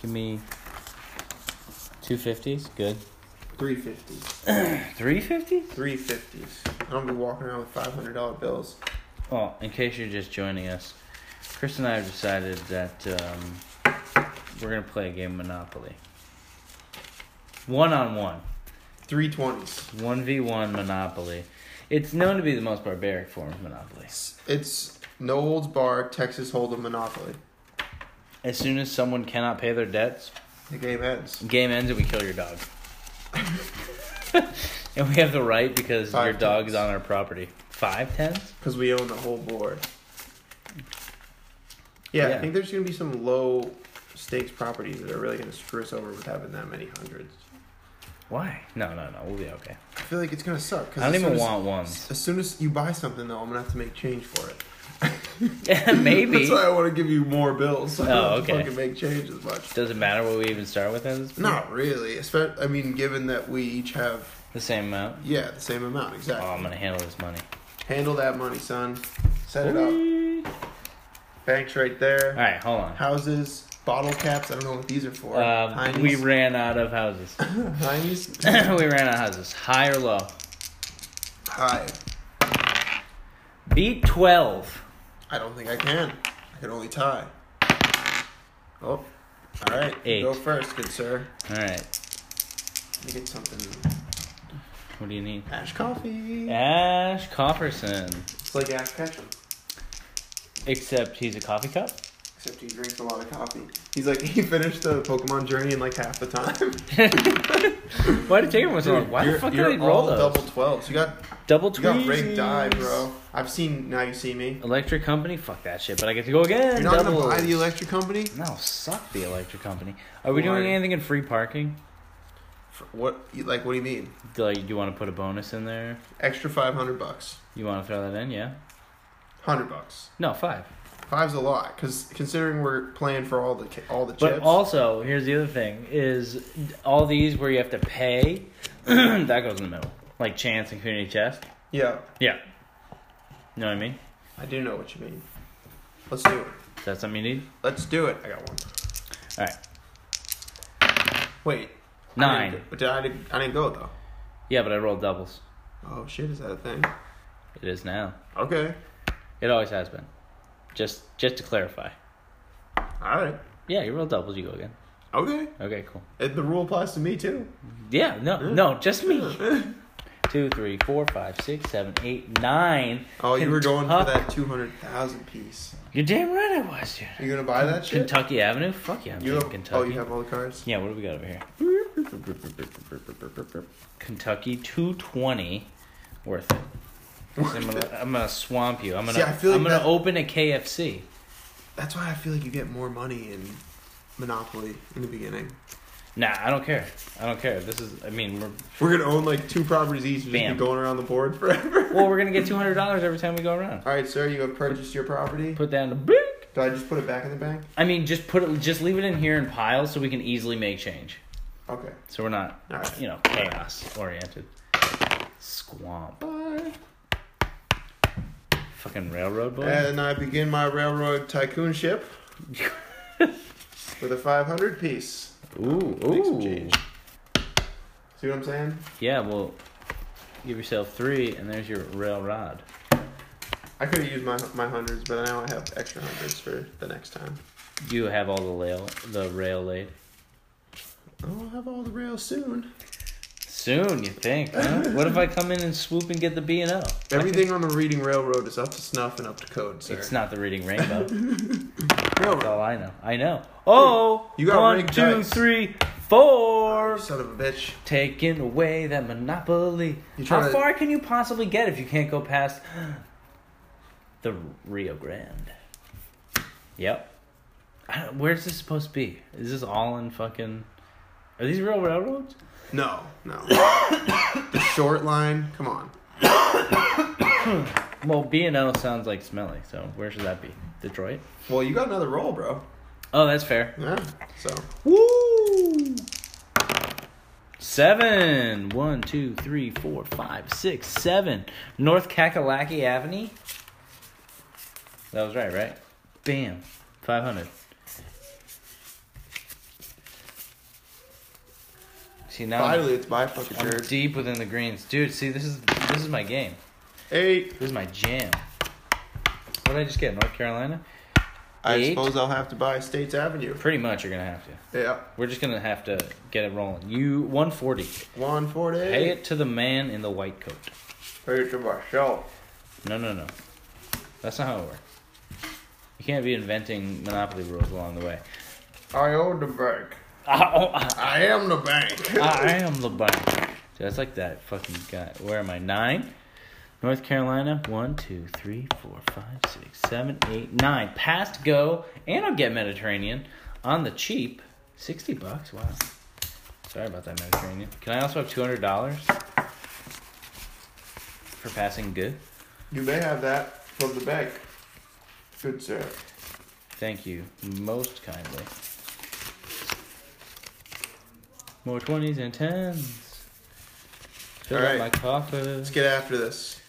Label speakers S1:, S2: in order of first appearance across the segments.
S1: Give me two fifties. Good.
S2: Three fifties.
S1: Three fifty?
S2: Three fifties. I don't be walking around with five hundred dollar bills.
S1: Well, in case you're just joining us, Chris and I have decided that um, we're gonna play a game of Monopoly. One on one.
S2: Three twenties.
S1: 1v1 Monopoly. It's known to be the most barbaric form of Monopoly.
S2: It's no holds bar Texas Hold'em Monopoly.
S1: As soon as someone cannot pay their debts,
S2: The game ends.
S1: game ends and we kill your dog. and we have the right because
S2: Five
S1: your dog is
S2: tenths.
S1: on our property. Five tenths?
S2: Because we own the whole board. Yeah, I
S1: Yeah.
S2: think there's going to be some low stakes properties that are really going to screw us over with having that many hundreds.
S1: Why? No, no, no. We'll be okay.
S2: I feel like it's going to suck. 'cause
S1: I don't
S2: as
S1: even
S2: soon as-
S1: want ones.
S2: As soon as you buy something, though, I'm going to have to make change for it.
S1: Maybe.
S2: That's why I want to give you more bills. So I don't
S1: Oh,
S2: have to
S1: okay.
S2: fucking make change as much.
S1: Doesn't matter what we even start with at this point?
S2: Not really. Espe- I mean, given that we each have,
S1: The same amount.
S2: yeah, the same amount,
S1: Oh,
S2: exactly.
S1: I'm going to handle this money.
S2: Handle that money, son. Set it up.
S1: All
S2: Banks right there.
S1: right, hold on.
S2: Houses, bottle caps. I don't know what these are for.
S1: Um, we ran out of houses.
S2: Heine's.
S1: we ran out of houses. High or low?
S2: Hi.
S1: Beat 12.
S2: I don't think I can. I can only tie. Oh. All right.
S1: Eight.
S2: Go first, good sir.
S1: All right.
S2: Let me get something.
S1: What do you need?
S2: Ash coffee.
S1: Ash Cofferson.
S2: It's like Ash Ketchum,
S1: Except he's a coffee cup?
S2: except he drinks a lot of coffee. He's like he finished the Pokemon journey in like half the time.
S1: Why did it take everyone so long? Why the
S2: You're-
S1: fuck did
S2: you're
S1: they roll
S2: all
S1: those?
S2: double twelves? You got
S1: double
S2: you got rigged die,
S1: twos.
S2: bro. I've seen now you see me.
S1: Electric company? Fuck that shit, but I get to go again.
S2: You're not
S1: double.
S2: gonna buy the electric company.
S1: no, suck the electric company. Are we
S2: Why?
S1: doing anything in free parking?
S2: For what you- like what do you mean?
S1: Do like, you want to put a bonus in there?
S2: Extra five hundred bucks.
S1: You want to throw that in? Yeah.
S2: Hundred bucks.
S1: No, five.
S2: Five's a lot because considering we're playing for all the ki- all the
S1: But
S2: chips.
S1: also, here's the other thing: is all these where you have to pay. that goes in the middle, like chance and community chest.
S2: yeah,
S1: Yeah. You know what I mean?
S2: I do know what you mean. Let's do it.
S1: Is that something you need?
S2: Let's do it. I got one.
S1: All right.
S2: Wait. I
S1: Nine.
S2: didn't go- But did I didn't, I didn't go though.
S1: Yeah, but I rolled doubles.
S2: Oh shit! Is that a thing?
S1: It is now.
S2: Okay.
S1: It always has been. Just just to clarify.
S2: All right.
S1: Yeah, you roll doubles, you go again.
S2: Okay.
S1: Okay, cool.
S2: And the rule applies to me too.
S1: Yeah, no, no, just me. Two, three, four, five, six, seven, eight, nine.
S2: Oh, you were going for
S1: Kentuck-
S2: that two hundred thousand piece.
S1: You're damn right I was, dude.
S2: You gonna buy that shit?
S1: Kentucky Avenue? Fuck yeah, I'm
S2: You
S1: taking
S2: have,
S1: Kentucky.
S2: oh, you have all the cards.
S1: Yeah, what do we got over here? Kentucky 220. Worth it. I'm gonna, I'm gonna swamp you. I'm gonna
S2: See, I feel like
S1: I'm gonna
S2: that-
S1: open a KFC.
S2: That's why I feel like you get more money in Monopoly in the beginning.
S1: Nah, I don't care. I don't care. This is I mean we're
S2: We're gonna own like two properties each and just
S1: Bam.
S2: be going around the board forever.
S1: well we're gonna get two hundred dollars every time we go around.
S2: All right, sir, you have purchased your property.
S1: Put that in the bank.
S2: Do I just put it back in the bank?
S1: I mean, just put it, just leave it in here in piles so we can easily make change.
S2: Okay.
S1: So we're not,
S2: All right.
S1: you know, chaos oriented. Squamp.
S2: Bye.
S1: Fucking railroad boy.
S2: And I begin my railroad tycoon ship with a 500 piece.
S1: Ooh,
S2: Make some
S1: ooh.
S2: change. See what I'm saying?
S1: Yeah, well, give yourself three, and there's your railroad.
S2: I could have used my my hundreds, but now I have extra hundreds for the next time.
S1: You have all the rail, the rail laid.
S2: I'll have all the rails soon.
S1: Soon, you think? Huh? what if I come in and swoop and get the B and O?
S2: Everything on the Reading Railroad is up to snuff and up to code, sir.
S1: It's not the reading rainbow. That's
S2: Railroad.
S1: all I know. I know. Oh,
S2: You got
S1: one,
S2: rigged
S1: two,
S2: dice.
S1: three, four.
S2: You Son of a bitch.
S1: taking away that monopoly.
S2: You trying
S1: How
S2: to-
S1: far can you possibly get if you can't go past the Rio Grande? Yep. I don't, where's this supposed to be? Is this all in fucking? Are these real railroads?
S2: No, no. the short line. Come on.
S1: Well, B and O sounds like smelly. So where should that be? Detroit.
S2: Well, you got another roll, bro. Um,
S1: Oh, that's fair.
S2: Yeah. So
S1: Woo! Seven. One, two, three, four, five, six, seven. North Kakalaki Avenue. That was right, right? Bam. 500. See now I'm-
S2: Finally, it's my fucking
S1: I'm
S2: turn.
S1: deep within the greens, dude. See, this is this is my game.
S2: Eight.
S1: This is my jam. What did I just get? North Carolina.
S2: I
S1: Eight.
S2: suppose I'll have to buy States Avenue.
S1: Pretty much, you're gonna have to.
S2: Yeah.
S1: We're just gonna have to get it rolling. You 140.
S2: One forty.
S1: Pay it to the man in the white coat.
S2: Pay it to myself.
S1: No, no, no. That's not how it works. You can't be inventing monopoly rules along the way.
S2: I own the bank.
S1: I, oh, I,
S2: I am the bank.
S1: I am the bank. Dude, that's like that fucking guy. Where am I? Nine. North Carolina. One, two, three, four, five, six, seven, eight, nine. Past go, and I'll get Mediterranean on the cheap. Sixty bucks. Wow. Sorry about that, Mediterranean. Can I also have two hundred dollars for passing good?
S2: you may have that from the bank. Good sir.
S1: Thank you most kindly. More 20s and 10s. Fill
S2: All
S1: up
S2: right.
S1: my coffer.
S2: Let's get after this.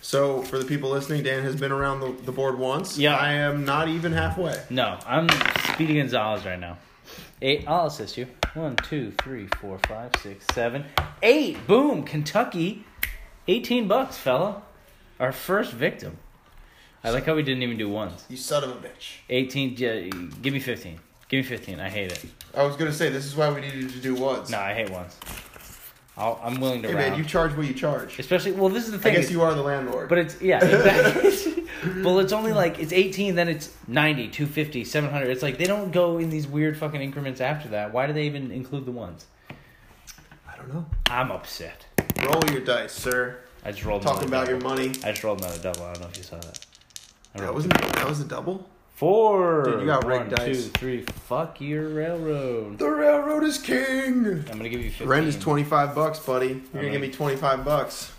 S2: So, for the people listening, Dan has been around the, the board once.
S1: Yeah.
S2: I am not even halfway.
S1: No, I'm Speedy Gonzalez right now. Eight. I'll assist you. One, two, three, four, five, six, seven, eight. Boom, Kentucky. 18 bucks, fella. Our first victim. I like how we didn't even do ones.
S2: You son of a bitch.
S1: 18. yeah, Give me 15. Give me 15. I hate it.
S2: I was gonna say this is why we needed to do ones.
S1: No, I hate ones. I'll, I'm willing to
S2: Hey
S1: round.
S2: man, you charge what you charge.
S1: Especially, well, this is the
S2: I
S1: thing.
S2: guess
S1: is-
S2: you are the landlord.
S1: but it's yeah, exactly. but it's only like it's 18, then it's 90, 250, 700. It's like they don't go in these weird fucking increments after that. Why do they even include the ones?
S2: I don't know.
S1: I'm upset.
S2: Roll your dice, sir.
S1: I just rolled.
S2: Talking
S1: another
S2: about your
S1: double.
S2: money.
S1: I just rolled another double. I don't know if you saw that. I
S2: That
S1: rolled
S2: wasn't that was a double.
S1: four.
S2: Dude, you got
S1: One,
S2: rigged dice.
S1: two, three. Fuck your railroad.
S2: The railroad is king.
S1: I'm gonna give you 15.
S2: Rent is twenty five bucks, buddy. You're gonna
S1: Alright.
S2: give me twenty five bucks.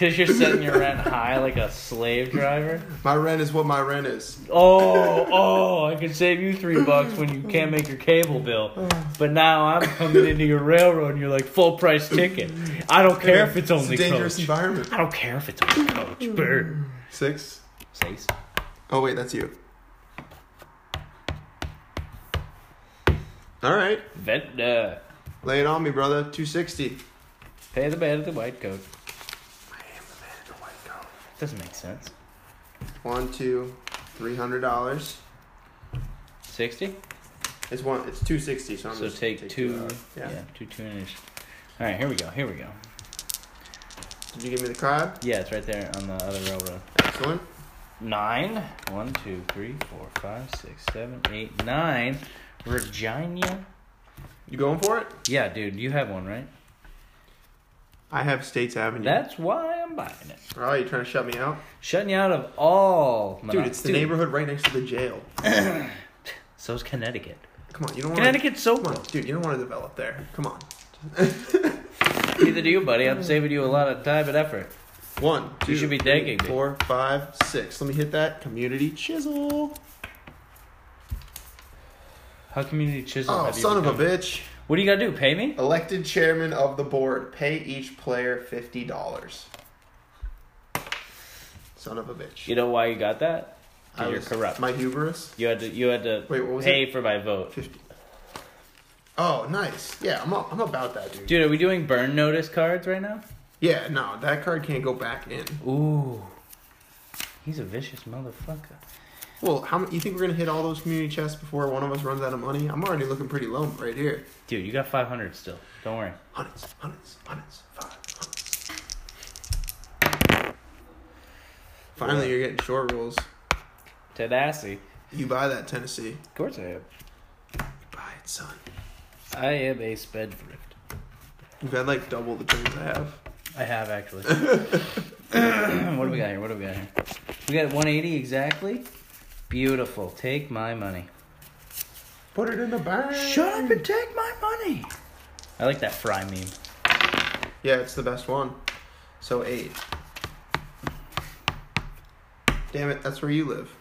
S1: Cause you're setting your rent high like a slave driver.
S2: My rent is what my rent is.
S1: Oh, oh, I can save you three bucks when you can't make your cable bill. But now I'm coming into your railroad and you're like full price ticket. I don't care if it's only
S2: a dangerous
S1: coach.
S2: environment.
S1: I don't care if it's only coach. Brr.
S2: Six.
S1: Says.
S2: Oh wait, that's you. All right,
S1: Vet, uh,
S2: lay it on me, brother. Two sixty.
S1: pay the man in the white coat.
S2: I am the man in the white coat.
S1: Doesn't make sense.
S2: One, two, three hundred dollars.
S1: 60?
S2: It's one. It's two sixty. So I'm
S1: So
S2: just
S1: take two.
S2: out.
S1: Yeah.
S2: Yeah.
S1: two two inches. All right, here we go. Here we go.
S2: Did you give me the crab?
S1: Yeah, it's right there on the other railroad.
S2: Excellent.
S1: Nine. One, two, three, four, five, six, seven, eight, nine. Regina.
S2: You going for it?
S1: Yeah, dude, you have one, right?
S2: I have States Avenue.
S1: That's why I'm buying it.
S2: Oh, you trying to shut me out,
S1: Shutting you out of all
S2: dude? It's the neighborhood right next to the jail.
S1: So's Connecticut.
S2: Come on, you don't want.
S1: Connecticut's so
S2: Come on,
S1: close.
S2: dude. You don't want to develop there. Come on.
S1: Neither do you, buddy. I'm saving you a lot of time and effort.
S2: One, two,
S1: You should be
S2: three,
S1: thanking me.
S2: four, five, six. Let me hit that community chisel.
S1: How community chisel?
S2: Oh,
S1: have you
S2: son of a
S1: become?
S2: bitch!
S1: What do you gotta do? Pay me?
S2: Elected chairman of the board. Pay each player fifty dollars. Son of a bitch.
S1: You know why you got that?
S2: I
S1: 'Cause you're
S2: was-
S1: corrupt.
S2: My hubris.
S1: You had to. You had to
S2: Wait, what was
S1: pay for my vote.
S2: 50. Oh, nice. Yeah, I'm, I'm about that, dude.
S1: Dude, are we doing burn notice cards right now?
S2: Yeah, no, that card can't go back in.
S1: Ooh, he's a vicious motherfucker.
S2: Well, how many, you think we're gonna hit all those community chests before one of us runs out of money? I'm already looking pretty low right here.
S1: Dude, you got 500 still. Don't worry.
S2: Hundreds, hundreds, hundreds, five hundreds. Finally, you're getting short rules.
S1: Tadassi.
S2: You buy that Tennessee.
S1: Of course I am.
S2: You buy it, son.
S1: I am a sped thrift.
S2: You've had like double the things I have.
S1: I have actually. what do we got here? What do we got here? We got 180 exactly. Beautiful. Take my money.
S2: Put it in the bag.
S1: Shut up and take my money. I like that fry meme.
S2: Yeah, it's the best one. So eight. Damn it, that's where you live.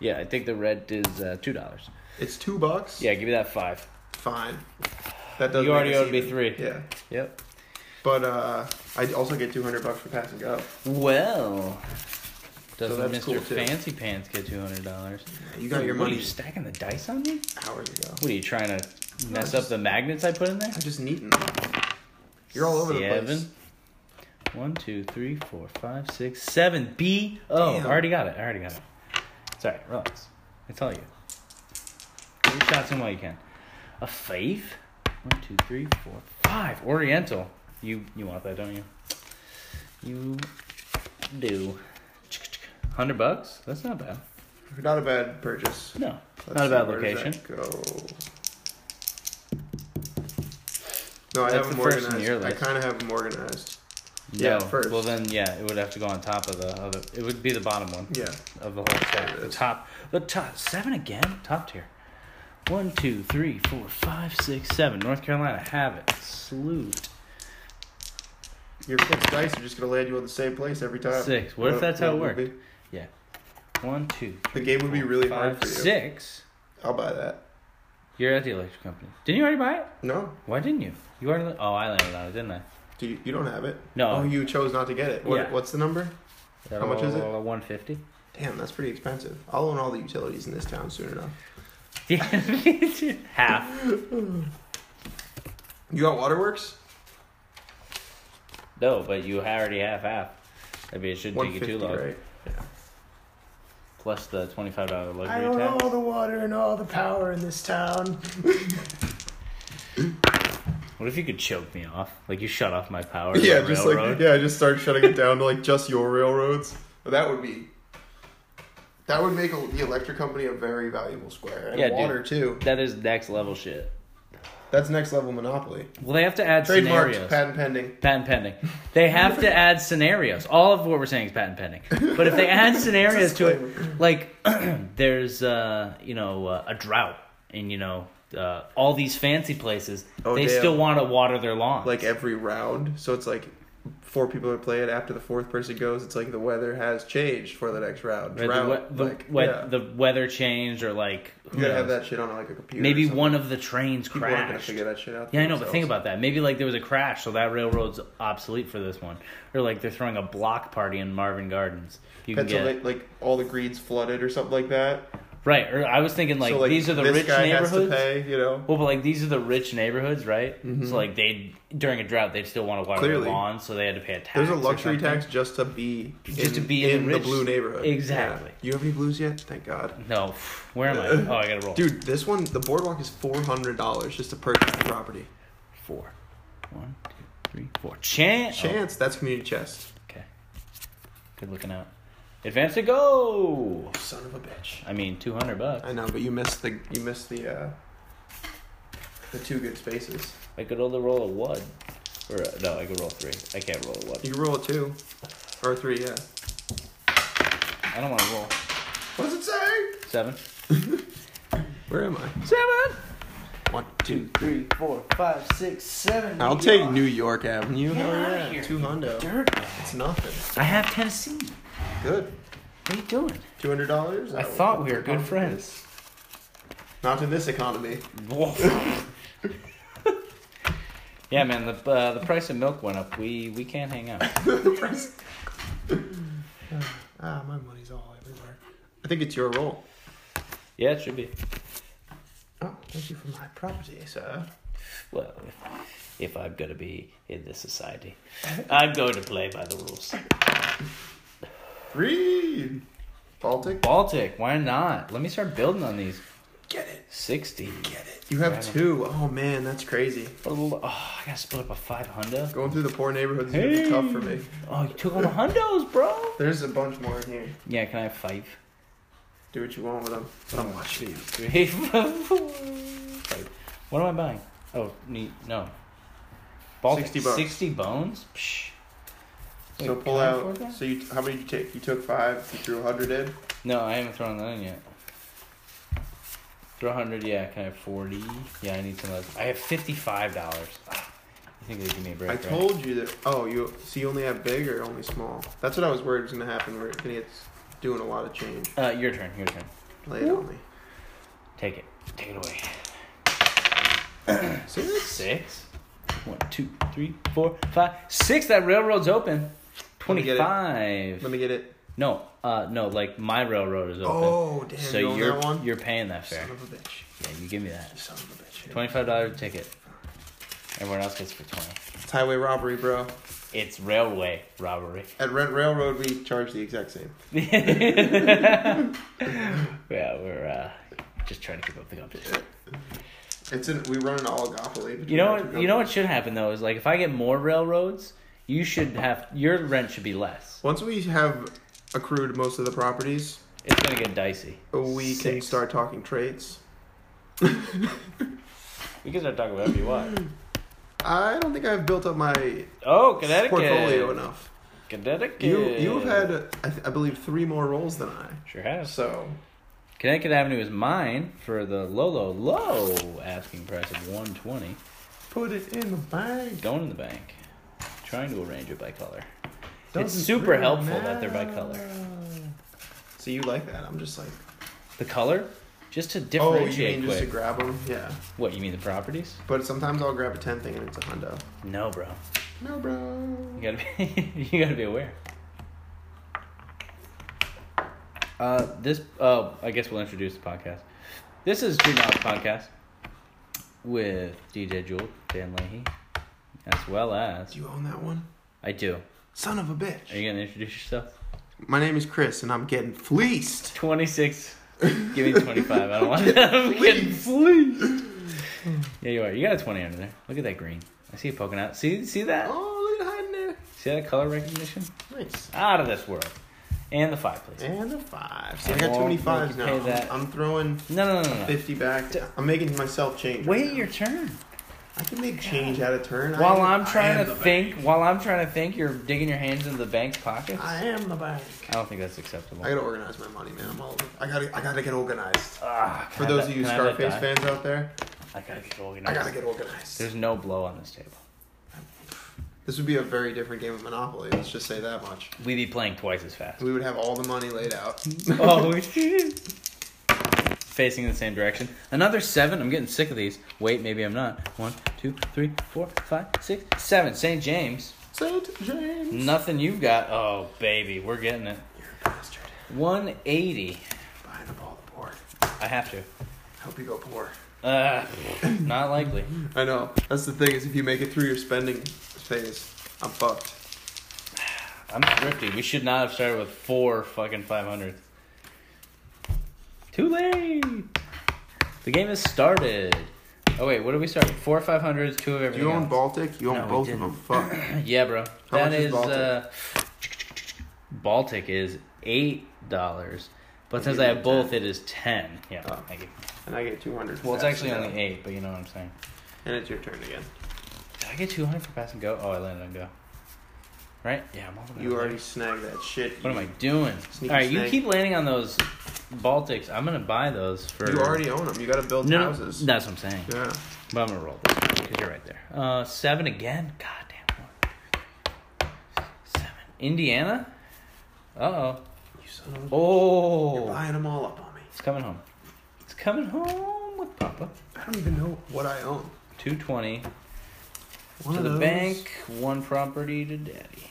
S1: Yeah, I think the rent is uh, two dollars.
S2: It's two bucks.
S1: Yeah, give me that five.
S2: Fine. That does.
S1: You
S2: make
S1: already
S2: us
S1: owed me
S2: even.
S1: three.
S2: Yeah,
S1: Yep.
S2: but uh, I also get two hundred bucks for pass and go.
S1: Well, doesn't Mr.
S2: that's cool, too.
S1: Fancy Pants get two hundred dollars?
S2: You got your
S1: What are
S2: money
S1: you stacking the dice on me?
S2: hours ago.
S1: What are you trying to Mess up the magnets I put in there?
S2: I'm just neating. You're all over the place.
S1: Seven. One, two, three, four, five, six, seven. B. Oh, I
S2: Damn.
S1: already got it. I already got it. Sorry, relax. I tell you. Get your shots in while you can. A fave. One, two, three, four, five. Oriental. You you want that, don't you? You do. Hundred bucks. That's not bad.
S2: Not a bad purchase.
S1: No,
S2: Let's
S1: not a
S2: see,
S1: bad
S2: where does
S1: location.
S2: that Go. No, I
S1: That's
S2: have
S1: the
S2: them
S1: first in
S2: organized.
S1: your
S2: I
S1: list.
S2: kind of have them organized.
S1: No.
S2: Yeah, first.
S1: Well, then, yeah, it would have to go on top of the other. It would be the bottom one
S2: Yeah.
S1: of the whole
S2: There
S1: set.
S2: it
S1: The
S2: is.
S1: top, the top seven again. Top tier. One, two, three, four, five, six, seven. North Carolina have it. Salute.
S2: Your fixed dice are just going to land you on the same place every time.
S1: Six. What if that's how it
S2: would
S1: worked?
S2: be?
S1: One, two.
S2: The game would be really hard
S1: five,
S2: for you.
S1: six.
S2: I'll buy that.
S1: You're at the electric company. Didn't you already buy it?
S2: No.
S1: Why didn't you? You already. Oh, I landed on it, didn't I?
S2: Do you, you don't have it?
S1: No.
S2: Oh, you chose not to get it. What,
S1: Yeah.
S2: What's the number? How much is it?
S1: One fifty.
S2: Damn, that's pretty expensive. I'll own all the utilities in this town soon enough.
S1: Yeah. Half.
S2: You got waterworks?
S1: No, but you already have half. Maybe it shouldn't take you too
S2: 150,
S1: long.
S2: right?
S1: Plus the twenty-five dollar luxury
S2: I own
S1: tax.
S2: all the water and all the power in this town.
S1: What if you could choke me off? Like you shut off my power.
S2: yeah,
S1: by
S2: just
S1: railroad?
S2: like yeah, just start shutting it down to like just your railroads. That would be that would make the electric company a very valuable square and
S1: Yeah, dude.
S2: water too.
S1: That is next level shit.
S2: That's next level monopoly.
S1: Well, they have to add
S2: Trademarked,
S1: scenarios.
S2: patent pending.
S1: patent pending. They have to add scenarios. All of what we're saying is patent pending. But if they add scenarios to
S2: Disclaimer.
S1: it, like there's uh, you know uh, a drought, and you know uh, all these fancy places,
S2: Oh,
S1: they
S2: damn.
S1: still want to water their lawn.
S2: Like every round, so it's like four people that play it. After the fourth person goes, it's like the weather has changed for the next
S1: Right,
S2: round.
S1: the,
S2: Drought,
S1: we- the,
S2: like,
S1: we-
S2: yeah.
S1: the weather change, or like who
S2: you gotta have
S1: knows?
S2: that shit on like a computer.
S1: Maybe
S2: or something.
S1: one of the trains
S2: People aren't gonna
S1: crashed.
S2: figure that shit out.
S1: Yeah, I know, but think about that. Maybe like there was a crash, so that railroad's obsolete for this one, or like they're throwing a block party in Marvin Gardens. You can get
S2: Pennsylvania, like all the greens flooded or something like that.
S1: right. Or I was thinking like,
S2: so like
S1: these are the
S2: this
S1: rich
S2: guy Has to
S1: neighborhoods.
S2: pay, you know.
S1: Well, but like these are the rich neighborhoods, right? So like they during a drought they'd still want to water
S2: Clearly.
S1: their lawns, so they had to pay a tax.
S2: There's a
S1: or
S2: luxury
S1: something.
S2: tax just to be
S1: Just to be in
S2: in,
S1: the
S2: the
S1: rich-
S2: blue neighborhood.
S1: Exactly.
S2: Yeah. You have any blues yet? Thank God.
S1: No, where am I? Oh, I gotta roll.
S2: Dude, this one, the boardwalk is four hundred dollars just to purchase the property.
S1: four, one, two, three, four. Chance.
S2: Chance, that's community chest.
S1: okay. Good looking out. Advance to go.
S2: Son of a bitch.
S1: I mean, two hundred bucks.
S2: I know, but you missed the you missed the uh the two good spaces.
S1: I could only roll a one. Or uh, no, I could roll three. I can't roll a one.
S2: You can roll a two or a three, yeah.
S1: I don't want to roll
S2: What does it say?
S1: seven.
S2: Where am I?
S1: Seven.
S2: One,
S1: Two, three, four, five, six, seven.
S2: I'll take New York Avenue.
S1: Get
S2: Hell
S1: outta
S2: yeah.
S1: here,
S2: Two hundo.
S1: Dirt.
S2: It's nothing.
S1: I have Tennessee.
S2: Good.
S1: What are you doing?
S2: Two hundred dollars.
S1: I thought we were good friends.
S2: Not in this economy.
S1: yeah, man. The uh, the price of milk went up. We we can't hang out.
S2: Ah, my money's all everywhere. I think it's your role.
S1: Yeah, it should be.
S2: Oh, thank you for my property, sir.
S1: Well, if, if I'm gonna be in this society, I'm going to play by the rules.
S2: Read. Baltic.
S1: Baltic, why not? Let me start building on these.
S2: Get it.
S1: Sixty.
S2: Get it. You have two. Oh man, that's crazy.
S1: What a little- Oh, I gotta split up a five Honda.
S2: Going through the poor neighborhoods is gonna be tough for me.
S1: Oh, you took on the Hondos, bro.
S2: There's a bunch more in here.
S1: Yeah, can I have five?
S2: Do what you want with them. I'm watching you.
S1: Three, four, five. What am I buying? Oh, neat. No. Baltic,
S2: 60 bucks.
S1: 60 bones? Psh. Wait,
S2: So pull
S1: can I afford
S2: out.
S1: that?
S2: So you, how many did you take? You took five. You threw a hundred in.
S1: No, I haven't thrown that in yet. Throw 100, yeah. Can I have 40? Yeah, I need some of those. I have $55. Ah, You think they give me a break?
S2: I
S1: right?
S2: told you that. Oh, you. So you only have big or only small? That's what I was worried was gonna happen. We're gonna get s- doing a lot of change.
S1: Uh, your turn, your turn.
S2: Play it on me.
S1: Take it. Take it away.
S2: Six.
S1: Six. One, two, three, four, five, six. That railroad's open.
S2: Let me get it.
S1: 25.
S2: Let me get it.
S1: No, uh, no, like my railroad is open.
S2: Oh, damn,
S1: So
S2: you own
S1: are
S2: that one?
S1: you're paying that fare.
S2: Son of a bitch.
S1: Yeah, you give me that.
S2: You son of a bitch.
S1: Twenty five dollar ticket. Everyone else gets for twenty.
S2: It's highway robbery, bro.
S1: It's railway robbery.
S2: At Rent Railroad, we charge the exact same.
S1: yeah, we're uh, just trying to keep up the competition.
S2: It's an we run an oligopoly. between
S1: You know
S2: our two
S1: what? You know what
S2: companies.
S1: should happen though is like if I get more railroads, you should have your rent should be less.
S2: Once we have accrued most of the properties,
S1: It's gonna get dicey.
S2: we can
S1: Six.
S2: start talking trades.
S1: We can start talking about whatever you want.
S2: I don't think I've built up my
S1: Oh, Connecticut.
S2: portfolio enough.
S1: Connecticut.
S2: You you've had I, th- I believe three more roles than I.
S1: sure has.
S2: So
S1: Connecticut Avenue is mine for the low, low, low asking price of one twenty.
S2: put it in the bank.
S1: Going in the bank. Trying to arrange it by color. it's
S2: Doesn't
S1: super
S2: really
S1: helpful that they're by
S2: matter.
S1: color.
S2: So you like that? I'm just like
S1: The color, just to
S2: oh, you
S1: differentiate.
S2: mean just to
S1: quick.
S2: grab them? Yeah.
S1: what you mean the properties?
S2: But sometimes I'll grab a ten thing and it's a hundo.
S1: No, bro.
S2: No, bro.
S1: You gotta be. you gotta be aware. Uh, this. Oh, I guess we'll introduce the podcast. This is Two Knobs Podcast with DJ Jewel, Dan Leahy, as well as
S2: Do you own that one?
S1: I do.
S2: Son of a
S1: Are
S2: bitch.
S1: you gonna introduce yourself?
S2: My name is Chris, and I'm getting fleeced.
S1: Twenty six. Give me twenty five. I don't want that. I'm getting
S2: Fleeced.
S1: fleeced. Yeah, you are. You got a twenty under there. Look at that green. I see it poking out. See, see that?
S2: Oh, look at hiding there.
S1: See that color recognition?
S2: Nice.
S1: Out of this world. And the five, please.
S2: And a five. See, I got too
S1: Well,
S2: many
S1: you
S2: fives now.
S1: pay that.
S2: I'm throwing
S1: No, no, no, no. no.
S2: fifty back. I'm making myself change. right
S1: Wait
S2: now.
S1: your turn.
S2: I can make change out of turn.
S1: While
S2: I am-
S1: I'm
S2: I
S1: trying
S2: am
S1: to
S2: the
S1: think,
S2: bank.
S1: while I'm trying to think, you're digging your hands into the bank's pockets. I
S2: I am the bank.
S1: don't think that's acceptable.
S2: I gotta organize my money, man. I'm all. I gotta. I gotta get organized.
S1: Ah, can
S2: For
S1: I
S2: those
S1: have
S2: of you
S1: that- can I have
S2: Scarface
S1: that die?
S2: fans out there,
S1: I gotta get
S2: I
S1: organized.
S2: gotta get organized.
S1: There's no blow on this table.
S2: This would be a very different game of Monopoly. Let's just say that much.
S1: We'd be playing twice as fast.
S2: We would have all the money laid out.
S1: oh shit. Facing in the same direction. Another seven. I'm getting sick of these. Wait, maybe I'm not. One, two, three, four, five, six, seven. St. James.
S2: Saint James.
S1: Nothing you've got. Oh baby, we're getting it.
S2: You're a bastard.
S1: 180.
S2: Buying up all the board.
S1: I have to.
S2: Hope you go poor.
S1: Uh, not likely.
S2: I know. That's the thing is, if you make it through your spending phase, I'm fucked.
S1: I'm thrifty. We should not have started with four fucking 500s. Too late. The game has started. Oh wait, what did we start with? Four 500s, two of
S2: Do
S1: everything.
S2: you own
S1: else.
S2: Baltic? You own
S1: No, we
S2: both of
S1: didn't.
S2: them. Fuck.
S1: Yeah, bro.
S2: much
S1: that
S2: is
S1: is
S2: Baltic?
S1: uh, Baltic is eight dollars, but
S2: You
S1: since
S2: gave
S1: I
S2: me
S1: have both,
S2: 10.
S1: it is ten. Yeah,
S2: Oh. uh,
S1: thank you.
S2: And I get 200.
S1: Well, it's
S2: That's
S1: actually
S2: it.
S1: only eight, but you know what I'm saying.
S2: And it's your turn again.
S1: Did I get two hundred for pass and go? Oh, I landed on go. Right? Yeah, I'm all the way
S2: You
S1: over
S2: already
S1: there.
S2: snagged that shit.
S1: What am I doing?
S2: Sneaky
S1: all right, you
S2: snake.
S1: keep landing on those Baltics. I'm gonna buy those for.
S2: You already own them. You gotta build
S1: no,
S2: houses.
S1: That's what I'm saying.
S2: Yeah.
S1: But I'm gonna roll this because you're right there. Uh, seven again. God damn. One, two, three, seven. Indiana. Uh oh.
S2: You son of a. You're
S1: Oh,
S2: buying them all up on me.
S1: it's coming home. It's coming home with Papa.
S2: I don't even know what I own.
S1: Two twenty
S2: One
S1: to
S2: of
S1: the
S2: those-
S1: bank, one property to Daddy.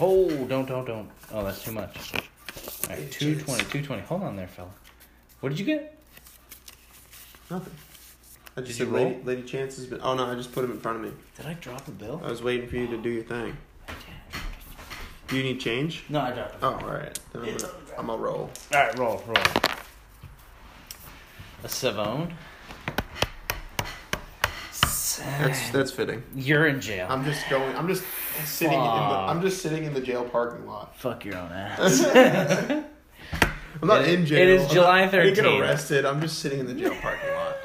S1: Oh, don't, don't, don't. Oh, that's too much. All right,
S2: Bitches.
S1: 220, 220. Hold on there, fella. What did you get?
S2: Nothing. I just
S1: Did you
S2: said lady,
S1: roll?
S2: lady Chance has been. Oh no, I just put him in front of me.
S1: Did I drop a bill?
S2: I was waiting for you to do your thing. Do you need change?
S1: No, I dropped a bill.
S2: Oh, alright. Then I'm gonna, I'm gonna roll.
S1: All right, roll, roll. A Savone.
S2: That's that's fitting.
S1: You're in jail.
S2: I'm just going. I'm just sitting. In the,
S1: Fuck.
S2: I'm just sitting in the jail parking lot.
S1: Fuck your own ass.
S2: I'm not
S1: It-
S2: in
S1: it
S2: jail.
S1: is
S2: I'm not-
S1: July
S2: I didn't get
S1: 13th.
S2: arrested. I'm just sitting in the jail parking lot.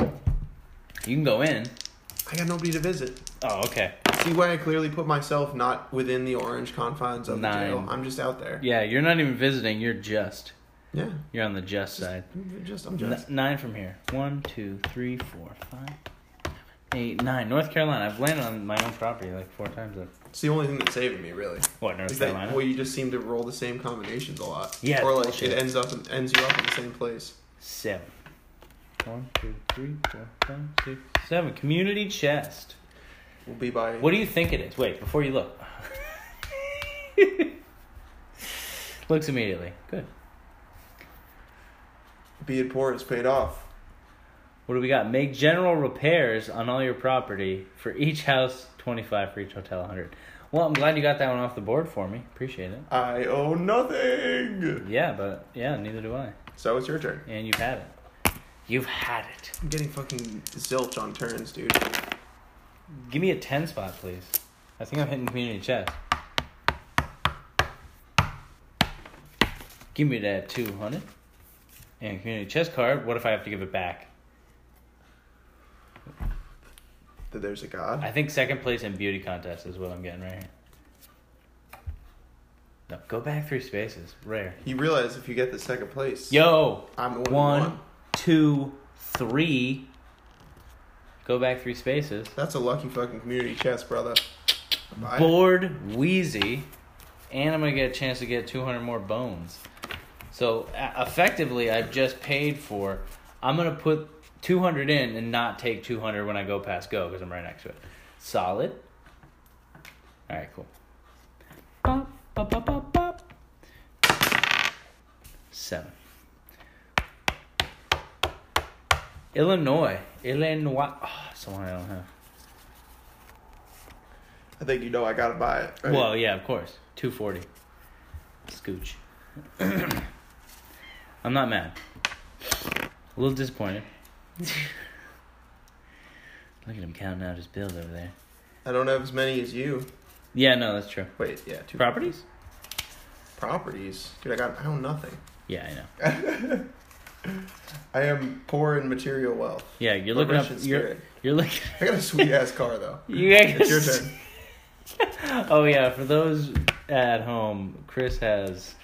S1: you can go in.
S2: I got nobody to visit.
S1: Oh, okay.
S2: See why I clearly put myself not within the orange confines of
S1: Nine.
S2: the jail. I'm just out there.
S1: Yeah, you're not even visiting. You're just.
S2: Yeah.
S1: You're on the just side.
S2: I'm just. I'm
S1: N-
S2: just.
S1: nine from here. One, two, three, four, five, eight, nine. North Carolina. I've landed on my own property like four times. Now.
S2: It's the only thing that's saving me, really.
S1: What, North
S2: Is that
S1: Carolina?
S2: well, you just seem to roll the same combinations a lot.
S1: Yeah,
S2: Or
S1: it's
S2: like
S1: bullshit.
S2: it ends up in, ends you up in the same place.
S1: Seven. One, two, three, four, five, six, seven. Community chest.
S2: We'll be by.
S1: What do you think it is? Wait, before you look. Looks immediately. Good.
S2: Being poor is paid off.
S1: What do we got? Make general repairs on all your property for each house, 25 for each hotel, 100. Well, I'm glad you got that one off the board for me. Appreciate it.
S2: I owe nothing.
S1: Yeah, but yeah, neither do I.
S2: So it's your turn.
S1: And you've had it. You've had it.
S2: I'm getting fucking zilch on turns, dude.
S1: Give me a 10 spot, please. I think I'm hitting community chest. Give me that 200. And community chest card. What if I have to give it back?
S2: That there's a god.
S1: I think second place in beauty contest is what I'm getting right here. No, go back three spaces. Rare.
S2: You realize if you get the second place,
S1: Yo,
S2: I'm the one. who
S1: one,
S2: won.
S1: two, three. Go back three spaces.
S2: That's a lucky fucking community chest, brother. Bye.
S1: Bored, wheezy, and I'm gonna get a chance to get 200 more bones. So a- effectively, I've just paid for. I'm gonna put 200 in and not take 200 when I go past go because I'm right next to it. Solid. All right, cool. Bop, bop, bop, bop, bop. Seven. Illinois, Illinois. Oh, someone I don't have.
S2: I think you know I gotta buy it. right?
S1: Well, yeah, of course. 240. Scooch. I'm not mad. A little disappointed. Look at him counting out his bills over there.
S2: I don't have as many as you.
S1: Yeah, no, that's true.
S2: Wait, yeah, two
S1: Properties?
S2: properties, dude. I got I owe nothing.
S1: Yeah, I know.
S2: I am poor in material wealth.
S1: Yeah, you're
S2: But
S1: looking up.
S2: rich in
S1: You're,
S2: spirit.
S1: you're looking.
S2: I got a sweet ass car though.
S1: You guys,
S2: It's your turn.
S1: Oh yeah, for those at home, Chris has,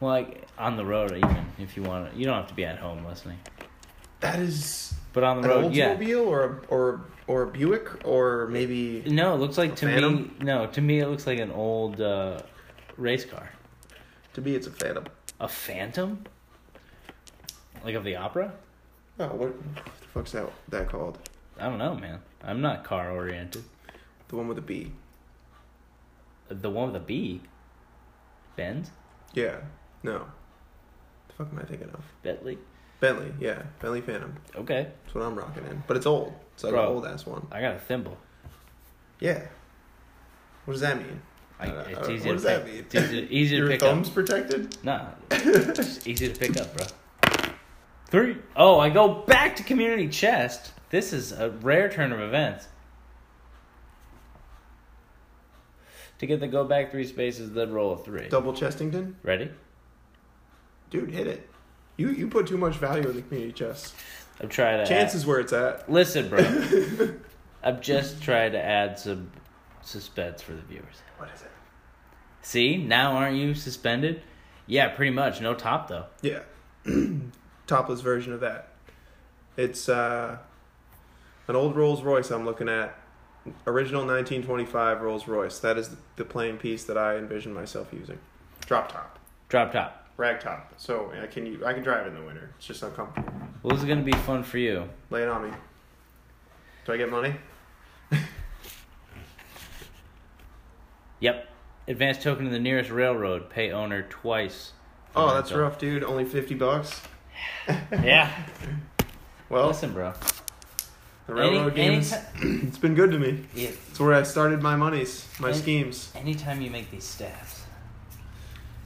S1: well, like on the road even if you want to. You don't have to be at home listening,
S2: That is
S1: but on
S2: an
S1: the road, yeah.
S2: Oldsmobile or a, or or a Buick or maybe
S1: No, it looks like
S2: A
S1: to me.
S2: Phantom?
S1: No, to me it looks like an old uh, race car.
S2: to me it's a Phantom.
S1: A Phantom. Like of the opera?
S2: Oh, what, what the fuck's that that called?
S1: I don't know, man. I'm not car oriented.
S2: The one with a B.
S1: The one with a B. Benz,
S2: Yeah. No. The fuck am I thinking of?
S1: Bentley.
S2: Bentley. Yeah, Bentley Phantom.
S1: Okay,
S2: That's what I'm rocking in. But it's old. It's like an
S1: Bro.
S2: old ass one.
S1: I got a thimble.
S2: Yeah. What does that mean?
S1: I,
S2: I don't- I
S1: it's
S2: don't-
S1: easy
S2: Uh, what
S1: to pick.
S2: does that mean?
S1: It's easy, easy to
S2: Your
S1: pick
S2: thumbs protected?
S1: up. Nah, it's just easy to pick up, bro. Three. Oh, I go back to community chest. This is a rare turn of events. To get the go back three spaces, then roll a three.
S2: Double Chestington?
S1: Ready?
S2: Dude, hit it. You you put too much value in the community chest.
S1: I'm trying to.
S2: Chance is where it's at.
S1: Add... Listen, bro. I'm just trying to add some suspense for the viewers.
S2: What is it?
S1: See, now aren't you suspended? Yeah, pretty much. No top though.
S2: Yeah. Topless version of that. It's uh an old Rolls Royce I'm looking at. Original 1925 Rolls Royce. That is the plain piece that I envision myself using. Drop top.
S1: Drop top.
S2: Rag top. So I can u- I can drive in the winter. It's just uncomfortable.
S1: Well, this is gonna be fun for you.
S2: Lay it on me. Do I get money?
S1: Yep. Advance token to the nearest railroad. Pay owner twice. for
S2: Oh, that's
S1: rental.
S2: rough, dude. Only 50 bucks.
S1: Yeah.
S2: Well,
S1: Listen, bro.
S2: the
S1: Any-
S2: railroad
S1: any
S2: games,
S1: ti-
S2: it's been good to me.
S1: yeah,
S2: It's where I started my monies, my
S1: Any-
S2: schemes.
S1: anytime you make these stats.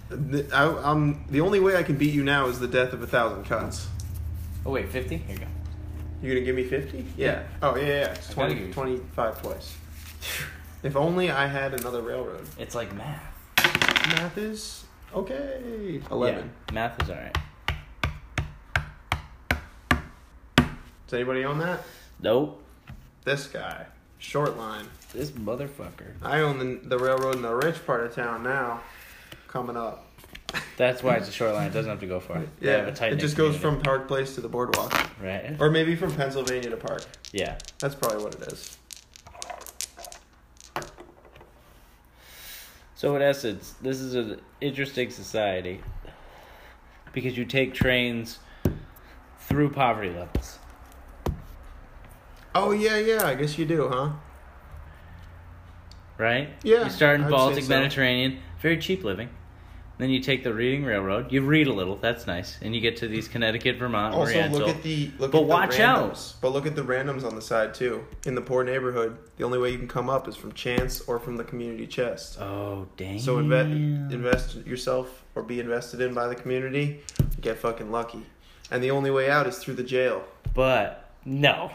S2: The, I, am the only way I can beat you now is the death of a thousand cuts.
S1: Oh wait, fifty. Here you go.
S2: You gonna give me 50? Yeah. Oh, yeah, yeah. yeah. It's
S1: I gotta
S2: 20,
S1: give you-
S2: 25 twice. If only I had another railroad.
S1: It's like math.
S2: Math is okay. 11.
S1: Yeah, math is alright.
S2: Is anybody on that?
S1: Nope.
S2: This guy. Short line.
S1: This motherfucker.
S2: I own the, the railroad in the rich part of town now. Coming up.
S1: That's why it's a short line. It doesn't have to go far. They
S2: Yeah,
S1: have a tight-knit
S2: it just goes
S1: community.
S2: from Park Place to the boardwalk,
S1: right.
S2: or maybe from Pennsylvania to Park.
S1: Yeah.
S2: That's probably what it is.
S1: So in essence, this is an interesting society because you take trains through poverty levels.
S2: Oh yeah, yeah. I guess you do, huh?
S1: right?
S2: Yeah,
S1: You start in
S2: I'd say
S1: Baltic
S2: so.
S1: Mediterranean, very cheap living. Then you take the Reading Railroad. You read a little. That's nice, and you get to these Connecticut, Vermont,
S2: Also,
S1: Oriental.
S2: look at the look
S1: But
S2: at
S1: watch
S2: the
S1: out.
S2: randoms. But look at the randoms on the side too. In the poor neighborhood, the only way you can come up is from chance or from the community chest.
S1: oh dang!
S2: So inve- invest yourself or be invested in by the community. Get fucking lucky, and the only way out is through the jail.
S1: but no,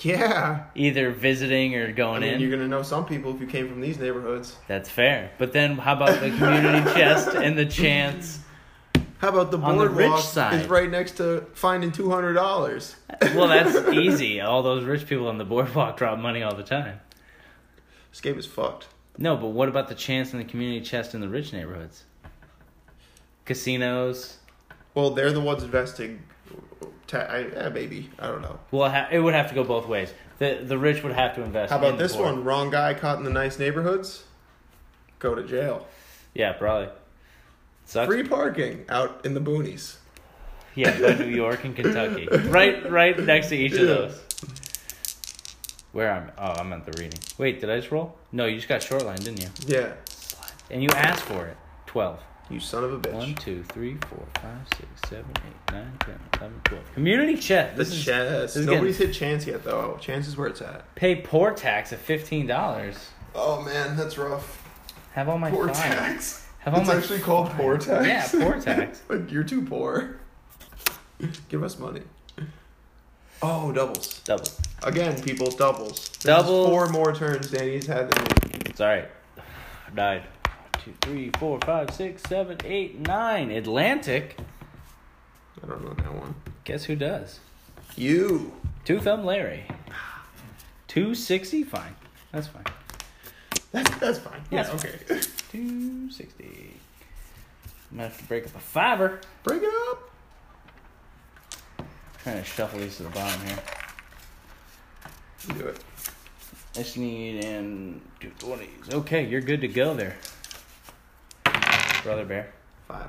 S2: Yeah,
S1: either visiting or going
S2: I mean
S1: in.
S2: you're gonna know some people if you came from these neighborhoods.
S1: That's fair. But then how about the community chest and the chance?
S2: How about the
S1: On the rich
S2: boardwalk
S1: side.
S2: is right next to finding two hundred dollars?
S1: Well, that's easy. All those rich people on the boardwalk drop money all the time.
S2: This game is fucked.
S1: No, but what about the chance and the community chest in the rich neighborhoods? Casinos.
S2: Well, they're the ones investing. Ta- I, eh, maybe I don't know.
S1: Well, ha- it would have to go both ways. The the rich would have to invest.
S2: How
S1: in
S2: about
S1: the
S2: this
S1: poor.
S2: one? Wrong guy caught in the nice neighborhoods, go to jail.
S1: Yeah, probably. Sucks.
S2: Free parking out in the boonies.
S1: Yeah, but New York and Kentucky, right, right next to each of
S2: Yeah.
S1: those. Where I'm? Oh, I'm at the reading. Wait, did I just roll? No, you just got short line, didn't you?
S2: Yeah,
S1: And you asked for it. Twelve.
S2: you son of a bitch.
S1: One, two, three, four, five, six, seven, eight, nine, ten, eleven, twelve. Community check.
S2: The
S1: This is
S2: chance.
S1: is
S2: Nobody's hit chance yet, though. Chance is where it's at.
S1: pay poor tax of fifteen dollars.
S2: Oh man, that's rough.
S1: Have all my
S2: Poor
S1: fines.
S2: tax.
S1: Have all
S2: it's
S1: my
S2: actually called poor
S1: fines.
S2: tax.
S1: Yeah, poor tax.
S2: like you're too poor. Give us money. Oh, doubles
S1: Double.
S2: again, people. Doubles. This is
S1: Doubles.
S2: Four more turns. Danny's had than me.
S1: It's all right. Nine. Two, three, four, five, six, seven, eight, nine. Atlantic.
S2: I don't know that one.
S1: Guess who does?
S2: You.
S1: Two thumb Larry. Two sixty. Fine. That's fine.
S2: That's that's fine.
S1: Yeah,
S2: That's okay.
S1: Two sixty. I'm gonna have to break up a fiver.
S2: Break it up.
S1: Trying to shuffle these to the bottom here.
S2: You do it.
S1: I just need in two twenties. Okay, you're good to go there, brother bear.
S2: Five.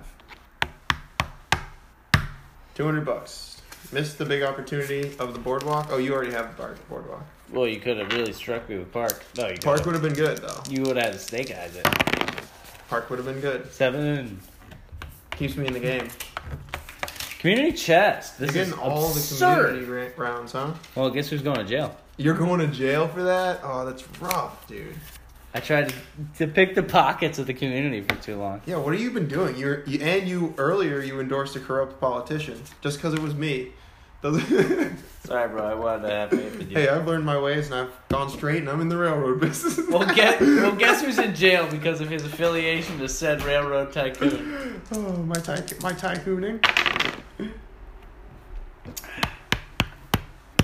S2: Two hundred bucks. Missed the big opportunity of the boardwalk. Oh, you already have the bar- boardwalk.
S1: Well, you could have really struck me with Park. No, you
S2: Park
S1: could.
S2: would have been good though.
S1: You would have had snake eyes it.
S2: Park would have been good.
S1: Seven.
S2: Keeps me in the game.
S1: Community chest.
S2: You're
S1: This is
S2: getting all
S1: absurd.
S2: the community ra- rounds, huh?
S1: Well, guess who's going to jail?
S2: You're going to jail for that? Oh, that's rough, dude.
S1: I tried to, to pick the pockets of the community for too long.
S2: Yeah, what have you been doing? You're, you and you earlier you endorsed a corrupt politician just because it was me. Doesn't-
S1: Sorry, bro. I wanted to have faith in you.
S2: hey, I've learned my ways and I've gone straight and I'm in the railroad business.
S1: well, guess, well, guess who's in jail because of his affiliation to said railroad tycoon?
S2: Oh, my ty- my tycooning.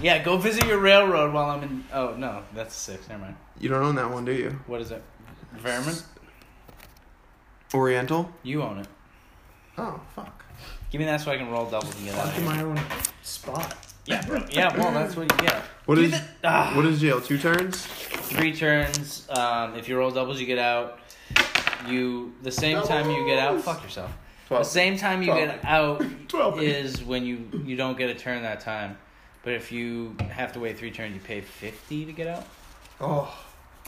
S1: Yeah, go visit your railroad while I'm in. Oh no, that's a six. Never mind.
S2: You don't own that one, do you?
S1: What is it? Vermin?
S2: Oriental.
S1: You own it.
S2: Oh fuck!
S1: Give me that so I can roll doubles and get out of
S2: Fuck in
S1: here.
S2: my own spot.
S1: Yeah, bro. Yeah, well, that's what you get.
S2: What
S1: Give
S2: is
S1: it- ah.
S2: what is jail? Two turns.
S1: three turns. Um, if you roll doubles, you get out. You the same time you get out.
S2: Doubles.
S1: Fuck yourself.
S2: Twelve.
S1: The same time you
S2: Twelve.
S1: get out
S2: Twelve.
S1: is when you you don't get a turn that time. But if you have to wait three turns, you pay fifty to get out.
S2: Oh,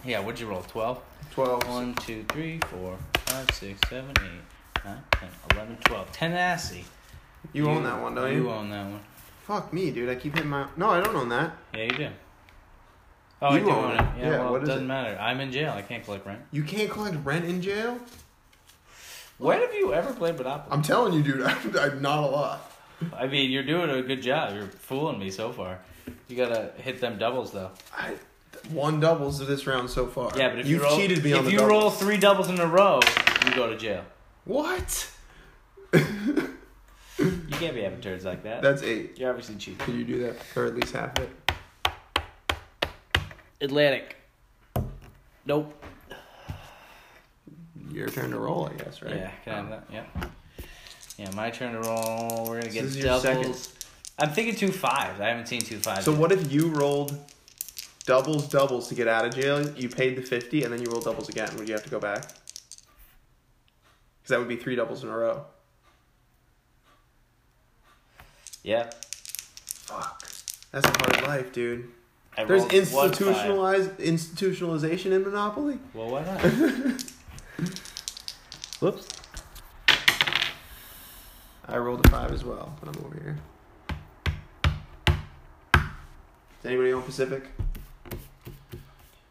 S1: Yeah, what'd you roll? Twelve.
S2: 12.
S1: One, two, three, four, five, six, seven, eight, nine, ten, eleven, twelve. Tenacity.
S2: You, own that one, don't you?
S1: You own that one.
S2: Fuck me, dude. I keep hitting my. No, I don't own that.
S1: Yeah, you do. Oh,
S2: You
S1: I do
S2: own
S1: own it.
S2: it.
S1: Yeah,
S2: Yeah,
S1: well,
S2: what
S1: it
S2: is
S1: doesn't
S2: it?
S1: matter. I'm in jail. I can't collect rent.
S2: You can't collect rent in jail.
S1: When have you ever played Monopoly?
S2: I'm telling you, dude. I'm, I'm not a lot.
S1: I mean, you're doing a good job. You're fooling me so far. You gotta hit them doubles though.
S2: I one doubles of this round so far.
S1: Yeah, but if
S2: you've
S1: you roll,
S2: cheated me
S1: if
S2: on the
S1: you
S2: doubles.
S1: roll three doubles in a row, you go to jail.
S2: what?
S1: You can't be having turns like that.
S2: That's eight.
S1: You're obviously cheating.
S2: Can you do that, or at least half it?
S1: Atlantic. Nope.
S2: Your turn to roll, I guess, right?
S1: Yeah, can I have that? Yeah. Yeah, my turn to roll. We're gonna
S2: This
S1: get
S2: is your
S1: doubles.
S2: second.
S1: I'm thinking two fives. I haven't seen two fives.
S2: So
S1: yet.
S2: what if you rolled doubles doubles to get out of jail? You paid the fifty, and then you roll doubles again. Would you have to go back? Because that would be three doubles in a row.
S1: Yeah.
S2: Fuck. That's a hard life, dude.
S3: I
S2: There's
S3: rolled one time.
S2: institutionalized institutionalization in Monopoly.
S1: Well, why not? Whoops.
S2: I rolled a five as well, but I'm over here. Does anybody own Pacific?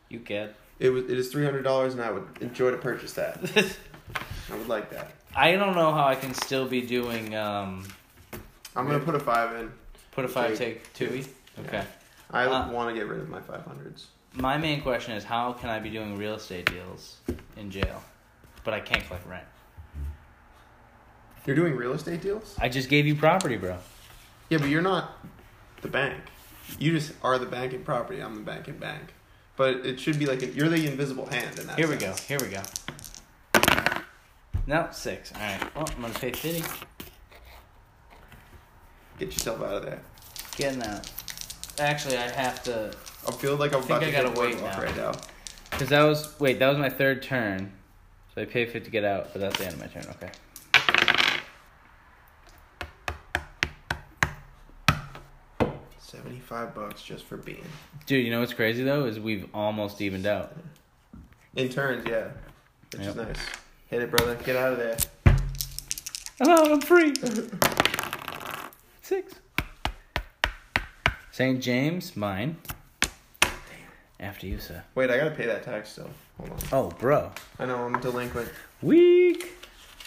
S1: You get.
S2: It was. It is three hundred dollars, and I would enjoy to purchase that. I would like that.
S1: I don't know how I can still be doing. Um,
S2: I'm gonna put a five in.
S1: put a five take Tui. Okay.
S2: I
S1: Uh,
S2: want to get rid of my five hundreds.
S1: My main question is how can I be doing real estate deals in jail, but I can't collect rent?
S2: You're doing real estate deals.
S1: I just gave you property, bro.
S2: Yeah, but you're not the bank. You just are the bank and property. I'm the bank and bank. But it should be like you're the invisible hand in that.
S1: Here we go.
S2: sense.
S1: Here we go. No six. All right. Well, I'm gonna pay fifty.
S2: Get yourself out of there.
S1: Getting out. Actually, I have to.
S2: I feel like I'm
S1: think
S2: about
S1: I
S2: to
S1: gotta
S2: get a word
S1: wait
S2: off
S1: now.
S2: right now.
S1: Cause that was wait, that was my third turn. So I pay fifty to get out, but that's the end of my turn. Okay.
S2: Seventy-five bucks just for being.
S1: Dude, you know what's crazy though is we've almost evened out.
S2: In turns, yeah. Which
S1: Yep.
S2: is nice. Hit it, brother. Get out of there.
S1: I'm out. I'm free. Six. St. James, mine. After you, sir.
S2: Wait, I gotta pay that tax still. Hold on.
S1: Oh, bro.
S2: I know I'm delinquent.
S1: Weak.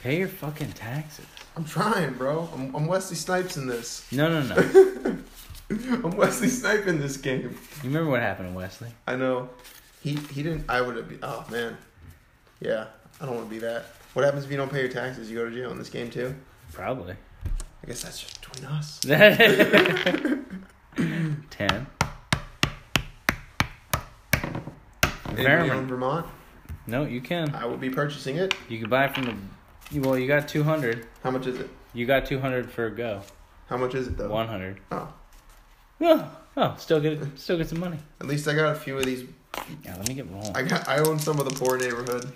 S1: Pay your fucking taxes.
S2: I'm trying, bro. I'm, I'm Wesley Snipes in this.
S1: No, no, no. you
S2: I'm Wesley Snipes in this game.
S1: remember what happened to Wesley?
S2: I know. He he didn't. I would have. been Oh man. Yeah. I don't want to be that. What happens if you don't pay your taxes? You go to jail in this game too.
S1: Probably.
S2: I guess that's just between us.
S1: Ten.
S2: Anybody own
S1: Vermin.
S2: Vermont?
S1: No, you can.
S2: I will be purchasing it.
S1: You can buy from the. you- Well, you got two hundred.
S2: How much is it?
S1: You got two hundred for a go.
S2: How much is it though?
S1: One hundred.
S2: Oh,
S1: Oh, oh, still get still get some money.
S2: at least I got a few of these.
S1: Yeah, let me get rolling.
S2: I got. I own some of the poor neighborhood.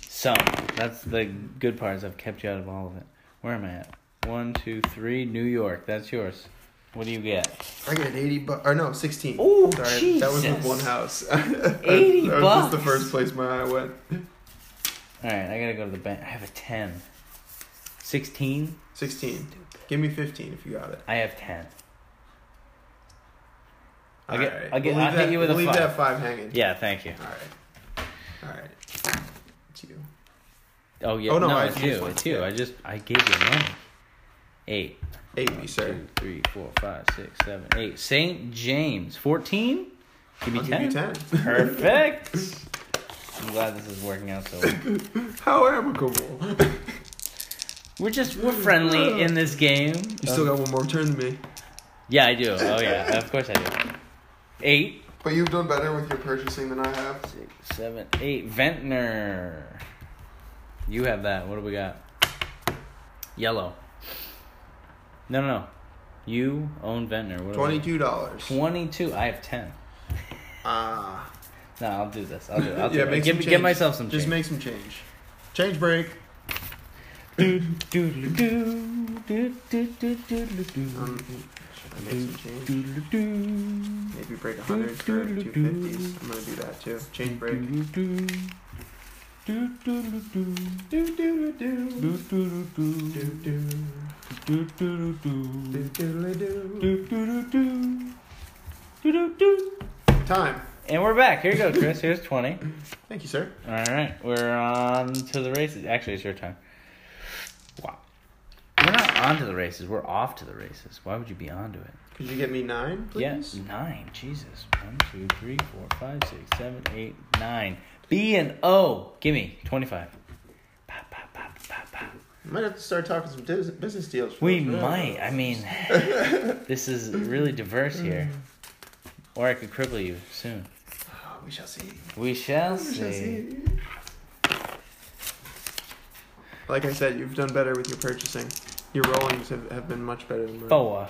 S1: Some. That's the good part is I've kept you out of all of it. Where am I at? One, two, three. New York. That's yours. What do you get?
S2: I get an eighty buck or no sixteen.
S1: Oh,
S2: that was with
S1: Jesus.
S2: one house.
S1: 80
S2: that was just the
S1: bucks.
S2: first place my eye went.
S1: All right, I gotta go to the bank. I have a ten. Sixteen.
S2: Sixteen. Give me fifteen if you got it.
S1: I have ten. I'll
S2: All
S1: get-
S2: right.
S1: I'll get-
S2: We'll
S1: I'll
S2: leave
S1: hit
S2: that-
S1: you with
S2: we'll
S1: a
S2: leave
S1: five.
S2: that five hanging.
S1: Yeah, thank you.
S2: All right. All right. It's you.
S1: Oh yeah.
S2: Oh,
S1: no,
S2: no, I
S1: it's
S2: used
S1: you.
S2: one.
S1: It's you.
S2: Yeah.
S1: I just I gave you money. Eight.
S2: Eight,
S1: One,
S2: sir.
S1: two, three, four, five, six, seven, eight. St. James, fourteen. Give me
S2: I'll give
S1: ten.
S2: you ten.
S1: Perfect. I'm glad this is working out so well.
S2: How amicable.
S1: We're just we're friendly in this game.
S2: You still got one more turn than me.
S1: Yeah, I do. Oh yeah, of course I do. Eight,
S2: But you've done better with your purchasing than I have.
S1: six, seven, eight. Ventnor. You have that. What do we got? Yellow. No, no, no. You own Ventnor. What do we got?
S2: Twenty-two dollars.
S1: 22. I have 10.
S2: Ah.
S1: No, I'll do this. I'll do it. I'll do
S2: yeah,
S1: it.
S2: make
S1: give,
S2: some
S1: me- give
S2: change.
S1: myself some
S2: Just
S1: change.
S2: make some change. Change break.
S1: do, do, do, do, do, do, do, do, do.
S2: Um, should I make some change?
S1: Do, do, do.
S2: Maybe break a hundred for two fifties. I'm gonna do that too. Change break.
S1: Do, do, do. Do, do, do, do.
S2: Do do do
S1: Do, do, do,
S2: do
S1: do.
S2: do
S1: Do, do, do,
S2: do
S1: do.
S2: do do.
S1: Do, do, do, do. Do, do, do.
S2: Time.
S1: And we're back. Here you go, Chris. Here's 20.
S2: Thank you, sir.
S1: All right, we're on to the races. Actually, it's your time. Wow. We're not on to the races. We're off to the races. Why would you be on to it?
S2: Could you get me nine, please?
S1: Yes, nine. Jesus. One, two, three, four, five, six, seven, eight, nine. B and O. Give me twenty-five. Pop, pop, pop, pop, pop.
S2: Might have to start talking some dis- business deals. for
S1: We
S2: us, right?
S1: might. I mean, this is really diverse
S2: Mm.
S1: here. Or I could cripple you soon.
S2: Oh, we shall see.
S1: We shall
S2: We shall
S1: see.
S2: see. Like I said, you've done better with your purchasing. Your rollings have, have been much better than mine.
S1: Boa.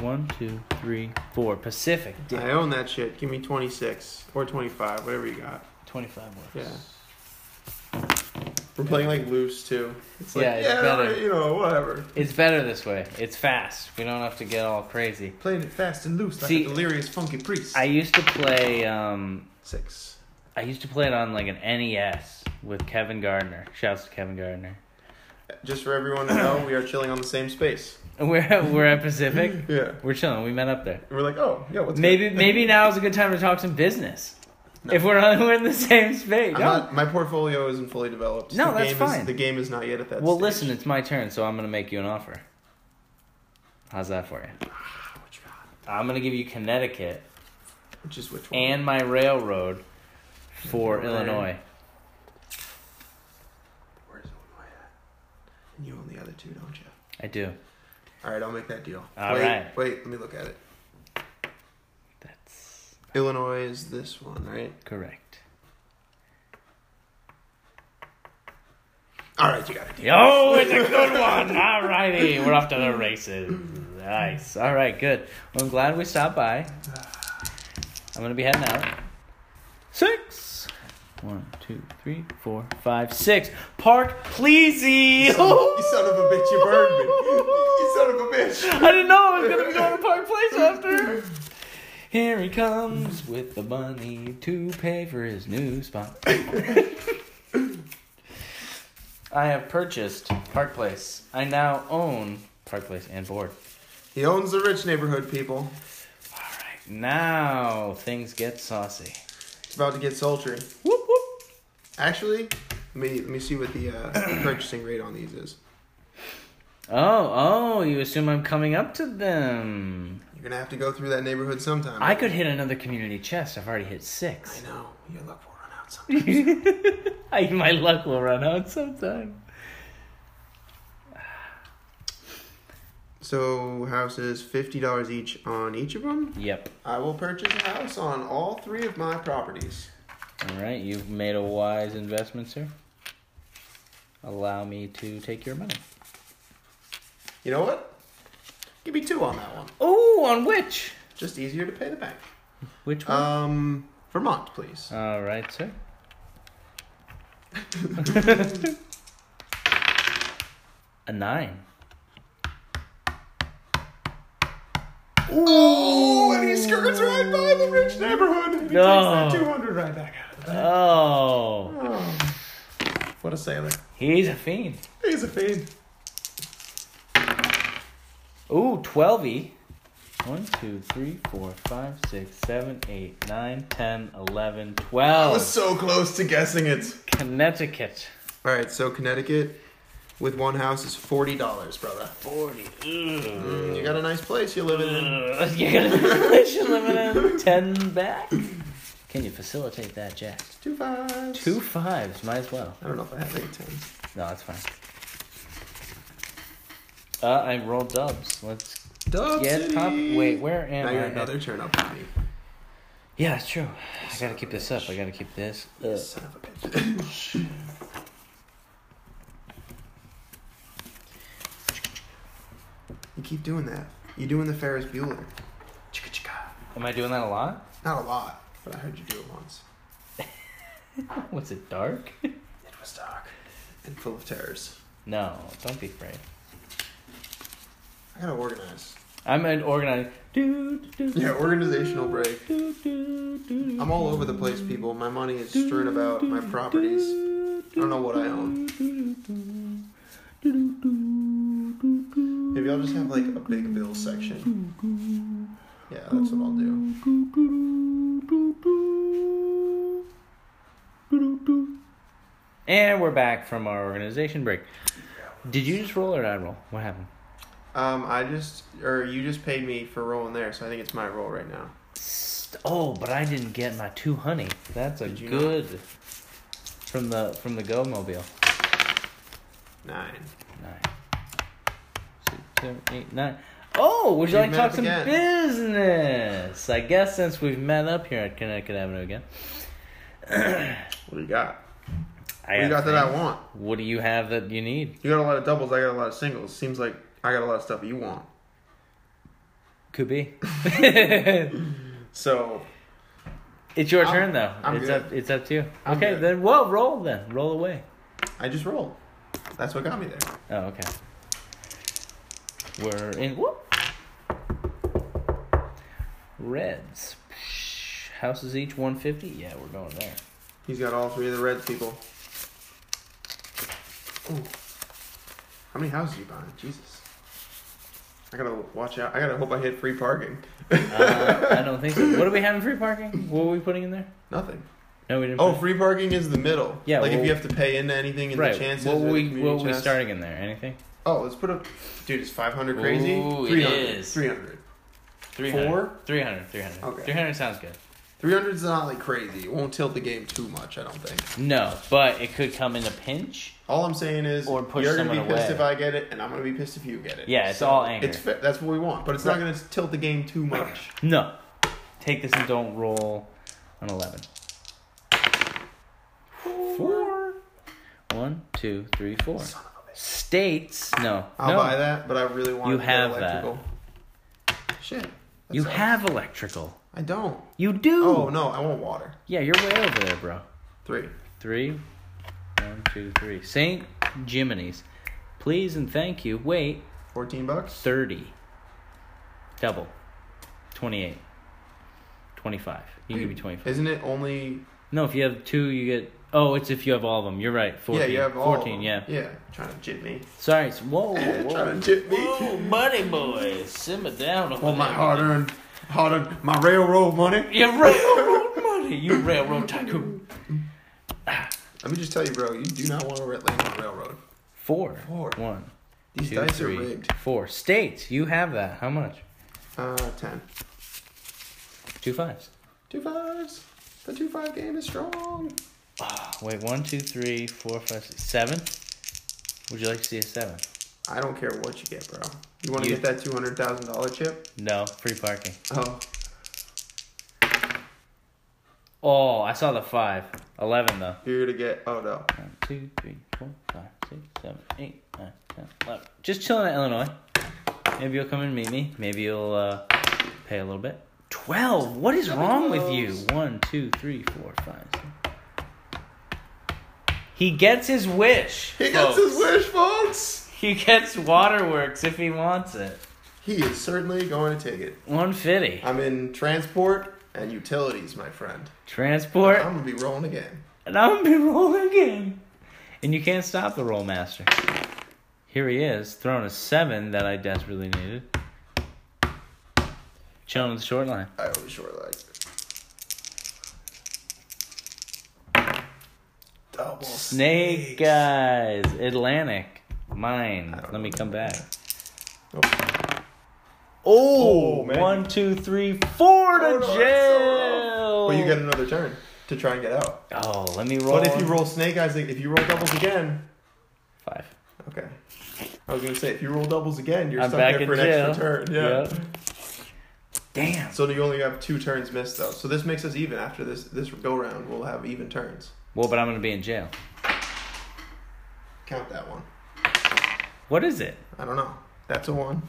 S1: One, two, three, four. Pacific.
S2: I own that shit. Give me 26 or 25, whatever you got.
S1: Twenty-five works.
S2: Yeah. We're playing like loose too. It's like
S1: Yeah,
S2: yeah,
S1: it's better.
S2: alright, you know, whatever.
S1: It's better this way. It's fast. We don't have to get all crazy.
S2: Playing it fast and loose like
S1: See,
S2: a delirious funky priest.
S1: I used to play. Um,
S2: Six.
S1: I used to play it on like an NES with Kevin Gardner. Shouts to Kevin Gardner.
S2: Just for everyone to know, we are chilling on the same space.
S1: We're at, we're at Pacific.
S2: Yeah.
S1: We're chilling. We met up there.
S2: And we're like, oh, yeah, what's
S1: maybe
S2: good?
S1: maybe now is a good time to talk some business.
S2: No.
S1: If we're on, we're in the same space.
S2: I'm
S1: No.
S2: not, my portfolio isn't fully developed.
S1: No,
S2: the
S1: that's
S2: game
S1: fine.
S2: Is, the game is not yet at that
S1: well,
S2: stage.
S1: listen, it's my turn, so I'm gonna make you an offer. How's that for you?
S2: Which,
S1: I'm gonna give you Connecticut
S2: which is which one?
S1: and my railroad for
S2: Right.
S1: Illinois.
S2: Where's Illinois at? And you own the other two, don't you?
S1: I do.
S2: All right, I'll make that deal.
S1: All
S2: wait,
S1: right.
S2: Wait, let me look at it.
S1: That's
S2: Illinois is this one, right?
S1: correct.
S2: All right, you got a deal.
S1: Oh, it's a good one. All righty, we're off to the races. Nice. All right, good. Well, I'm glad we stopped by. I'm gonna be heading out. Six. One, two, three, four, five, six. Park Pleasy.
S2: You son, of, you son of a bitch, you burned me. You son of a bitch.
S1: I didn't know I was gonna be going to Park Place after. Here he comes with the money to pay for his new spot. I have purchased Park Place. I now own Park Place and board.
S2: He owns the rich neighborhood, people.
S1: All right, now things get saucy.
S2: It's about to get sultry.
S1: Whoop whoop.
S2: Actually, let me let me see what the uh, purchasing rate on these is.
S1: Oh, oh, you assume I'm coming up to them.
S2: You're gonna have to go through that neighborhood sometime.
S1: I could hit another community chest. I've already hit six.
S2: I know your luck will run out sometime.
S1: I, my luck will run out sometime.
S2: so houses, fifty dollars each on each of them.
S1: Yep.
S2: I will purchase a house on all three of my properties.
S1: All right, you've made a wise investment, sir. Allow me to take your money.
S2: You know what? Give me two on that one.
S1: Oh, on which?
S2: Just easier to pay the bank.
S1: Which one?
S2: Um, Vermont, please.
S1: All right, sir. a nine.
S2: Oh, and he skirts right by the rich neighborhood. And he
S1: No.
S2: takes that 200 right back out of the bank.
S1: Oh,
S2: Oh, what a sailor.
S1: he's a fiend.
S2: He's a fiend.
S1: Ooh, 12e. 1, 2, 3, 4, 5, 6, 7, 8, 9, 10, 11,
S2: I
S1: 12.
S2: was so close to guessing it.
S1: Connecticut.
S2: All right, so Connecticut with one house is $40, brother.
S1: 40.
S2: Mm, you got a nice place you're living in.
S1: Mm. You're gonna inflation limit in 10 back? Can you facilitate that, Jack?
S2: Two fives.
S1: Two fives, might as well.
S2: I don't know if I have eight tens.
S1: No, that's fine. Uh, I rolled dubs. Let's
S2: Dub
S1: get
S2: City.
S1: pop. Wait, where am
S2: Now
S1: I?
S2: you're another turn up on me.
S1: Yeah, it's true. I gotta keep this up. I gotta keep this.
S2: You
S1: Up.
S2: Son of a bitch. you keep doing that. You're doing the Ferris Bueller. Chicka chicka.
S1: Am I doing that a lot?
S2: Not a lot, but I heard you do it once.
S1: What's it dark?
S2: It was dark and full of terrors.
S1: No, don't be afraid.
S2: I gotta organize.
S1: I'm an organized.
S2: Yeah, organizational break.
S1: I'm
S2: I'm all over the place, people. My money is strewn about my properties. I don't know what I own. Maybe I'll just have like a big bill section. Yeah, that's what I'll do.
S1: And we're back from our organization break. Did you just roll or did I roll? What happened?
S2: Um, I just or you just paid me for rolling there, so I think it's my roll right now.
S1: Oh, but I didn't get my two honey. That's a
S2: Did you
S1: good from the from the Go Mobile.
S2: Nine.
S1: Nine, six, seven, eight, nine. Oh, would you like
S2: We've
S1: to
S2: met
S1: talk
S2: up
S1: some
S2: again.
S1: business? I guess since we've met up here at Connecticut Avenue again.
S2: What do you got?
S1: I
S2: What do you got that I
S1: things.
S2: want?
S1: What do you have that you need?
S2: You got a lot of doubles. I got a lot of singles. Seems like I got a lot of stuff you want.
S1: Could be.
S2: So
S1: it's your
S2: I'm-
S1: turn though.
S2: I'm
S1: it's
S2: good.
S1: up it's up to you.
S2: I'm
S1: okay,
S2: good.
S1: then well roll then. Roll away.
S2: I just rolled. That's what got me there.
S1: Oh, okay. We're in. Whoop. Reds. Houses each 150? Yeah, we're going there.
S2: He's got all three of the red people. Ooh. How many houses you buying? Jesus. I gotta watch out. I gotta hope I hit free parking.
S1: Uh, I don't think so. What do we have in free parking? What were we putting in there?
S2: Nothing.
S1: No, we didn't.
S2: Oh,
S1: put-
S2: free parking is the middle.
S1: Yeah,
S2: Like if
S1: well-
S2: you have to pay into anything and
S1: right.
S2: the chances.
S1: what
S2: or
S1: were
S2: the
S1: we,
S2: community
S1: what were we
S2: chance-
S1: starting in there? Anything?
S2: Oh, let's put a. Dude, it's 500 crazy.
S1: Ooh, it
S2: 300.
S1: is.
S2: 300.
S1: 300.
S2: Four?
S1: 300. 300.
S2: Okay.
S1: 300 sounds good.
S2: 300 is not like crazy. It won't tilt the game too much, I don't think.
S1: No, but it could come in a pinch.
S2: All I'm saying is,
S1: Or push
S2: you're gonna be
S1: someone
S2: pissed
S1: away.
S2: if I get it, and I'm gonna be pissed if you get it.
S1: Yeah, it's all anger.
S2: It's fa- that's what we want, but it's not
S1: Right.
S2: gonna tilt the game too much.
S1: No. Take this and don't roll an 11. Four. One, two, three, four.
S2: Son of a bitch.
S1: States. No.
S2: I'll
S1: no.
S2: buy that, but I really want
S1: You
S2: to
S1: have that.
S2: electrical. Shit. that
S1: You
S2: sucks.
S1: have electrical.
S2: I don't.
S1: You do.
S2: Oh no, I want water.
S1: Yeah, you're way over there, bro.
S2: Three.
S1: Three. One, two, three. St. Jiminy's. Please and thank you. Wait.
S2: 14 bucks.
S1: 30. Double. 28. 25. You give me 25.
S2: Isn't it only?
S1: No, if you have two, you get. Oh, it's if you have all of them. You're right. 14.
S2: yeah, you have all.
S1: 14,
S2: of them.
S1: yeah.
S2: Yeah. Trying to jit me.
S1: Sorry. so- Whoa, whoa.
S2: Trying to jit me.
S1: Whoa, money boy. Simmer down. over
S2: All my
S1: there.
S2: hard-earned, hard-earned, my railroad money.
S1: You railroad money. You railroad tycoon.
S2: Let me just tell you, bro. You do not want to land the railroad.
S1: Four.
S2: Four.
S1: One.
S2: These
S1: two,
S2: dice
S1: three,
S2: are rigged.
S1: Four. States. You have that. How much?
S2: Uh, ten.
S1: Two fives.
S2: Two fives. The two five game is strong.
S1: Ah, wait. One, two, three, four, five, six, seven. Would you like to see a seven?
S2: I don't care what you get, bro. You want to
S1: You-
S2: get that two hundred thousand dollar chip?
S1: No. Free parking.
S2: Oh,
S1: Oh, I saw the five. Eleven though.
S2: you're gonna get. Oh no.
S1: One, two, three, four, five, six, seven, eight, nine, ten, eleven. Just chilling at Illinois. Maybe you'll come and meet me. Maybe you'll uh, pay a little bit. Twelve. What is wrong with you? One, two, three, four, five. Six. He gets his wish.
S2: He gets
S1: folks.
S2: his wish, folks.
S1: He gets waterworks if he wants it.
S2: He is certainly going to take it.
S1: One fifty.
S2: I'm in transport and utilities, my friend.
S1: Transport,
S2: I'm gonna be rolling again.
S1: and I'm gonna be rolling again. And you can't stop the roll master. Here he is, throwing a seven that I desperately needed. Chilling with the short line.
S2: I always short like.
S1: Snake
S2: Double
S1: uh,
S2: snakes.
S1: guys, Atlantic, mine.
S2: I don't
S1: Let me
S2: know.
S1: come back.
S2: Oh.
S1: Oh,
S2: Oh, man.
S1: one, two, three, four
S2: Oh,
S1: to
S2: no, that's so
S1: jail.
S2: Well, you get another turn to try and get out.
S1: Oh, let me roll.
S2: But if you roll snake eyes, if you roll doubles again,
S1: five,
S2: okay. I was gonna say if you roll doubles again, you're
S1: I'm
S2: stuck
S1: back
S2: there
S1: in
S2: for an
S1: jail.
S2: extra turn. Yeah.
S1: Yep. Damn.
S2: So you only have two turns missed though. So this makes us even after this this go round. We'll have even turns.
S1: Well, but I'm gonna be in jail.
S2: Count that one.
S1: What is it?
S2: I don't know. That's a one.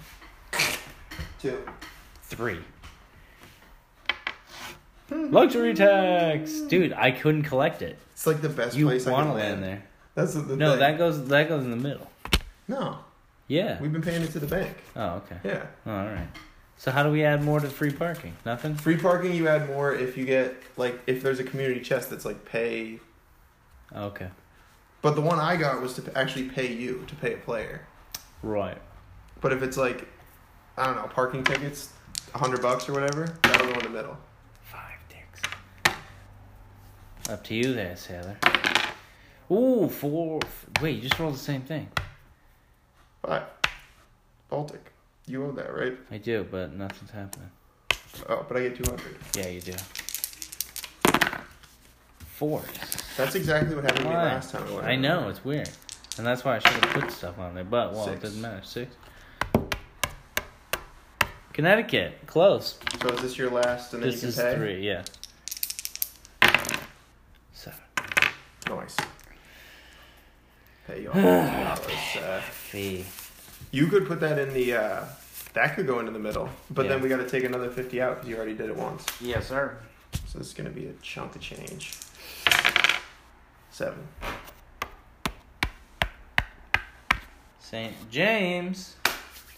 S2: Two.
S1: Three.
S2: Hmm.
S1: Luxury tax, dude. I couldn't collect it.
S2: It's like the best
S1: You want
S2: place
S1: to
S2: I can
S1: land.
S2: land.
S1: there?
S2: That's the
S1: No,
S2: thing.
S1: that goes that goes in the middle.
S2: No,
S1: Yeah.
S2: we've been paying it to the bank.
S1: Oh, okay.
S2: Yeah.
S1: Oh, all right. So how do we add more to free parking? Nothing.
S2: Free parking, you add more if you get like if there's a community chest that's like pay
S1: Okay.
S2: But the one I got was to p- actually pay you to pay a player.
S1: Right.
S2: But if it's like, I don't know, parking tickets, a hundred bucks or whatever, that'll go in the middle.
S1: Five dicks. Up to you there, sailor. Ooh, four. f- Wait, you just rolled the same thing.
S2: But Baltic, you owe that, right?
S1: I do, but nothing's happening.
S2: Oh, but I get two hundred.
S1: Yeah, you do. Four.
S2: That's exactly what happened to me
S1: Why?
S2: last time. I went
S1: I
S2: over.
S1: know it's weird, and that's why I should have put stuff on there. But well, it
S2: Six.
S1: doesn't matter. Six. Connecticut, close.
S2: So is this your last, and then
S1: this
S2: you
S1: is
S2: can pay?
S1: three. Yeah. Seven.
S2: Nice. Pay you. all. That was, uh,
S1: Fee.
S2: you could put that in the. Uh, that could go into the middle, but then
S1: Yeah.
S2: we got to take another fifty out because you already did it once.
S1: Yes, sir.
S2: So this is gonna be a chunk of change. Seven.
S1: St. James.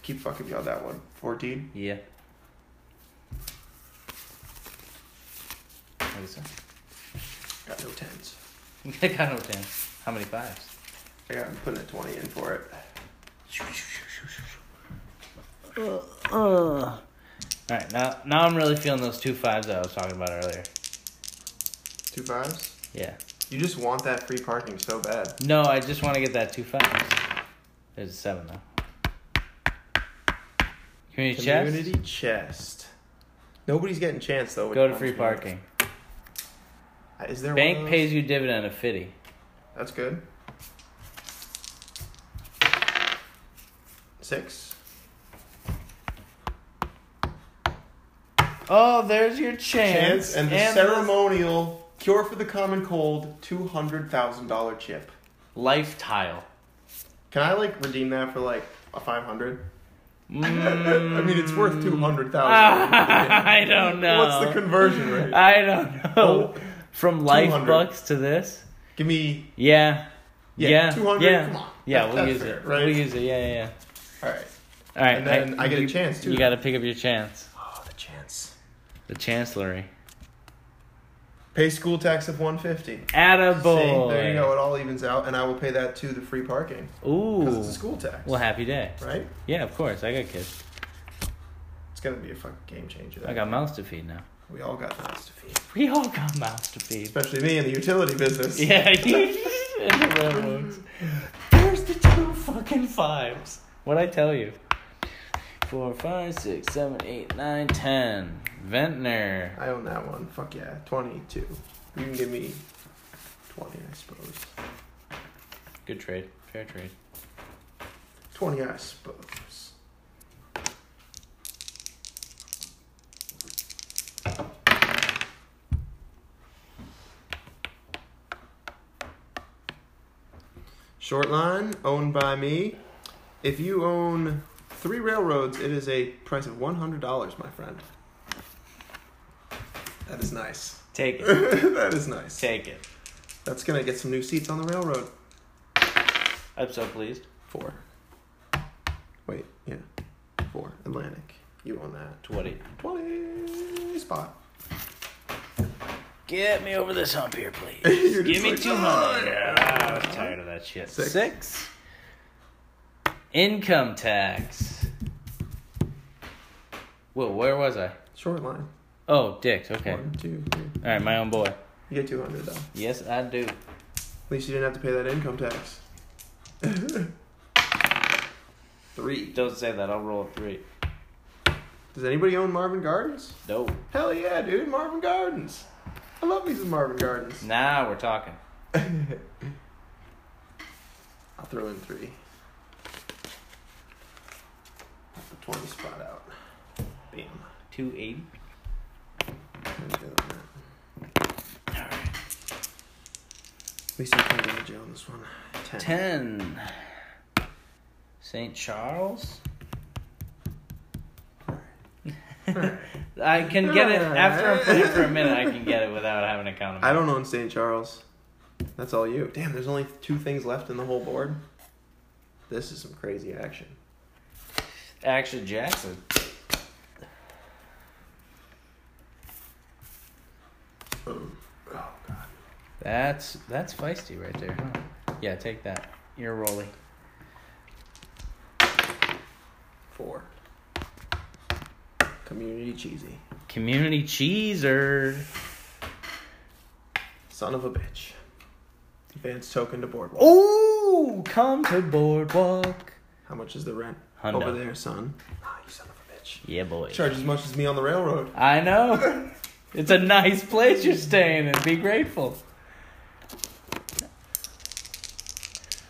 S2: Keep fucking me on that one. 14.
S1: Yeah. What is that?
S2: Got no 10s.
S1: I got no ten. How many fives?
S2: I got, I'm putting a 20 in for it.
S1: All right, now now I'm really feeling those two fives that I was talking about earlier.
S2: Two fives?
S1: Yeah.
S2: You just want that free parking so bad.
S1: No, I just want to get that two fives. There's a seven though. Community,
S2: Community
S1: chest.
S2: chest. Nobody's getting chance though. when
S1: Go
S2: it
S1: to
S2: comes Uh,
S1: free parking.
S2: Is there one
S1: Bank
S2: of
S1: pays
S2: those?
S1: you dividend of fifty.
S2: That's good. Six.
S1: Oh, there's your chance.
S2: Chance and the ceremonial cure for the common cold two hundred thousand dollar chip.
S1: life tile.
S2: Can I like redeem that for like a five hundred?
S1: Mm,
S2: I mean, it's worth two hundred thousand.
S1: I don't know. Uh,
S2: What's the conversion rate?
S1: Mm, I don't know.
S2: Oh,
S1: From life
S2: 200.
S1: bucks to this?
S2: Give me
S1: Yeah.
S2: yeah,
S1: Yeah.
S2: two hundred.
S1: yeah.
S2: Come on.
S1: Yeah,
S2: That-
S1: we'll
S2: that's
S1: use
S2: fair,
S1: it.
S2: Right.
S1: We'll use it. Yeah, yeah, yeah.
S2: All right.
S1: All right.
S2: And then I get a chance, too.
S1: You got to pick up your chance.
S2: Oh, the chance.
S1: The chancellery.
S2: Pay school tax of one fifty.
S1: Attaboy.
S2: See, there you go. It all evens out, and I will pay that to the free parking because it's a
S1: Ooh.
S2: school tax.
S1: Well, happy day.
S2: right?
S1: Yeah, of course. I got kids.
S2: It's gonna be a fucking game changer.
S1: I got mouths to feed now.
S2: We all got mouths to feed,
S1: We all got mouths to feed.
S2: especially me in the utility business.
S1: Yeah, you and the railroads. There's the two fucking fives. What'd I tell you? Four, five, six, seven, eight, nine, ten. Ventnor.
S2: I own that one. Fuck yeah, twenty-two. You can give me twenty, I suppose.
S1: Good trade. Fair trade.
S2: Twenty, I suppose. Short line owned by me. If you own three railroads, it is a price of one hundred dollars, my friend. That is nice.
S1: Take it.
S2: that is nice.
S1: Take it.
S2: That's gonna get some new seats on the railroad.
S1: I'm so pleased.
S2: Four. Wait, yeah. Four. Atlantic. You own that.
S1: 20.
S2: Twenty spot.
S1: Get me over this hump here, please.
S2: You're
S1: Give
S2: just
S1: me
S2: like,
S1: 200.
S2: "Oh, yeah."
S1: Ah, I was tired of that shit.
S2: Six.
S1: Income tax. Whoa, where was I?
S2: Short line.
S1: Oh, dicks. Okay. All
S2: One, two, three.
S1: right, my own boy.
S2: You get two hundred though. At
S1: Yes, I do.
S2: least you didn't have to pay that income tax. three.
S1: Don't say that. I'll roll a three.
S2: Does anybody own Marvin Gardens?
S1: No.
S2: Hell yeah, dude, Marvin Gardens. I love these Marvin Gardens.
S1: Now we're talking.
S2: I'll throw in three. Pop the twenty spot out. Bam.
S1: 280.
S2: I'm good on that. At least I can damage you on this one. Ten.
S1: 10. St. Charles? I can get it after I'm playing for a minute. I can get it without having a count. of
S2: I don't own St. Charles. That's all you. Damn, there's only two things left in the whole board. This is some crazy action.
S1: Action Jackson.
S2: Boom. Oh, God.
S1: That's that's feisty right there. Huh? Yeah, take that. You're rolling.
S2: Four. Community cheesy.
S1: Community cheeser.
S2: Son of a bitch. Advanced token to boardwalk.
S1: Oh! Ooh, come to boardwalk.
S2: How much is the rent?
S1: Hundo.
S2: Over there, son. Ah, you son of a bitch.
S1: Yeah, boy.
S2: Charge as much as me on the railroad.
S1: I know. It's a nice place you're staying in. Be grateful.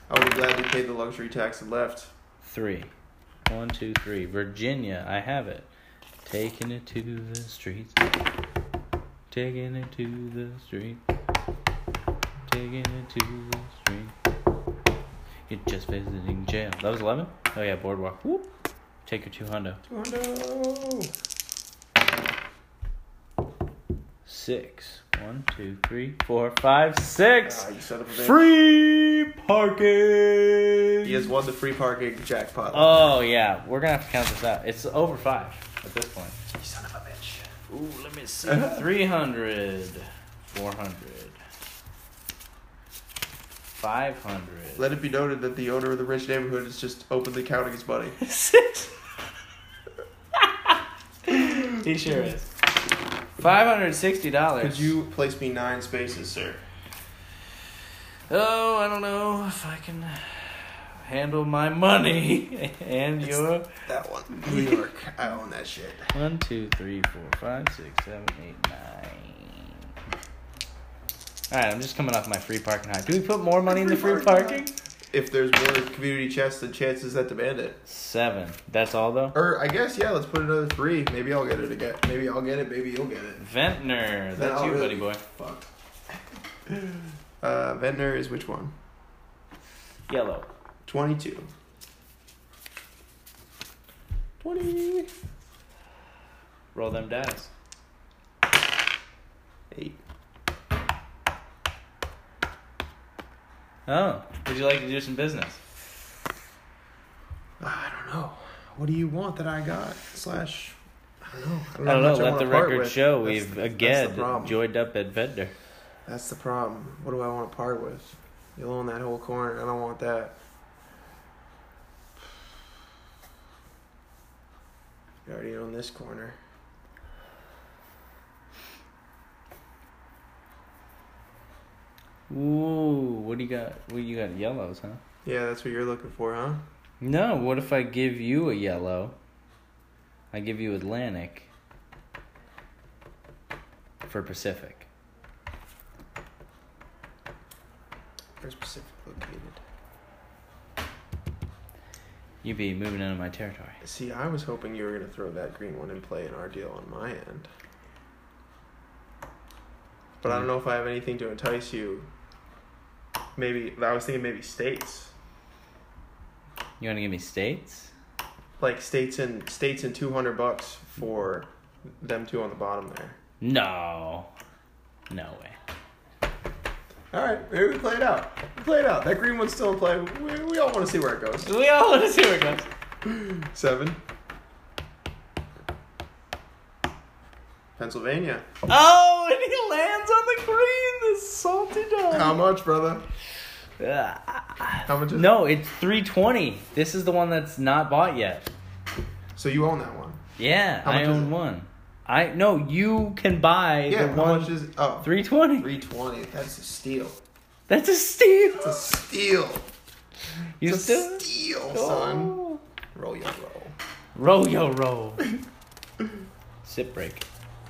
S2: I would have gladly paid the luxury tax and left.
S1: Three. One, two, three. Virginia, I have it. Taking it to the streets. Taking it to the street. Taking it to the street. You're just visiting jail. That was 11? Oh, yeah, boardwalk. Whoop. Take your
S2: Oh,
S1: 200.
S2: Two hundred.
S1: six. One, two, three, four, five, six.
S2: Ah, you son of a bitch.
S1: Free parking.
S2: He has won the free parking jackpot.
S1: Oh yeah, we're gonna have to count this out. It's over five at this point.
S2: You son of a bitch.
S1: Ooh, let me see. 300, 400, 500.
S2: Let it be noted that the owner of the rich neighborhood is just openly counting his money.
S1: he sure is. Five hundred sixty dollars.
S2: Could you place me nine spaces, sir?
S1: Oh, I don't know if I can handle my money and
S2: It's-
S1: your
S2: That one. New York. I own that shit.
S1: one, two, three, four, five, six, seven, eight, nine. All right, I'm just coming off my free parking high. Do we put more money in the free parking?
S2: If there's more community chests than chances that demand it.
S1: Seven. That's all though.
S2: Or I guess yeah, let's put another three. Maybe I'll get it again. Maybe I'll get it. Maybe you'll get it.
S1: Ventnor, that's
S2: That'll
S1: you,
S2: really-
S1: buddy boy.
S2: Fuck. Uh, Ventnor is which one?
S1: Yellow.
S2: Twenty-two. Twenty.
S1: Roll them dice.
S2: Eight.
S1: Oh, would you like to do some business?
S2: I don't know. What do you want that I got? Slash. I don't know.
S1: I
S2: I don't
S1: don't
S2: how
S1: know.
S2: much
S1: Let
S2: wanna
S1: the
S2: part
S1: record
S2: with.
S1: show
S2: That's
S1: we've
S2: the- That's
S1: again
S2: the problem.
S1: joined up at Ventnor.
S2: That's the problem. What do I want to part with? You'll own that whole corner. I don't want that. You already own this corner.
S1: Ooh, what do you got? What you got? Yellows, huh?
S2: Yeah, that's what you're looking for, huh?
S1: No, what if I give you a yellow? I give you Atlantic for Pacific.
S2: Where's Pacific located?
S1: You be moving into my territory.
S2: See, I was hoping you were gonna throw that green one and play in our deal on my end. But I don't know if I have anything to entice you. Maybe I was thinking maybe states,
S1: You want to give me states?
S2: like states and states and two hundred bucks for them two on the bottom there.
S1: No, no way.
S2: All right, maybe we play it out. We play it out. That green one's still in play. We, we all want to see where it goes.
S1: We all want to see where it goes.
S2: Seven. Pennsylvania.
S1: Oh, and he lands on the green, the salty
S2: How
S1: dog.
S2: much, brother?
S1: Ah.
S2: How much is
S1: No, it's 320. This is the one that's not bought yet.
S2: So you own that one.
S1: Yeah,
S2: How
S1: I
S2: much is
S1: own
S2: it?
S1: one. I no, you can buy
S2: Yeah,
S1: the
S2: how
S1: one
S2: much is oh
S1: 320.
S2: three twenty. That's a steal.
S1: That's a steal.
S2: It's a steal.
S1: You
S2: it's
S1: still
S2: a steal, son.
S1: Oh.
S2: Roll your roll.
S1: Roll yo roll. Sip break,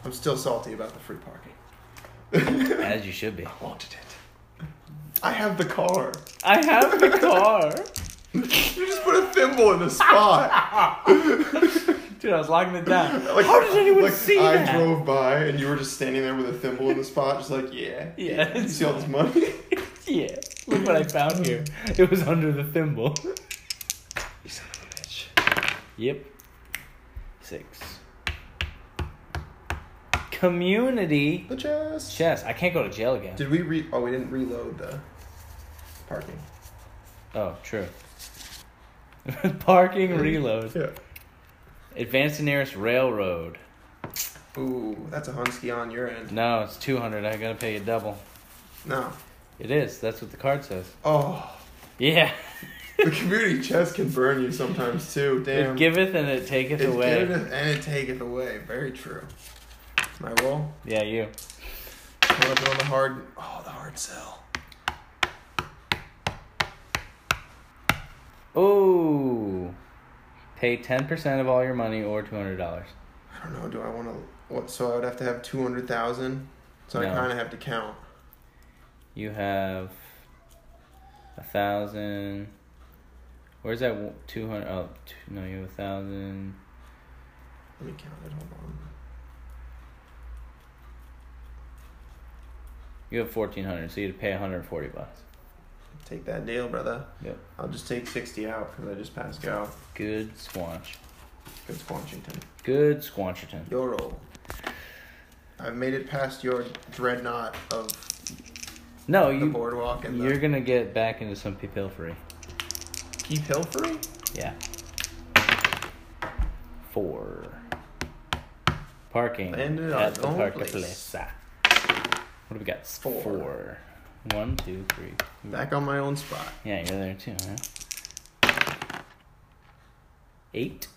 S2: I'm still salty about the free parking.
S1: as you should be.
S2: I wanted it. I have the car.
S1: I have the car,
S2: You just put a thimble in the spot.
S1: dude. I was locking it down.
S2: Like-
S1: How did anyone
S2: like,
S1: see
S2: I
S1: that?
S2: drove by and you were just standing there with a thimble in the spot, just like yeah.
S1: Yeah.
S2: You see all this money?
S1: yeah, look what I found here. It was under the thimble.
S2: You son of a bitch.
S1: Yep. Six. Community
S2: The chest.
S1: chess. I can't go to jail again.
S2: Did we re? Oh, we didn't reload the parking.
S1: Oh, true. Parking reload.
S2: Yeah.
S1: Advance the nearest railroad.
S2: Ooh, that's a Hunsky on your end.
S1: No, it's two hundred. I gotta pay you double.
S2: No.
S1: It is. That's what the card says.
S2: Oh,
S1: Yeah.
S2: the community chest can burn you sometimes too. Damn.
S1: It giveth and it taketh
S2: It
S1: away.
S2: giveth and it taketh away. Very true. My roll.
S1: Yeah, you.
S2: What up on the hard? Oh, the hard sell.
S1: Ooh. Pay ten percent of all your money or two hundred dollars.
S2: I don't know. Do I want to? What? So I would have to have two hundred thousand. So I
S1: No.
S2: kind of have to count.
S1: You have a thousand. Where's that two hundred? Oh, t- no, you have a thousand.
S2: Let me count it. Hold on.
S1: You have fourteen hundred, so you'd pay one hundred forty bucks.
S2: Take that deal, brother.
S1: Yep.
S2: I'll just take sixty out because I just passed go.
S1: Good squanch.
S2: It's Washington.
S1: Good squancherton.
S2: Your roll. I I've made it past your dreadnought of
S1: No,
S2: the
S1: you
S2: boardwalk and
S1: you're
S2: the
S1: gonna get back into some P Pilfery.
S2: keep Hilfery.
S1: Yeah. Four. Parking
S2: Landed on
S1: at the
S2: own
S1: park
S2: place.
S1: plaza. What do we got?
S2: Four.
S1: Four. One, two, three. four.
S2: Back on my own spot.
S1: Yeah, you're there too, huh? Eight.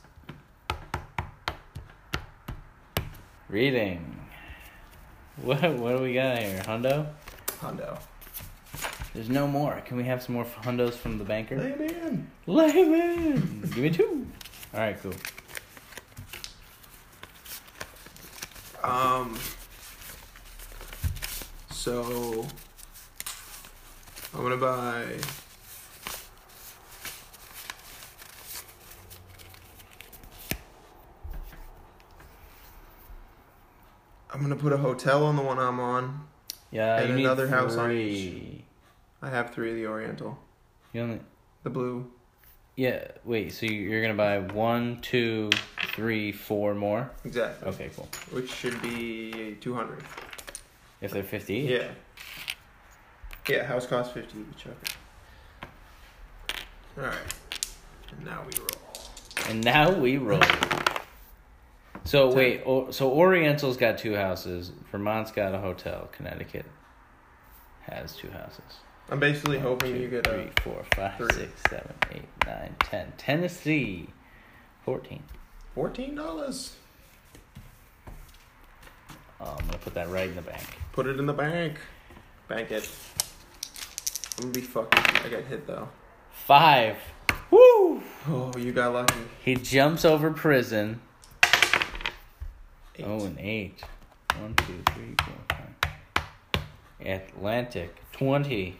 S1: Reading. What what do we got here? Hundo?
S2: Hondo.
S1: There's no more. Can we have some more hundos from the banker?
S2: Hey man.
S1: Lemon. Give me two. All right, cool.
S2: Um. So I'm gonna buy. I'm gonna put a hotel on the one I'm on.
S1: Yeah,
S2: And
S1: you need
S2: another house on
S1: three.
S2: I have three of the Oriental,
S1: You only
S2: the blue.
S1: yeah. Wait, so you- you're gonna buy one, two, three, four more.
S2: Exactly.
S1: Okay, cool.
S2: Which should be 200.
S1: If they're fifty,
S2: Yeah. Yeah, house costs 50 each. Okay. All right. And now we roll.
S1: and now we roll. So
S2: Ten.
S1: wait, o- so Oriental's got two houses. Vermont's got a hotel. Connecticut has two houses.
S2: I'm basically
S1: One,
S2: hoping
S1: two,
S2: you get a.
S1: three, four, five,
S2: three.
S1: six, seven, eight, nine, ten. Tennessee, fourteen.
S2: $14.
S1: Oh, I'm gonna put that right in the bank.
S2: Put it in the bank. Bank it. I'm gonna be fucked if I get hit though.
S1: Five. Woo!
S2: Oh, you got lucky.
S1: He jumps over prison.
S2: Eight.
S1: Oh, an eight. One, two, three, four, five. Atlantic. Twenty.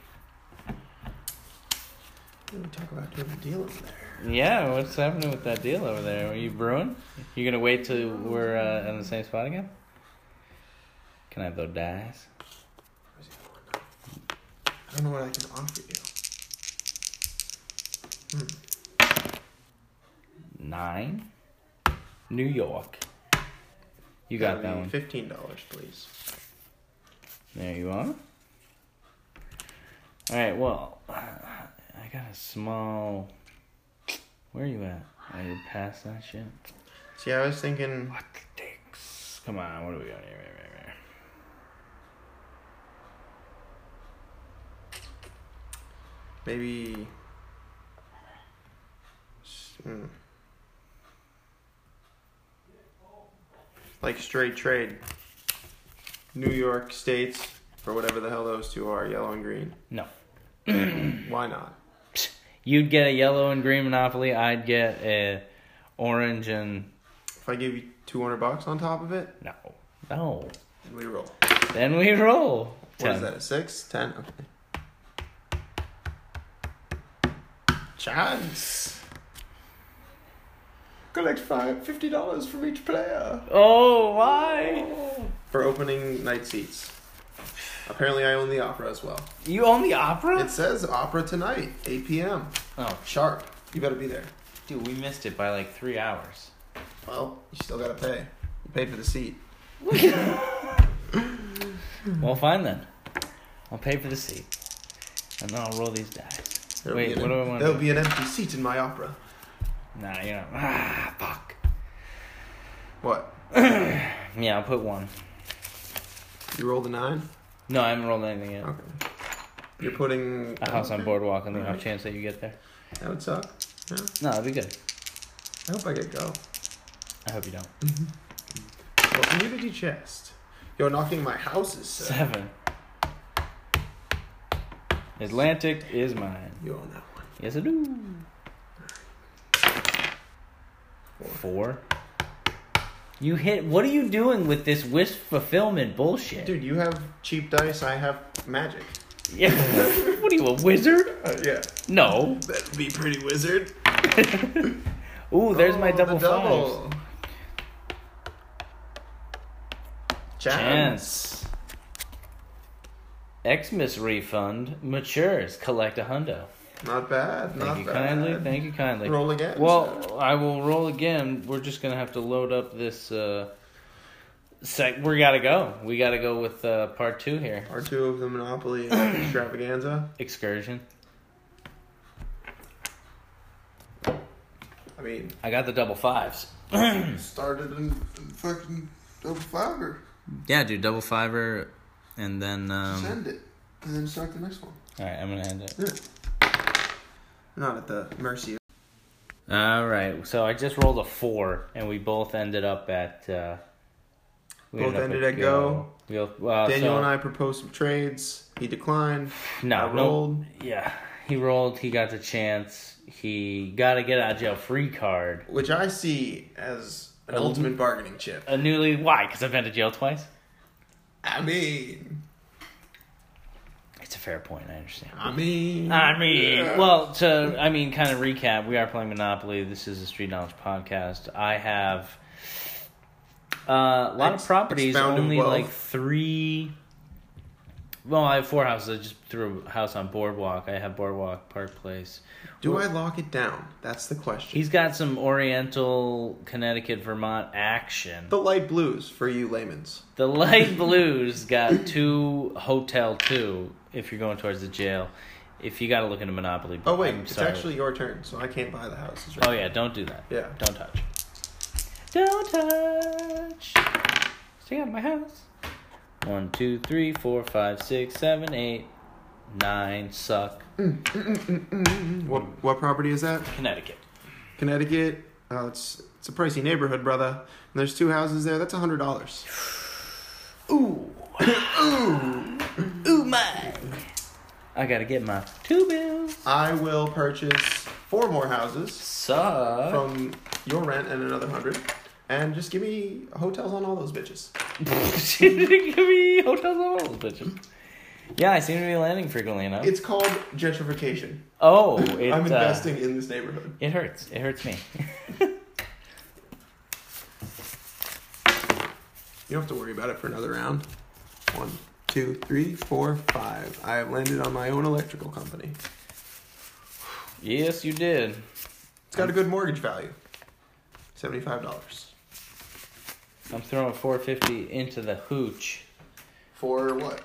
S2: We talk about doing a deal over there.
S1: Yeah, what's happening with that deal over there? Are you brewing? You gonna wait till we're uh, in the same spot again? Can I have those dice?
S2: Where's the other one? I don't know what I can offer you. Hmm.
S1: Nine. New York. You got that
S2: That'll
S1: one.
S2: be $15, please.
S1: There you are. All right. Well, I got a small. Where are you at? Are you past that shit?
S2: See, I was thinking.
S1: What the dicks? Come on. What do we got here? Right, right, right.
S2: Maybe. s- mm. Like straight trade. New York states, or whatever the hell those two are, yellow and green.
S1: No.
S2: Why not?
S1: You'd get a yellow and green Monopoly. I'd get a orange and
S2: If I give you 200 bucks on top of it,
S1: no, no.
S2: then we roll.
S1: Then we roll.
S2: What is
S1: Ten.
S2: that, a six? Ten? Okay. Chance! Collect five, $50 from each player.
S1: Oh, why?
S2: for opening night seats. Apparently, I own the opera as well.
S1: You own the opera?
S2: It says opera tonight, 8 p.m.
S1: oh,
S2: Sharp. You better be there.
S1: dude, we missed it by like three hours.
S2: Well, you still gotta pay. You pay for the seat.
S1: Well, fine then. I'll pay for the seat, and then I'll roll these dice.
S2: There'll
S1: Wait,
S2: be an,
S1: what do I wanna
S2: There'll
S1: do?
S2: be an empty seat in my opera.
S1: Nah, you know. Ah, fuck.
S2: What?
S1: Yeah, I'll put one.
S2: You rolled a nine?
S1: No, I haven't rolled anything yet.
S2: Okay. You're putting
S1: A house on boardwalk on the off
S2: Alright.
S1: chance that you get there.
S2: That would suck. Yeah.
S1: No, it'd be good.
S2: I hope I get go.
S1: I hope you don't.
S2: Well, community chest. You're knocking my houses, sir.
S1: Seven. Atlantic is mine.
S2: You own that one.
S1: Yes, I do. Four. You hit. What are you doing with this wish fulfillment bullshit?
S2: Dude, you have cheap dice. I have magic.
S1: Yeah. what are you, a wizard?
S2: Uh, yeah.
S1: No.
S2: That'd be pretty wizard.
S1: Ooh, there's my
S2: Oh, the
S1: double, fives.
S2: double. Chance.
S1: Chance. Xmas refund matures. Collect a hundo.
S2: Not bad.
S1: Thank
S2: Not
S1: you
S2: bad.
S1: kindly. Thank you kindly.
S2: Roll again.
S1: Well, I will roll again. We're just gonna have to load up this uh, sec- we gotta go. We gotta go with uh, part two here.
S2: Part two of the Monopoly extravaganza.
S1: Excursion.
S2: I mean,
S1: I got the double fives.
S3: Started in fucking double fiber.
S1: Yeah, dude, double fiver, and then. Um,
S3: Send it. And then start the next one.
S1: all right, I'm gonna end it.
S2: not at the mercy of.
S1: All right, so I just rolled a four, and we both ended up at. Uh, we
S2: Both ended at
S1: We both- well,
S2: Daniel
S1: Uh, so-
S2: and I proposed some trades. He declined.
S1: No,
S2: I
S1: no.
S2: rolled.
S1: Yeah, he rolled. He got the chance. He got a get out of jail free card.
S2: which I see as an
S1: Um,
S2: ultimate bargaining chip.
S1: A newly why? Because I've been to jail twice.
S2: I mean,
S1: It's a fair point. I understand.
S2: I mean,
S1: I mean,
S3: Yeah.
S1: well, to I mean, kind of recap. We are playing Monopoly. This is a Street Knowledge podcast. I have uh, a lot
S2: Ex-
S1: of properties.
S2: expound in
S1: Only
S2: wealth.
S1: like three. Well, I have four houses. I just threw a house on Boardwalk. I have Boardwalk Park Place.
S2: do I lock it down? That's the question.
S1: He's got some Oriental, Connecticut, Vermont action.
S2: the light blues for you layman's.
S1: The light blues got two hotel two. If you're going towards the jail, if you got to look into Monopoly.
S2: Oh wait,
S1: I'm
S2: it's
S1: sorry.
S2: actually your turn, so I can't buy the houses.
S1: Oh yeah, don't do that.
S2: Yeah.
S1: Don't touch. Don't touch. Stay out of my house. One, two, three, four, five, six, seven, eight, nine. Suck.
S2: What what property is that?
S1: Connecticut.
S2: Connecticut. Oh, it's it's a pricey neighborhood, brother. And there's two houses there. That's a hundred dollars.
S1: Ooh. Ooh. Ooh my. I gotta get my two bills.
S2: I will purchase four more houses
S1: Suck.
S2: from your rent and another hundred, and just give me hotels on all those bitches.
S1: Give me hotels all over the bitches. Yeah, I seem to be landing frequently enough.
S2: It's called gentrification.
S1: oh, it,
S2: I'm
S1: uh,
S2: investing in this neighborhood.
S1: it hurts. It hurts me.
S2: You don't have to worry about it for another round. One, two, three, four, five. I have landed on my own electrical company.
S1: yes, you did.
S2: It's got a good mortgage value. Seventy-five dollars.
S1: I'm throwing 450 into the hooch.
S3: For what?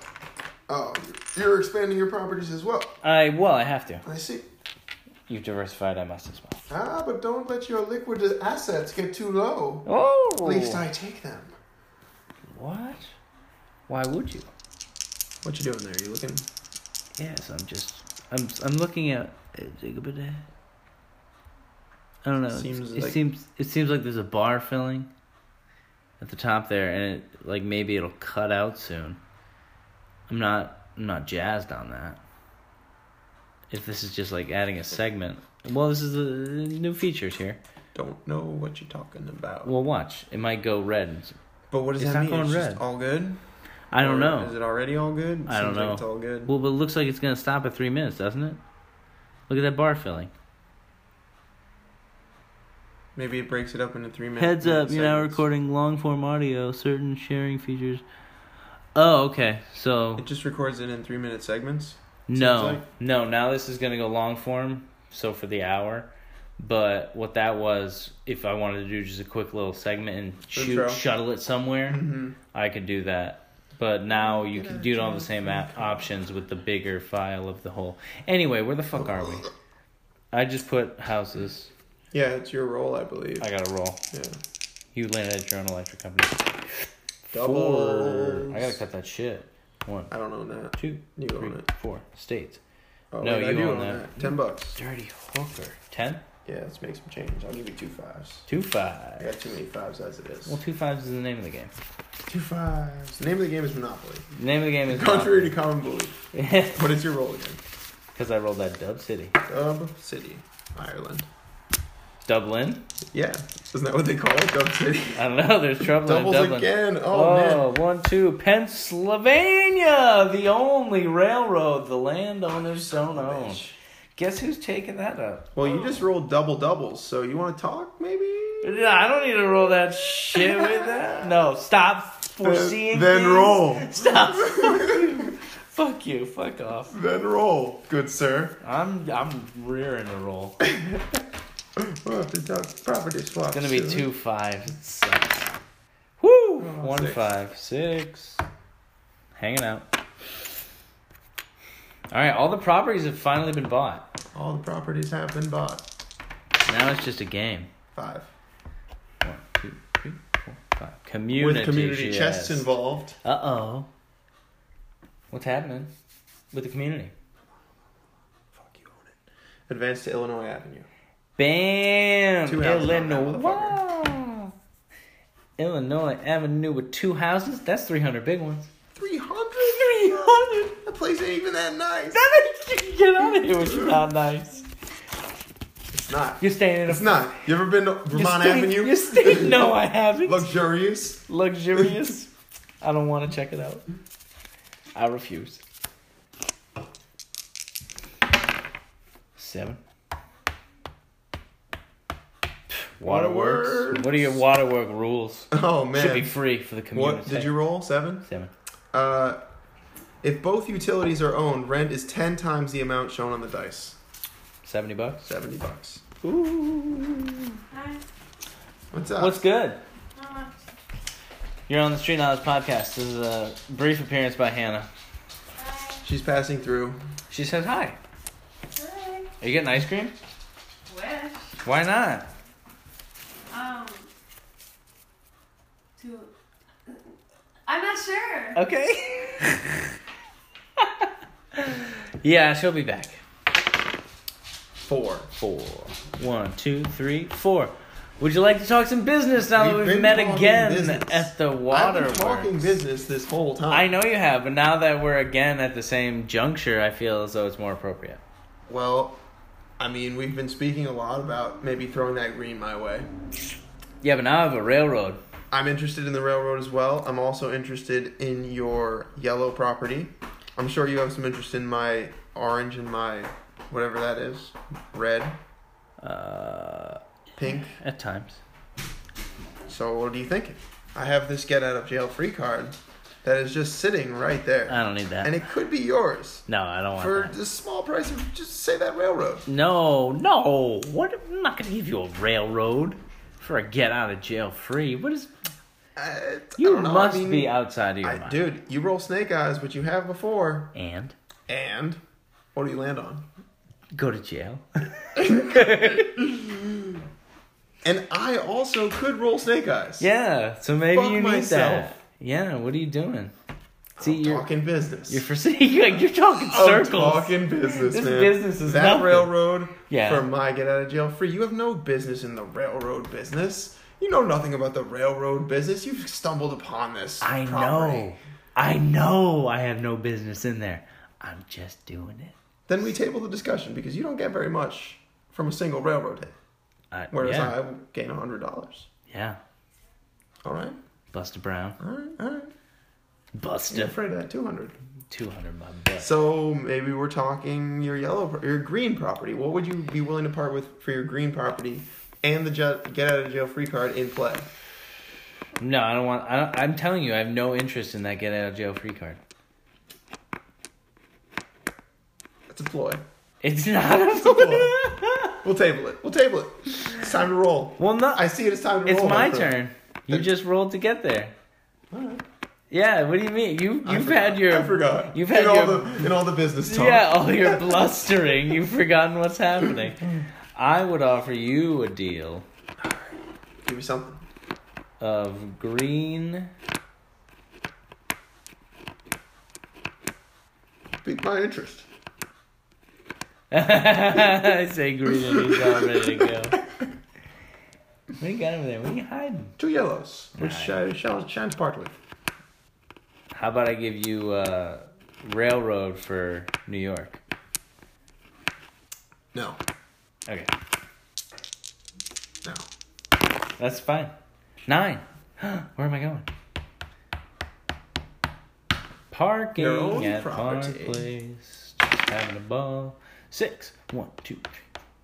S3: Oh, you're expanding your properties as well.
S1: I well, I have to.
S3: I see.
S1: You've diversified. I must as well.
S3: Ah, but don't let your liquid assets get too low.
S1: Oh,
S3: At least I take them.
S1: What? Why would you?
S2: What you doing there? You looking?
S1: Yes, I'm just. I'm. I'm looking at. I don't know. it's-
S2: Seems
S1: it
S2: like-
S1: seems. It seems like there's a bar filling. At the top there, and it, like maybe it'll cut out soon. I'm not. I'm not jazzed on that. If this is just like adding a segment, well, this is the new features here.
S2: Don't know what you're talking about.
S1: Well, watch. It might go red. and s-
S2: but what does
S1: it's
S2: that
S1: not
S2: mean?
S1: going
S2: it's
S1: red.
S2: just all good.
S1: I don't
S2: Or
S1: know.
S2: Is it already all good? It
S1: I don't
S2: seems like
S1: know.
S2: it's all good.
S1: Well, but it looks like it's gonna stop at three minutes, doesn't it? Look at that bar filling.
S2: Maybe it breaks it up into three minutes.
S1: Heads up, you're now recording long form audio. Certain sharing features. Oh, okay. So
S2: It just records it in three-minute segments.
S1: no,
S2: like-
S1: no. Now this is gonna go long form. So for the hour, but what that was, if I wanted to do just a quick little segment and shoot,
S2: Intro.
S1: shuttle it somewhere,
S2: Mm-hmm.
S1: I could do that. But now you
S2: Get
S1: can
S2: out
S1: do
S2: of
S1: it on
S2: jail
S1: the same
S2: free
S1: app options with the bigger file of the whole. Anyway, where the fuck are we? I just put houses.
S2: Yeah, it's your role, I believe.
S1: I gotta roll.
S2: yeah.
S1: You landed at your own electric company.
S2: Doubles.
S1: I gotta cut that shit. One,
S2: I don't own that.
S1: two,
S2: You
S1: three,
S2: own it.
S1: four. States.
S2: Oh,
S1: No,
S2: wait, I
S1: you
S2: do
S1: own that.
S2: Ten bucks.
S1: Dirty hooker. Ten?
S2: Yeah, let's make some change. I'll give you two fives.
S1: Two
S2: I
S1: fives.
S2: got too many fives as it is.
S1: Well, two fives is the name of the game.
S2: Two fives. The name of the game is Monopoly.
S1: The name of the game is.
S2: Contrary to common belief.
S1: Because
S2: What is your role again?
S1: I rolled that Dub City.
S2: Dub City, Ireland.
S1: Dublin?
S2: Yeah, isn't that what they call it? Dub City.
S1: I don't know. There's trouble
S2: Doubles
S1: in Dublin.
S2: again. Oh, man.
S1: Oh, one, two. Pennsylvania, the only railroad the landowners don't own.
S2: Bitch.
S1: Guess who's taking that up?
S2: Well, you just rolled double doubles, so you want to talk maybe?
S1: Yeah, I don't need to roll that shit with that. No, stop foreseeing.
S2: then
S1: things.
S2: roll.
S1: Stop. fuck you. Fuck off.
S2: Then roll, good sir.
S1: I'm I'm rearing to roll. It's
S2: We'll have to talk property swaps.
S1: gonna be
S2: soon.
S1: two five. It sucks. Woo. One five six. Hanging out. All right, all the properties have finally been bought.
S3: All the properties have been bought.
S1: Now it's just a game.
S3: Five.
S1: One, two, three, four, five. Community.
S2: With community chests involved.
S1: Uh oh. What's happening with the community?
S2: Fuck you own it. Advance to Illinois Avenue.
S1: Bam!
S2: Two houses on that
S1: Illinois. Illinois Avenue with two houses. That's 300 big ones.
S3: Three hundred.
S1: 300?
S3: That place ain't even that nice.
S1: Get out of here, which is not nice.
S2: It's not.
S1: You're staying in a.
S2: It's not. You ever been to
S1: You're
S2: Vermont
S1: staying-
S2: Avenue?
S1: You're staying. No, I haven't.
S2: Luxurious.
S1: Luxurious. I don't want to check it out. I refuse. Seven. Waterworks.
S2: Waterworks.
S1: What are your waterwork rules?
S2: Oh
S1: Should be
S2: man.
S1: free for the community.
S2: What did you roll? Seven.
S1: Seven.
S2: Uh, if both utilities are owned, rent is ten times the amount shown on the dice.
S1: 70 bucks.
S2: Seventy bucks.
S1: Ooh.
S4: Hi.
S2: What's up?
S1: What's good?
S4: How much?
S1: You're on the Street Knowledge Podcast. This is a brief appearance by Hannah.
S4: Hi.
S2: She's passing through.
S1: She says hi.
S4: Hi.
S1: Are you getting ice cream?
S4: Wish.
S1: Why not?
S4: Um. To. I'm not sure.
S1: Okay. yeah, she'll be back.
S2: Four.
S1: Four. One, two, three, four. Would you like to talk some business now
S2: We've
S1: that we've
S2: been
S1: met
S2: talking
S1: again
S2: business.
S1: at the
S2: I've
S1: water?
S2: been talking business this whole time.
S1: I know you have, but now that we're again at the same juncture, I feel as though it's more appropriate.
S2: Well, I mean, we've been speaking a lot about maybe throwing that green my way.
S1: Yeah, but now I have a railroad.
S2: I'm interested in the railroad as well. I'm also interested in your yellow property. I'm sure you have some interest in my orange and my whatever that is, red,
S1: Uh,
S2: pink.
S1: at times.
S2: So what do you think? I have this get out of jail free card that is just sitting right there,
S1: I don't need that.
S2: and it could be yours
S1: Uh, no, I don't want
S2: for
S1: that.
S2: the small price of just say that railroad.
S1: No, no. What? I'm not gonna give you a railroad for a get out of jail free. What is?
S2: I, I
S1: You
S2: don't know. I
S1: must
S2: mean,
S1: be outside of your
S2: I,
S1: mind.
S2: dude, you roll snake eyes, which you have before.
S1: And
S2: And what do you land on?
S1: go to jail.
S2: And I also could roll snake eyes.
S1: Yeah. So maybe
S2: Fuck
S1: you need
S2: myself.
S1: that. Yeah. What are you doing? See,
S2: I'm
S1: you're
S2: talking business.
S1: you're for you're, like, you're talking
S2: I'm
S1: circles.
S2: talking business,
S1: This
S2: man.
S1: business is
S2: that
S1: nothing.
S2: railroad
S1: Yeah.
S2: for my get out of jail free. You have no business in the railroad business. You know nothing about the railroad business. You've stumbled upon this.
S1: I
S2: property.
S1: know. I know. I have no business in there. I'm just doing it.
S2: Then we table the discussion because you don't get very much from a single railroad hit,
S1: I,
S2: whereas
S1: Uh, yeah.
S2: I gain a hundred dollars.
S1: yeah.
S2: All right,
S1: Buster Brown.
S2: all right, all right. You're
S1: Buster.
S2: afraid of that two hundred.
S1: Two hundred my butt.
S2: So maybe we're talking your yellow, pro- your green property. What would you be willing to part with for your green property and the ju- get out of jail free card in play?
S1: No, I don't want. I don't, I'm telling you, I have no interest in that get out of jail free card.
S2: That's a ploy.
S1: It's not a
S2: We'll table it. We'll table it. It's time to roll.
S1: well, no.
S2: I see it. It's time to
S1: it's
S2: roll.
S1: my turn.
S2: friend.
S1: You just rolled to get there.
S2: All right.
S1: Yeah. What do you mean? You
S2: I
S1: you've
S2: forgot.
S1: had your
S2: I forgot.
S1: you've had
S2: in all
S1: your-
S2: the in all the business talk.
S1: yeah. All your blustering. You've forgotten what's happening. I would offer you a deal
S2: Give me something.
S1: of green.
S2: Pique my interest.
S1: I say green, and he's all ready to go. What do you got over there? What are you hiding?
S2: Two yellows, which
S1: Alright.
S2: uh, shall shines part with.
S1: How about I give you uh, railroad for New York?
S2: No,
S1: Okay,
S2: no.
S1: that's fine. Nine. Where am I going? Parking
S2: Your own
S1: at
S2: property.
S1: Park Place. Just having a ball. Six. One, two, three,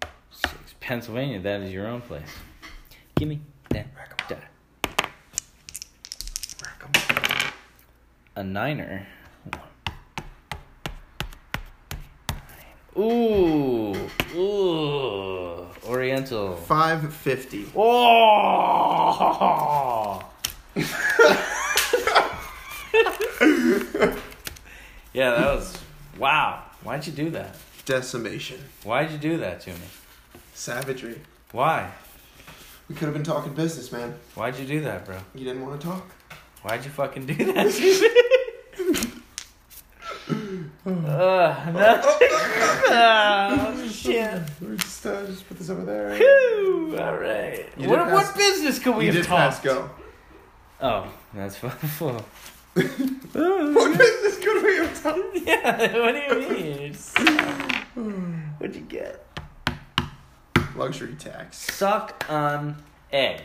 S1: four, six. Pennsylvania. That is your own place. Give me that.
S2: Rack 'em
S1: die.
S2: Rack 'em.
S1: a niner. Ooh, ooh, Oriental.
S2: Five fifty.
S1: Oh, Yeah, that was wow. Why'd you do that?
S2: Decimation.
S1: Why'd you do that to me?
S3: Savagery.
S1: Why?
S3: We could have been talking business, man.
S1: Why'd you do that, bro?
S3: You didn't want to talk.
S1: Why'd you fucking do that to me? Ugh, no. oh, shit.
S3: We're just, uh, just put this over there.
S1: Whew, all right.
S3: You
S1: What,
S3: did pass-
S1: what business could we
S3: you
S1: have
S3: did pass
S1: talked?
S3: go.
S1: Oh, that's fun.
S3: What business could we have talked?
S1: yeah, what do you mean? It's- What'd you get?
S3: Luxury tax.
S1: Suck an egg.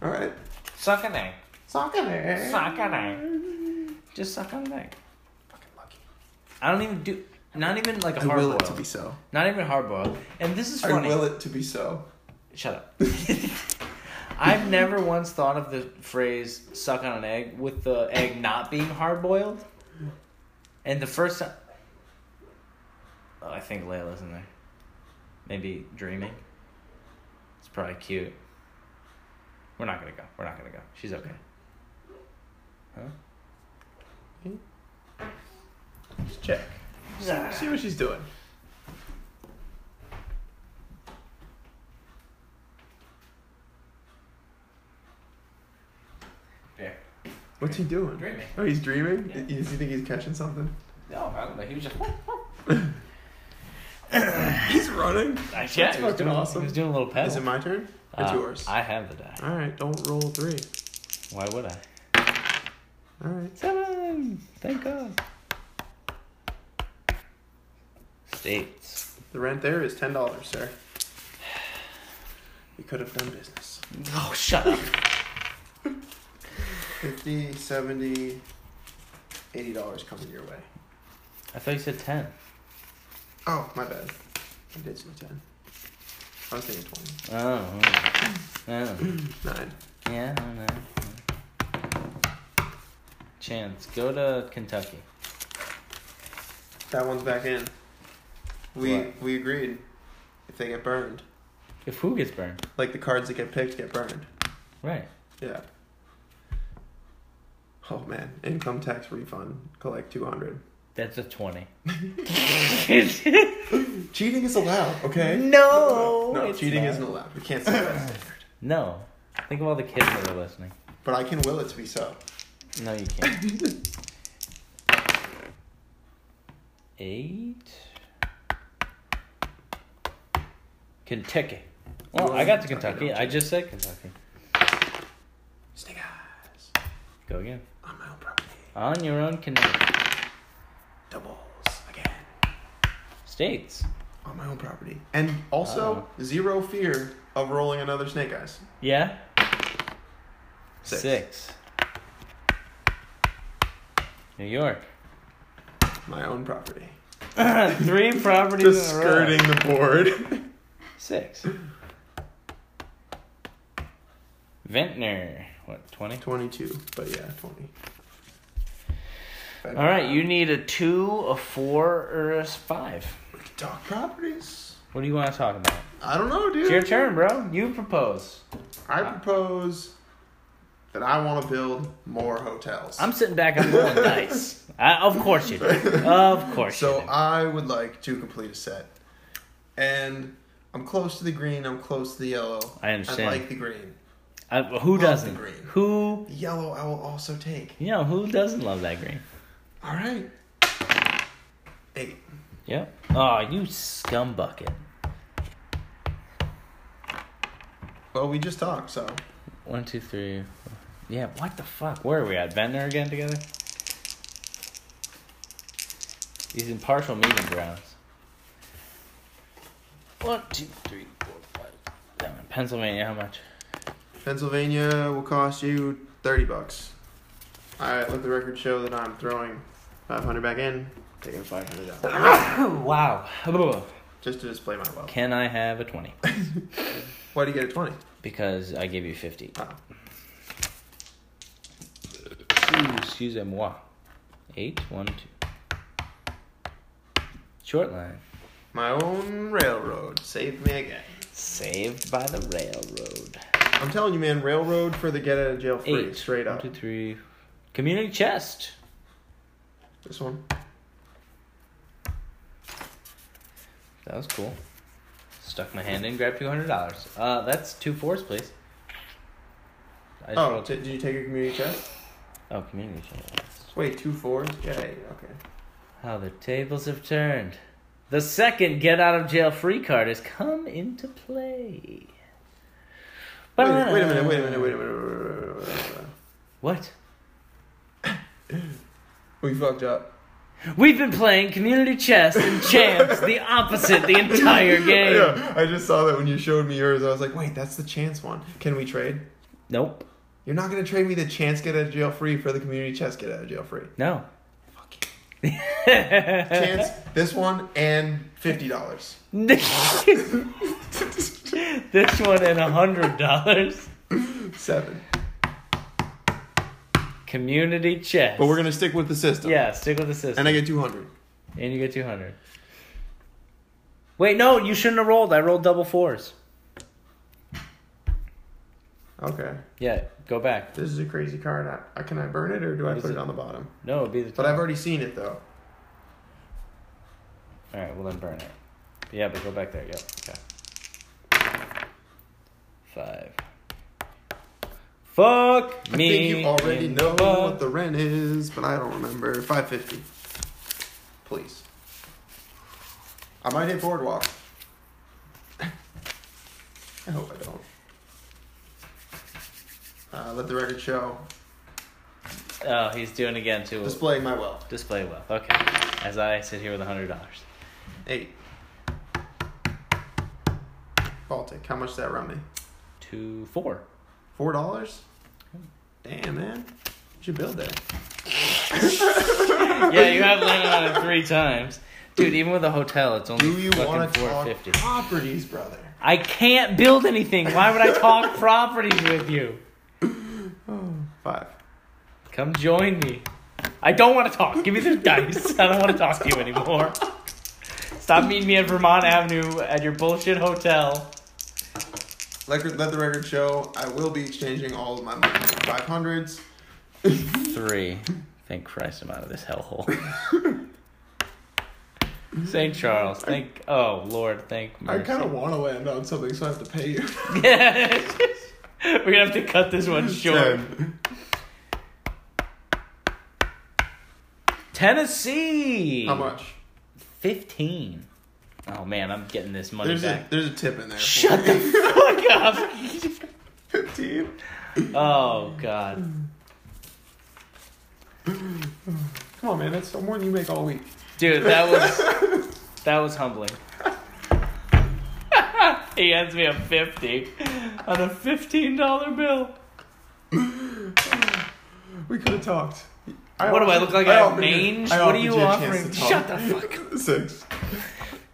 S3: All right.
S1: Suck an egg.
S3: Sock in there.
S1: Suck an egg. Just suck an egg.
S3: Fucking lucky.
S1: I don't even do. Not even like a
S3: I
S1: hard
S3: will it to
S1: boiled.
S3: be so.
S1: Not even hard boiled. And this is
S3: I
S1: funny.
S3: will it to be so.
S1: Shut up. I've never once thought of the phrase "suck on an egg" with the egg not being hard boiled. And the first time, oh, I think Layla's in there. Maybe dreaming. It's probably cute. We're not gonna go. We're not gonna go. She's okay. Huh?
S2: Just check. See what she's doing.
S1: There.
S2: What's he doing?
S1: Dreaming.
S2: Oh, he's dreaming?
S1: Yeah.
S2: Does he think he's catching something?
S1: No, I don't know. He was just.
S2: He's running.
S1: I, yeah, he was
S2: fucking
S1: doing,
S2: awesome.
S1: He was doing a little pedal.
S2: Is it my turn? It's
S1: Uh,
S2: yours.
S1: I have the die.
S2: All right, don't roll a three.
S1: Why would I?
S2: All right.
S1: Seven. Thank God. States.
S2: The rent there is ten dollars, sir. We could have done business.
S1: Oh, shut up.
S3: 50 70 80 dollars coming your way
S1: I thought you said ten.
S3: oh my bad
S2: Bad. I did see ten. I was thinking twenty.
S1: Oh. Oh.
S2: Nine.
S1: Yeah. I don't know. Chance, go to Kentucky.
S2: That one's back in.
S3: we
S1: What?
S3: we agreed
S2: If they get burned,
S1: If who gets burned?
S2: like the cards that get picked get burned.
S1: Right.
S2: Yeah. Oh man, income tax refund. Collect two hundred.
S1: That's a twenty.
S3: cheating is allowed okay
S1: no.
S2: No,
S1: it's
S2: cheating
S1: not.
S2: isn't allowed. We can't say that.
S1: No. Think of all the kids that are listening.
S3: but i can will it to be so
S1: No, you can't. Eight. Kentucky. Well, I got to Kentucky. I just said Kentucky.
S2: Snake eyes.
S1: Go again.
S2: On my own property.
S1: On your own Canadian
S2: Doubles again.
S1: states.
S2: On my own property. And also zero fear of rolling another snake eyes.
S1: Yeah?
S2: Six.
S1: Six. New York.
S2: My own property.
S1: Three properties.
S2: Just
S1: in a row.
S2: skirting the board.
S1: Six. Ventnor. What, 20?
S2: Twenty-two, but yeah, twenty.
S1: All
S2: uh,
S1: right, you need a two, a four, or a five.
S2: Dog properties.
S1: What do you want to talk about?
S2: I don't know,
S1: It's your
S2: dude.
S1: turn, bro. You propose.
S2: I propose that I want to build more hotels.
S1: I'm sitting back. I'm rolling dice. I, of course you do. Of course
S3: so
S1: you do.
S3: i would like to complete a set and i'm close to the green i'm close to the yellow
S1: I understand.
S3: i like the green
S1: I, Uh, who
S3: love
S1: doesn't?
S3: the green.
S1: Who?
S3: the yellow i will also take
S1: You know who doesn't love that green?
S3: all right eight
S1: Yep. Oh, you scumbucket.
S3: well we just talked so
S1: One, two, three. Four. Yeah. What the fuck? Where are we at? Ventnor again together? These impartial meeting grounds. One, two, three, four, five. Seven. Pennsylvania. How much?
S2: Pennsylvania will cost you thirty bucks. I let the record show that I'm throwing five hundred back in, taking five hundred out,
S1: wow.
S2: just to display my wealth.
S1: Can I have a twenty?
S2: Why do you get a twenty?
S1: Because I gave you 50.
S2: Oh.
S1: Ooh, excuse moi. Eight, one, two. Short line.
S2: My own railroad saved me again.
S1: Saved by the railroad.
S2: I'm telling you, man, railroad for the get out of jail free,
S1: Eight.
S2: straight
S1: One,
S2: up.
S1: two, three. Community chest.
S2: This one.
S1: That was cool. Stuck my hand in, grabbed two hundred dollars. Uh, that's two fours, please. I just
S2: Oh,
S1: rolled-
S2: did, did you take your community test?
S1: oh, community channel.
S2: Wait, two fours? Yeah, okay.
S1: How the tables have turned. The second get out of jail free card has come into play.
S2: Wait, wait a minute, wait a minute, wait a minute. Wait a minute, wait a minute, wait a minute.
S1: What?
S2: We fucked up.
S1: We've been playing community chess and champs the opposite the entire game.
S2: Yeah, I just saw that when you showed me yours. I was like, wait, that's the chance one. Can we trade?
S1: Nope.
S2: You're not gonna trade me the chance get out of jail free for the community chess get out of jail free.
S1: No.
S2: Fuck
S1: Eh.
S3: Chance, this one, and fifty dollars.
S1: this one and a hundred dollars.
S2: you. Seven.
S1: Community chess.
S3: But we're gonna stick with the system.
S1: Yeah, stick with the system.
S3: And I get two hundred.
S1: And you get 200. Wait, no, you shouldn't have rolled. I rolled double fours.
S2: Okay.
S1: Yeah, go back.
S2: This is a crazy card. I, I- can I burn it or do I
S1: Is
S2: put it?
S1: it-
S2: on the bottom?
S1: No, it'd be the
S2: But I've already seen it though.
S1: All right, well then burn it. Yeah, but go back there. Yep. Okay. Five. Fuck
S2: I
S1: me.
S2: think you already
S1: in
S2: know
S1: the butt.
S2: what the rent is, but I don't remember. Five fifty.
S3: Please. I might hit boardwalk.
S2: I hope I don't.
S3: Uh, let the record show.
S1: Oh, he's doing again too. Display,
S3: Displaying my wealth.
S1: wealth. Okay. As I sit here with a hundred dollars.
S2: Eight. Baltic. How much does that run me?
S1: Two four.
S2: Four dollars? Damn man. You should build that.
S1: Yeah, you have landed on it three times. Dude, even with a hotel, it's only
S3: Do you
S1: fucking
S3: want to
S1: four
S3: talk
S1: fifty.
S3: properties, brother?
S1: I can't build anything. Why would I talk properties with you?
S2: Five.
S1: Come join me. I don't want to talk. Give me the dice. I don't want to talk to you anymore. Stop meeting me at Vermont Avenue at your bullshit hotel.
S3: Let, let the record show. I will be exchanging all of my money. Five hundreds.
S1: Three. Thank Christ I'm out of this hellhole. St. Charles. Thank. Oh, Lord. Thank
S3: I
S1: mercy.
S3: kind of want to land on something, so I have to pay you.
S1: We're going to have to cut this one short.
S3: Ten.
S1: Tennessee.
S3: How much?
S1: 15. Oh, man. I'm getting this money
S3: There's a
S1: back.
S3: there's a tip in there.
S1: Shut the fuck up.
S3: Fifteen.
S1: Oh god.
S3: Come on, man. That's more than you make all week.
S1: Dude, that was that was humbling. he hands me a 50 on a $15 bill.
S3: We could have talked.
S1: What do I look like? I have mange?
S3: I
S1: What are
S3: offered
S1: you
S3: a chance to
S1: offering?
S3: talk.
S1: Shut the fuck
S3: Six.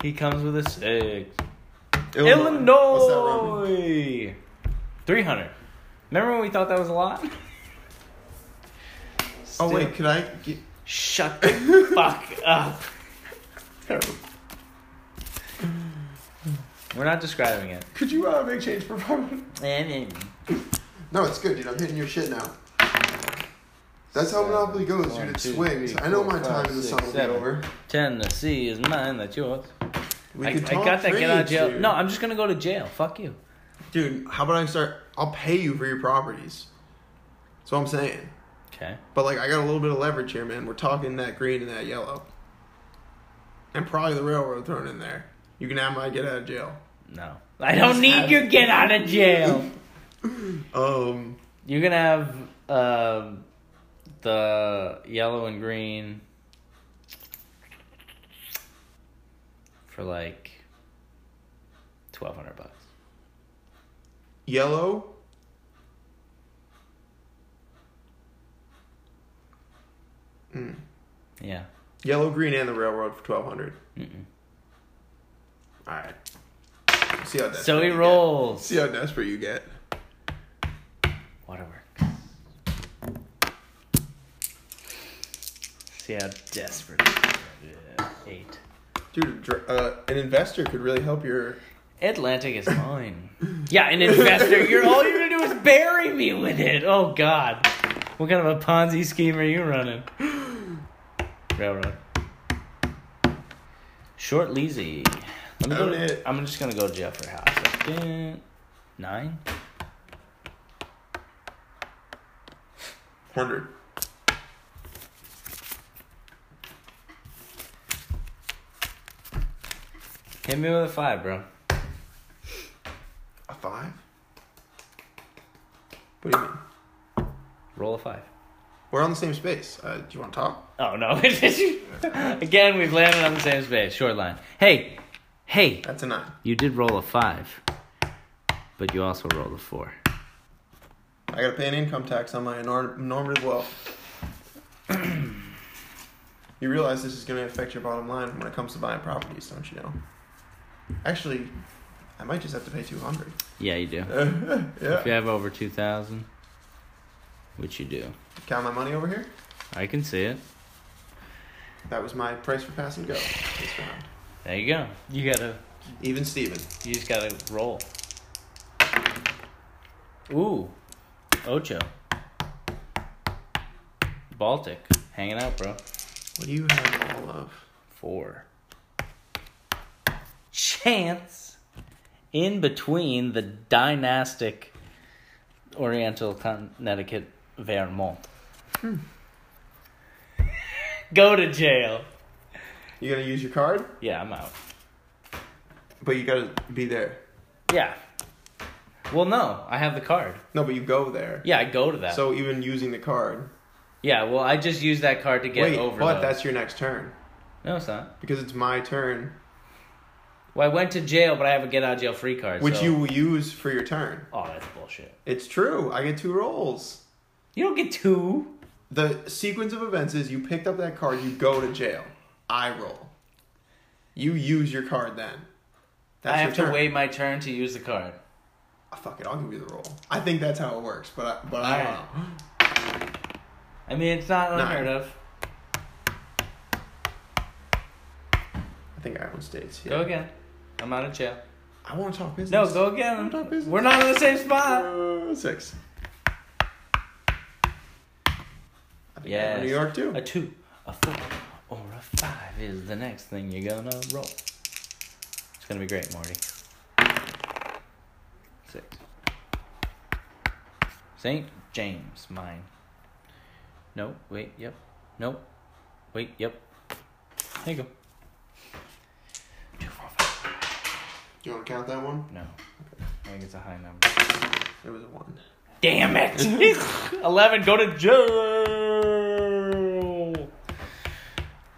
S1: He comes with a 6.
S3: What's that, Robin?
S1: Illinois. 300. Remember when we thought that was a lot?
S3: Oh
S1: Still-
S3: wait, could I get?
S1: Shut the fuck up.
S3: Terrible.
S1: We're not describing it.
S3: Could you uh, make change for Robin?
S1: E.
S3: No, it's good, dude. I'm hitting your shit now. That's how
S1: Seven,
S3: Monopoly goes,
S1: one,
S3: dude. It
S1: two,
S3: swings.
S1: three,
S3: I know
S1: four,
S3: my
S1: five,
S3: time in the
S1: six,
S3: sun will be
S1: seven.
S3: over.
S1: Tennessee is mine, that's yours.
S3: We
S1: I, I
S3: could talk
S1: got that get out of
S3: trades,
S1: jail.
S3: Dude.
S1: No, I'm just gonna go to jail. Fuck you.
S3: dude. How about I start? I'll pay you for your properties. That's what I'm saying.
S1: Okay.
S3: But like, I got a little bit of leverage here, man. We're talking that green and that yellow, and probably the railroad thrown in there. You can have my get out of jail.
S1: No. I don't need your get out of jail.
S3: Um,
S1: You're gonna have um, the yellow and green for like twelve hundred bucks.
S3: yellow. Mm.
S1: Yeah.
S2: Yellow, green, and the railroad for twelve hundred.
S1: Mm-mm.
S2: All right.
S3: See how desperate
S1: So he
S3: you get.
S1: rolls.
S3: See how desperate you get.
S1: Waterworks. See how desperate. Yeah. Eight.
S2: Dude, dr- uh, an investor could really help your.
S1: Atlantic is mine. yeah, an investor. You're all you're gonna do is bury me with it. Oh God, what kind of a Ponzi scheme are you running? Railroad. Short leasy. I'm,
S2: Own
S1: gonna,
S2: it.
S1: I'm just gonna go Jeffrey House. Second, nine.
S2: Hundred.
S1: Hit me with a five, bro.
S2: A five? What do you mean?
S1: Roll a five.
S2: We're on the same space. Uh, do you want to talk?
S1: Oh no! Again, we've landed on the same space. Short line. Hey, hey,
S2: That's a nine.
S1: you did roll a five, but you also rolled a four.
S2: I gotta pay an income tax on my enor- normative wealth. you realize this is gonna affect your bottom line when it comes to buying properties, don't you know? Actually, I might just have to pay two hundred.
S1: Yeah, you do. If
S2: yeah.
S1: you have over two thousand, which you do,
S2: Count my money over here.
S1: I can see it.
S2: That was my price for pass and go this round.
S1: There you go. You gotta.
S2: Even Steven.
S1: You just gotta roll. Ooh, Ocho. Baltic, hanging out, bro.
S2: What do you have all of?
S1: Four. Chance in between the dynastic Oriental Connecticut Vermont. Hmm. Go to jail.
S2: You gonna use your card,
S1: Yeah, I'm out.
S2: but you gotta be there.
S1: Yeah. Well, no, I have the card.
S2: No, but you go there.
S1: Yeah, I go to that.
S2: So even using the card.
S1: yeah, well, I just use that card to get
S2: Wait,
S1: over.
S5: but
S1: those.
S5: that's your next turn
S1: no, it's not.
S5: because it's my turn,
S1: Well, I went to jail, but I have a get out of jail free card.
S5: which
S1: so-
S5: you will use for your turn.
S1: Oh, that's bullshit.
S5: It's true. I get two rolls.
S1: You don't get two.
S5: The sequence of events is you picked up that card, you go to jail. I roll. You use your card then. That's
S1: I
S5: your
S1: have to
S5: turn.
S1: wait my turn to use the card.
S5: Ah, fuck it, I'll give you the roll. I think that's how it works, but I, but I don't
S1: Alright.
S2: uh,
S5: know.
S1: I mean, it's not
S5: Nine.
S1: unheard of.
S5: I think Ireland states. Yeah.
S1: Go again. I'm out of jail.
S5: I want to talk business.
S1: No, go again.
S5: not business.
S1: We're not in the same spot.
S5: Uh, six.
S1: Yes.
S5: New York too.
S1: A two, a four, or a five is the next thing you're gonna roll. It's gonna be great, Morty. Six. St. James, mine. No, wait, yep. Nope. Wait, yep. There you go. Two, four, five.
S2: You wanna count that one?
S1: No. I think it's a high number.
S2: It was a one.
S1: Damn it! Eleven, go to jail.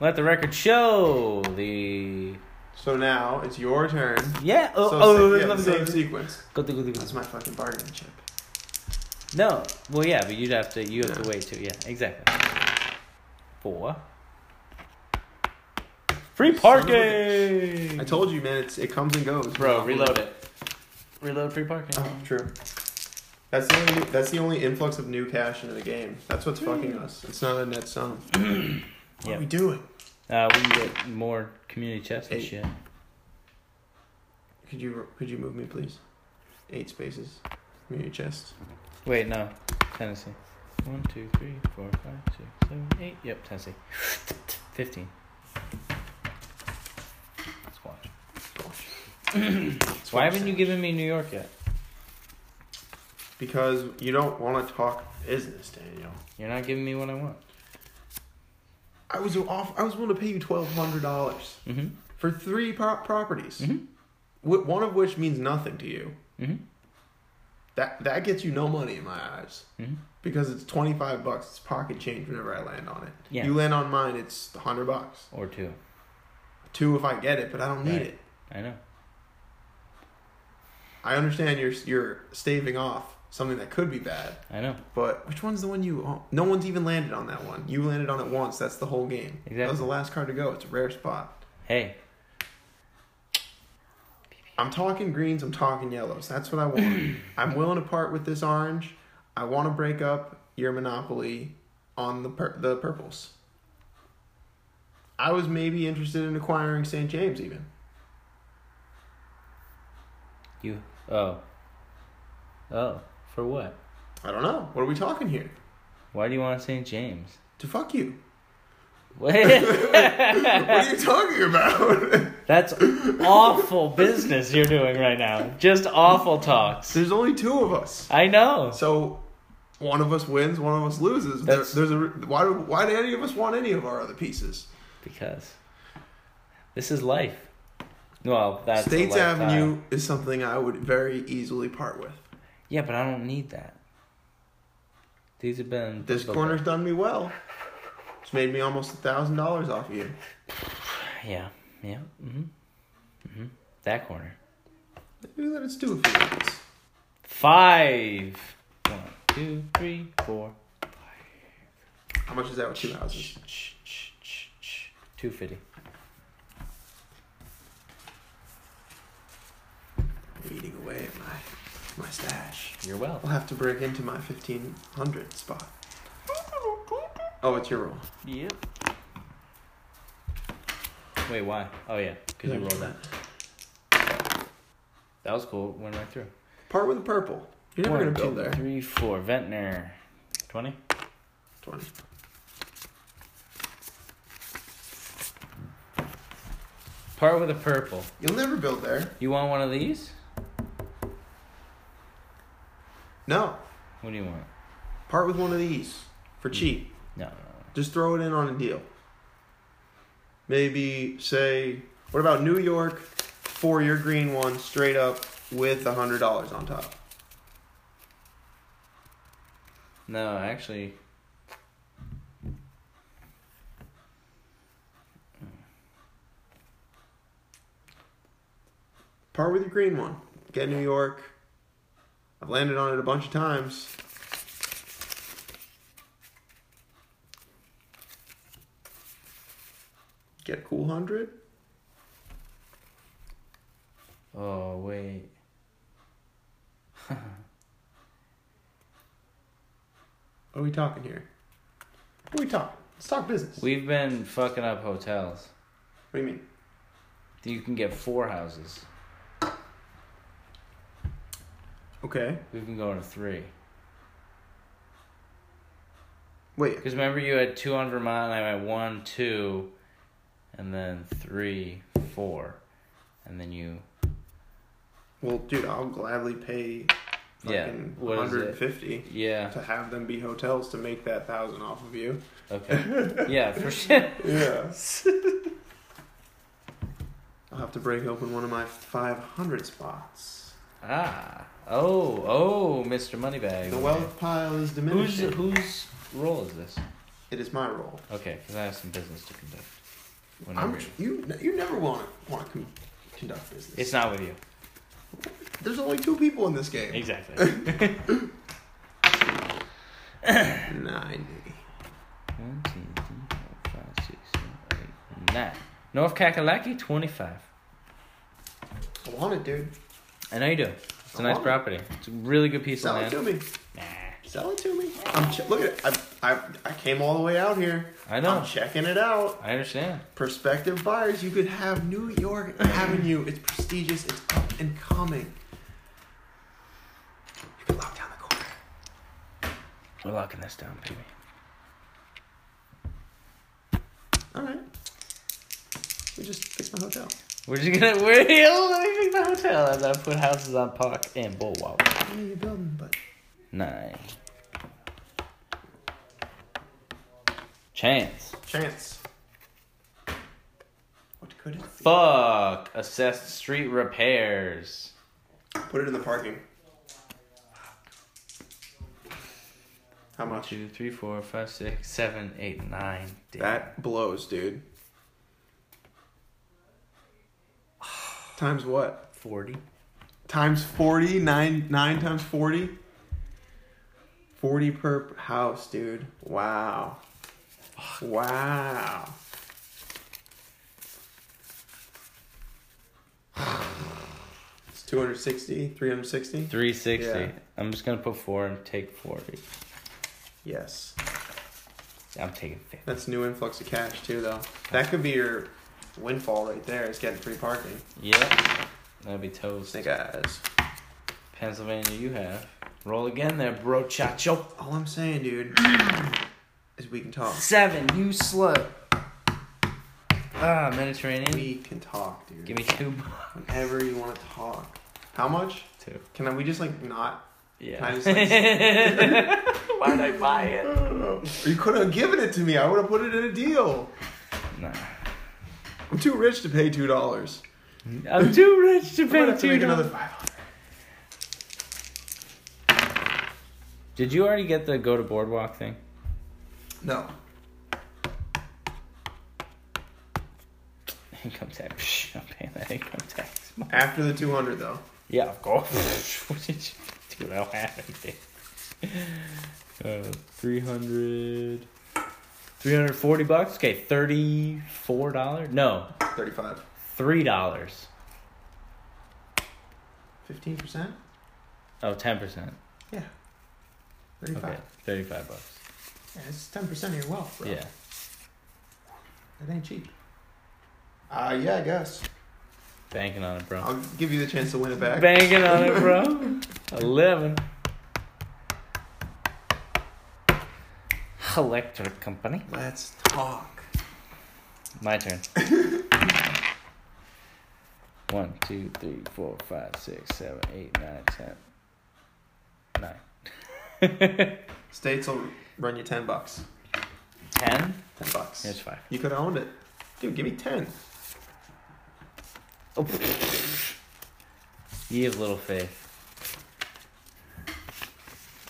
S1: Let the record show the
S2: So now it's your turn.
S1: yeah. Oh,
S2: so
S1: oh,
S2: sa- yeah,
S1: let me
S2: same
S1: go.
S2: sequence.
S1: Go, go, go, go.
S2: That's my fucking bargaining chip.
S1: No, well, yeah, but you'd have to. You have to
S2: Yeah.
S1: wait too. Yeah, exactly. Four. Free parking.
S2: I told you, man. It's it comes and goes.
S1: Mm-hmm. Bro, reload it. Reload free parking.
S2: Oh, true. That's the only that's the only influx of new cash into the game. That's what's fucking us. It's not a net sum. Hmm. what
S1: Yeah.
S2: are we doing?
S1: Uh, we can get more community chests and
S2: Eight.
S1: shit.
S2: Could you could you move me, please? Eight spaces. Move your chest.
S1: Wait, no. Tennessee. One, two, three, four, five, six, seven, eight. Yep, Tennessee. Fifteen. Let's watch. Why haven't you given me New York yet?
S2: Because you don't want to talk business, Daniel.
S1: You're not giving me what I want.
S2: I was off. I was willing to pay you twelve hundred dollars
S1: Mm-hmm.
S2: for three pro- properties,
S1: Mhm.
S2: Wh- one of which means nothing to you.
S1: Mm-hmm.
S2: That that gets you no money in my eyes
S1: Mm-hmm.
S2: because it's twenty five bucks. It's pocket change whenever I land on it.
S1: Yeah.
S2: You land on mine, it's hundred bucks.
S1: Or two.
S2: Two if I get it, but I don't need
S1: Right.
S2: it.
S1: I know.
S2: I understand you're you're staving off something that could be bad,
S1: I know.
S2: but which one's the one you? own? No one's even landed on that one. You landed on it once. That's the whole game. That was the
S1: Exactly.
S2: last card to go. It's a rare spot.
S1: Hey,
S2: I'm talking greens. I'm talking yellows. That's what I want. I'm willing to part with this orange. I want to break up your monopoly on the pur- the purples. I was maybe interested in acquiring St. James even.
S1: you. Oh. Oh. For what?
S2: I don't know. What are we talking here?
S1: Why do you want St. James?
S2: To fuck you.
S1: Wait.
S2: What are you talking about?
S1: That's awful business you're doing right now. Just awful talks.
S2: There's only two of us.
S1: I know.
S2: So one of us wins, one of us loses. There,
S1: That's-
S2: there's a re- why do why do any of us want any of our other pieces?
S1: Because this is life. Well, that's a
S2: States
S1: lifetime.
S2: Avenue is something I would very easily part with.
S1: Yeah, but I don't need that. These have been
S2: This corner's done me well. It's made me almost a thousand dollars off of you.
S1: Yeah, yeah. Mm-hmm. Mm-hmm. That corner.
S2: Maybe let us do a few of these.
S1: Five. One, two, three, four.
S2: How much is that with two houses?
S1: Two fifty.
S2: Eating away at my my stash.
S1: You're well.
S2: I'll have to break into my fifteen hundred spot. Oh, it's your roll.
S1: Yep. Wait, why? Oh yeah, because you rolled that. That was cool. Went right through.
S2: Part with the purple. You're never
S1: One,
S2: gonna
S1: two,
S2: build there.
S1: Three, four. Ventnor. Twenty.
S2: Twenty.
S1: Part with a purple.
S2: You'll never build there.
S1: You want one of these?
S2: No.
S1: What do you want?
S2: Part with one of these for cheap.
S1: No, no, no.
S2: Just throw it in on a deal. Maybe say, what about New York for your green one straight up with a hundred dollars on top?
S1: No, actually.
S2: Part with your green one. Get New York. I've landed on it a bunch of times. Get a cool hundred.
S1: Oh wait.
S2: What are we talking here? What are we talking? Let's talk business.
S1: We've been fucking up hotels.
S2: what do you mean?
S1: You can get four houses.
S2: Okay.
S1: We've been going to three.
S2: Wait.
S1: Because remember, you had two on Vermont, and I had one, two, and then three, four, and then you.
S2: Well, dude, I'll gladly pay
S1: Yeah,
S2: fucking
S1: what is it?
S2: 150
S1: Yeah.
S2: to have them be hotels to make that thousand off of you.
S1: Okay. yeah, for sure.
S2: Yeah. I'll have to break open one of my 500 spots.
S1: Ah. Oh. Oh, Mr. Moneybag.
S2: The wealth pile is
S1: Whose
S2: diminishing.
S1: whose role is this?
S2: It is my role.
S1: Okay, because I have some business to conduct. When
S2: I'm
S1: I'm ready.
S2: you. You never want to want to conduct business.
S1: it's not with you.
S2: There's only two people in this game.
S1: Exactly.
S2: Ninety.
S1: One, two, three, four, five, six, seven, eight, nine. North Kakalaki, 25.
S2: I want it, dude.
S1: I know you do. It's a
S2: I
S1: nice
S2: want it.
S1: property. It's a really Oh. good piece
S2: Sell it
S1: of
S2: to
S1: land.
S2: me.
S1: Nah.
S2: Sell it to me. I'm ch- look at it. I, I I came all the way out here.
S1: I know.
S2: I'm checking it out.
S1: I understand.
S2: prospective buyers, you could have New York Avenue. It's prestigious. It's up and coming. You could lock down the corner.
S1: We're locking this down, baby.
S2: All right. We just picked my hotel.
S1: We're just gonna we're leaving the hotel as I put houses on Park and Bulwark.
S2: I know you're building, but
S1: Nine. Chance.
S2: chance. What could it be?
S1: Fuck. Assessed street repairs.
S2: Put it in the parking. How
S1: One,
S2: much?
S1: two, three, four, five, six, seven, eight, nine. Damn.
S2: That blows, dude. Times what?
S1: forty.
S2: times 40 nine, 9 times 40 40 per house dude wow wow it's 260 360
S1: Three sixty.
S2: Yeah.
S1: I'm just gonna put four and take forty.
S2: yes
S1: I'm taking fifty.
S2: that's new influx of cash too though that could be your windfall right there is getting free parking
S1: Yep. That'd be toast.
S2: snake eyes
S1: Pennsylvania, you have. Roll again there, bro. Chacho.
S2: all i'm saying dude is we can talk
S1: Seven, you slut. Ah, Mediterranean.
S2: We can talk, dude.
S1: Give me two.
S2: whenever you want to talk. How much?
S1: Two.
S2: Can I, we just like not?
S1: Yeah.
S2: Can I just like?
S1: Why would I buy
S2: I
S1: it?
S2: don't know. You could have given it to me. I would have put it in a deal.
S1: Nah.
S2: I'm too rich to pay two dollars.
S1: I'm too rich to
S2: I'm gonna
S1: pay
S2: have to
S1: two.
S2: make another
S1: dollars.
S2: five hundred.
S1: Did you already get the go to boardwalk thing?
S2: No.
S1: Income tax. Psh, I'm paying that income tax.
S2: After the two hundred though.
S1: Yeah, of course. what did you do? I don't have anything. Uh, 300. 340 bucks? Okay, $34? No,
S2: Thirty-five.
S1: $3.
S2: Fifteen percent.
S1: Oh, 10%.
S2: Thirty-five.
S1: Okay, 35 bucks.
S2: Yeah, it's ten percent of your wealth, bro.
S1: Yeah.
S2: It ain't cheap. Uh, yeah, I guess.
S1: Banking on it, bro.
S2: I'll give you the chance to win it back.
S1: Banking on it, bro. Eleven. Electric company.
S2: Let's talk.
S1: My turn. One, two, three, four, five, six, seven, eight, nine, ten. Nine.
S2: States will run you ten bucks.
S1: ten?
S2: Ten bucks.
S1: It's five.
S2: You could have owned it. Dude, give me ten.
S1: Oh. Ye of little faith.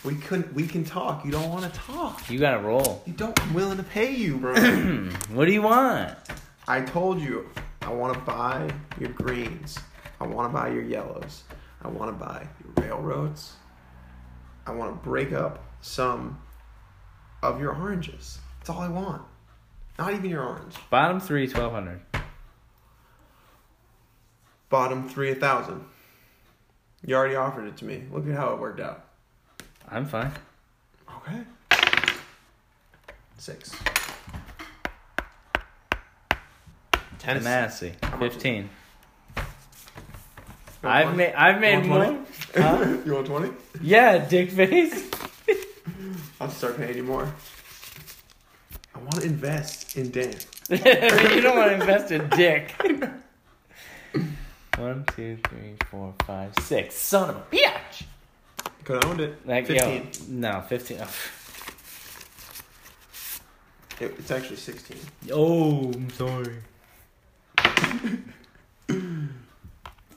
S2: We couldn't we can talk. You don't want to talk.
S1: You gotta roll.
S2: You don't I'm willing to pay you, bro.
S1: What do you want?
S2: I told you, I want to buy your greens. I want to buy your yellows. I want to buy your railroads. I want to break up some of your oranges. That's all I want. Not even your orange.
S1: Bottom three, twelve hundred.
S2: Bottom three, a thousand. You already offered it to me. Look at how it worked out.
S1: I'm fine.
S2: Okay. Six. Ten is-
S1: Massey.
S2: much is it?
S1: Fifteen.
S2: You want
S1: I've
S2: 20?
S1: made I've made
S2: You want
S1: more. Huh?
S2: You want twenty?
S1: yeah, dick face.
S2: I'll start paying you more. I want to invest in Dan.
S1: you don't want to invest in dick. One, two, three, four, five, six. Son of a bitch.
S2: Could have owned it.
S1: Like,
S2: Fifteen.
S1: Yo, no, fifteen. Oh,
S2: It- it's actually sixteen.
S1: Oh, I'm sorry.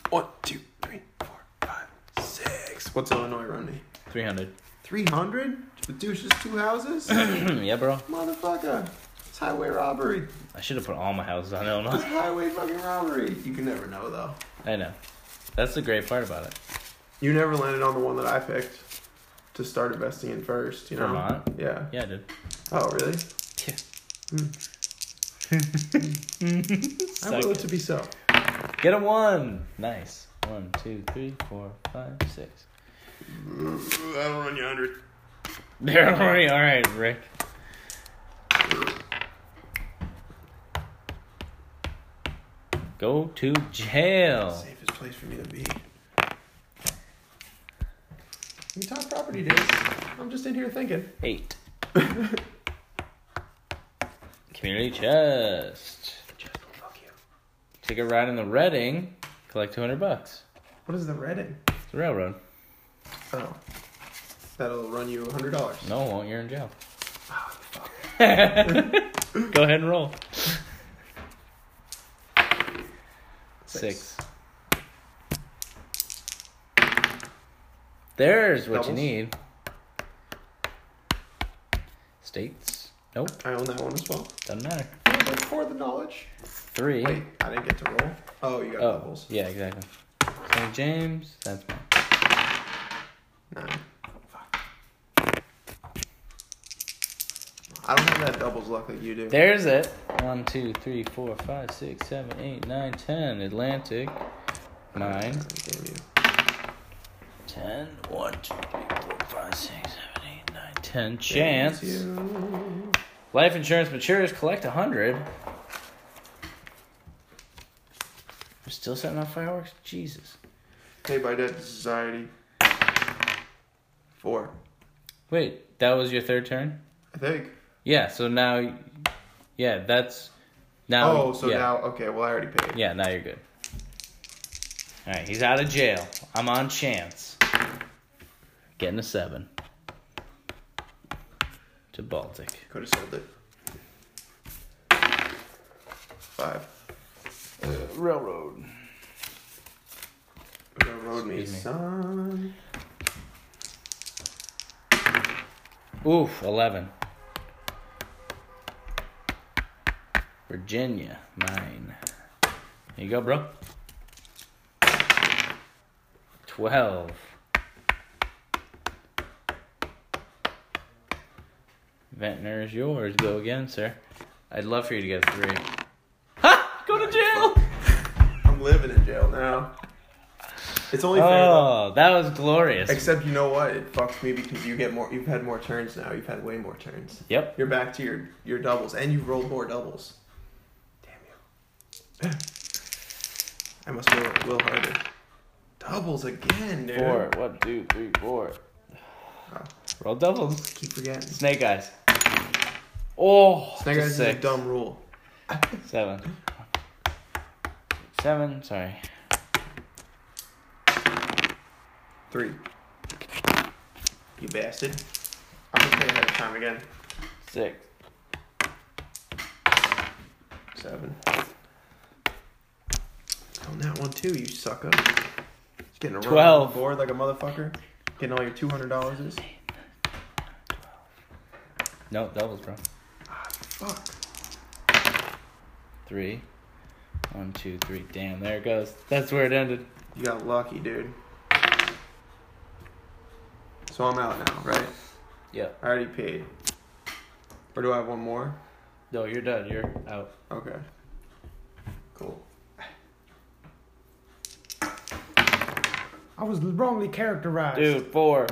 S2: One, two, three, four, five, six. What's Illinois run me?
S1: Three hundred.
S2: Three hundred? But dude, it's just two houses?
S1: yeah, bro.
S2: Motherfucker. It's highway robbery.
S1: I should have put all my houses on Illinois.
S2: It's highway fucking robbery. You can never know though.
S1: I know. That's the great part about it.
S2: You never landed on the one that I picked to start investing in first, you know?
S1: Vermont?
S2: Yeah.
S1: Yeah, dude.
S2: Oh, really?
S1: Yeah.
S2: I will it
S1: Suck
S2: to be so.
S1: it. Get a one. Nice. One, two, three, four, five, six.
S2: That'll run you 100.
S1: They're already all right, Rick. Go to jail.
S2: Safest place for me to be. You talk property days. I'm just in here thinking.
S1: Eight. Community chest.
S2: Just will fuck you.
S1: Take a ride in the Reading. Collect two hundred bucks.
S2: What is the Reading?
S1: It's a railroad.
S2: Oh. That'll run you $100. No.
S1: No, it won't. You're in jail. Go ahead and roll. Six. There's what you
S2: Doubles?
S1: need. States. Nope.
S2: I own that one as well.
S1: Doesn't matter.
S2: For the knowledge.
S1: Three.
S2: Wait, I didn't get to roll. Oh, you got
S1: oh,
S2: doubles.
S1: yeah, exactly. St. James. That's mine.
S2: Nine. Fuck. I don't have that doubles luck like you do.
S1: There's it. One, two, three, four, five, six, seven, eight, nine, ten. Atlantic. Nine.
S2: Damn you.
S1: 10, 1, 2, 3, 4, 5, 6, 7, 8, 9, 10. Chance.
S2: Thank you.
S1: Life insurance matures, collect 100. We're still setting off fireworks? Jesus.
S2: Hey, by Dead Society. Four.
S1: Wait, that was your third turn?
S2: I think.
S1: Yeah, so now. Yeah, that's. Now,
S2: Oh, so
S1: yeah.
S2: now okay. Well, I already paid.
S1: Yeah, now you're good. All right, he's out of jail. I'm on chance. Getting a seven. To Baltic.
S2: Could have sold it. Five.
S1: Railroad.
S2: Railroad me,
S1: Excuse me.
S2: son.
S1: Oof, 11. Virginia, mine. There you go, bro. 12. Ventnor is yours. Go again, sir. I'd love for you to get a three. Ha! Go to jail!
S2: I'm living in jail now. It's only fair. though.
S1: Oh, that was glorious.
S2: Except you know what? It fucks me because you get more. You've had more turns now. You've had way more turns.
S1: Yep.
S2: You're back to your your doubles, and you've rolled more doubles. Damn you! I must will will harder. Doubles again, dude.
S1: Four. One, two, three, four.
S2: Oh,
S1: Roll doubles.
S2: keep forgetting.
S1: Snake eyes. Oh,
S2: Snake eyes
S1: just
S2: is a
S1: six.
S2: dumb rule.
S1: Seven. Seven, sorry.
S2: Three.
S6: You bastard.
S2: I'm gonna pay ahead of time again.
S1: Six.
S2: Seven. On that Oh, one too, you sucker. Getting a roll on the
S1: Twelve.
S2: board like a motherfucker. Getting all your two hundred dollars.
S1: No, doubles, bro.
S2: Fuck.
S1: Three. One, two, three. Damn, there it goes. That's where it ended.
S2: You got lucky, dude. So I'm out now, right?
S1: Yep.
S2: I already paid. Or do I have one more?
S1: No, you're done. You're out.
S2: Okay. Cool. I was wrongly characterized.
S1: Dude, four.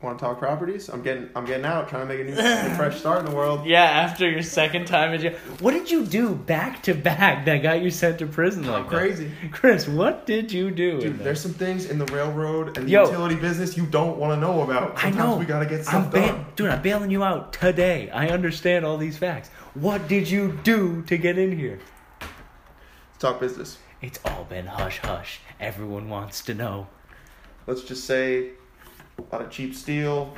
S2: Want to talk properties? I'm getting, I'm getting out, trying to make a new, a fresh start in the world.
S1: Yeah, after your second time in jail. What did you do back to back that got you sent to prison like
S2: I'm crazy.
S1: that? Chris, what did you do? in
S2: Dude,
S1: there?
S2: there's some things in the railroad and the
S1: Yo.
S2: utility business you don't want to know about.
S1: I
S2: Sometimes
S1: know.
S2: we gotta get
S1: I'm
S2: stuff
S1: ba-
S2: done.
S1: Dude, I'm bailing you out today. I understand all these facts. What did you do to get in here?
S2: Let's talk business.
S1: It's all been hush hush. Everyone wants to know.
S2: Let's just say a lot of cheap steel,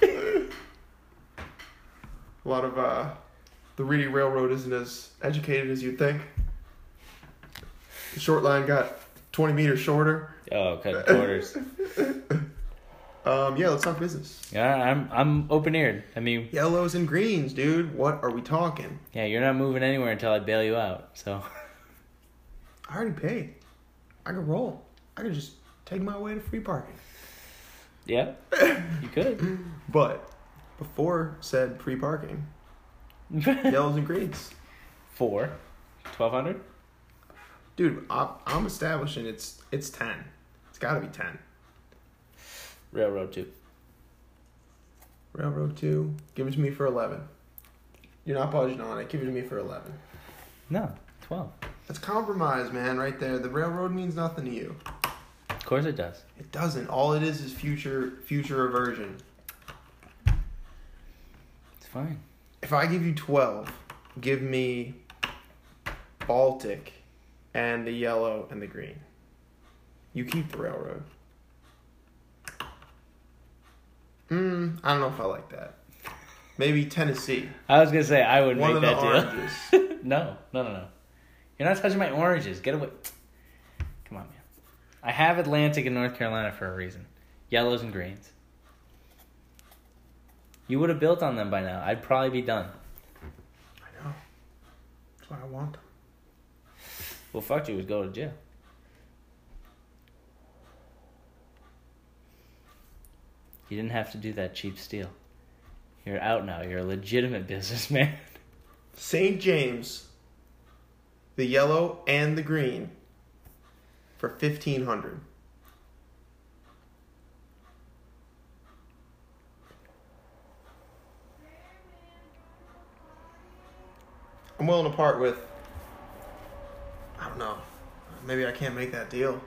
S2: a lot of uh, the Reedy Railroad isn't as educated as you'd think. The short line got 20 meters shorter.
S1: Oh, cut quarters.
S2: Um, yeah, let's talk business.
S1: yeah, I'm I'm open eared. I mean,
S2: Yellows and greens, dude. What are we talking?
S1: yeah, you're not moving anywhere until I bail you out. So
S2: I already paid. I could roll. I could just take my way to free parking.
S1: yeah, you could.
S2: But before said free parking, yellows and greens.
S1: Four. Twelve hundred.
S2: Dude, I'm, I'm establishing it's it's ten. It's got to be ten.
S1: Railroad two.
S2: Railroad two, give it to me for eleven. You're not budging on it. Give it to me for eleven.
S1: No, twelve.
S2: That's compromise, man, right there. The railroad means nothing to you.
S1: Of course it does.
S2: It doesn't. All it is is future future aversion.
S1: It's fine.
S2: If I give you twelve, give me Baltic, and the yellow and the green. You keep the railroad. Hmm, I don't know if I like that. Maybe Tennessee.
S1: I was gonna say I would
S2: One
S1: make
S2: of the
S1: that
S2: oranges.
S1: deal. no, no, no, no. You're not touching my oranges. Get away. Come on, man. I have Atlantic and North Carolina for a reason. Yellows and greens. You would have built on them by now. I'd probably be done.
S2: I know. That's what I want.
S1: Well, fuck you. Would go to jail. You didn't have to do that cheap steal. You're out now. You're a legitimate businessman.
S2: St. James, the yellow and the green, for fifteen hundred. I'm willing to part with. I don't know. Maybe I can't make that deal.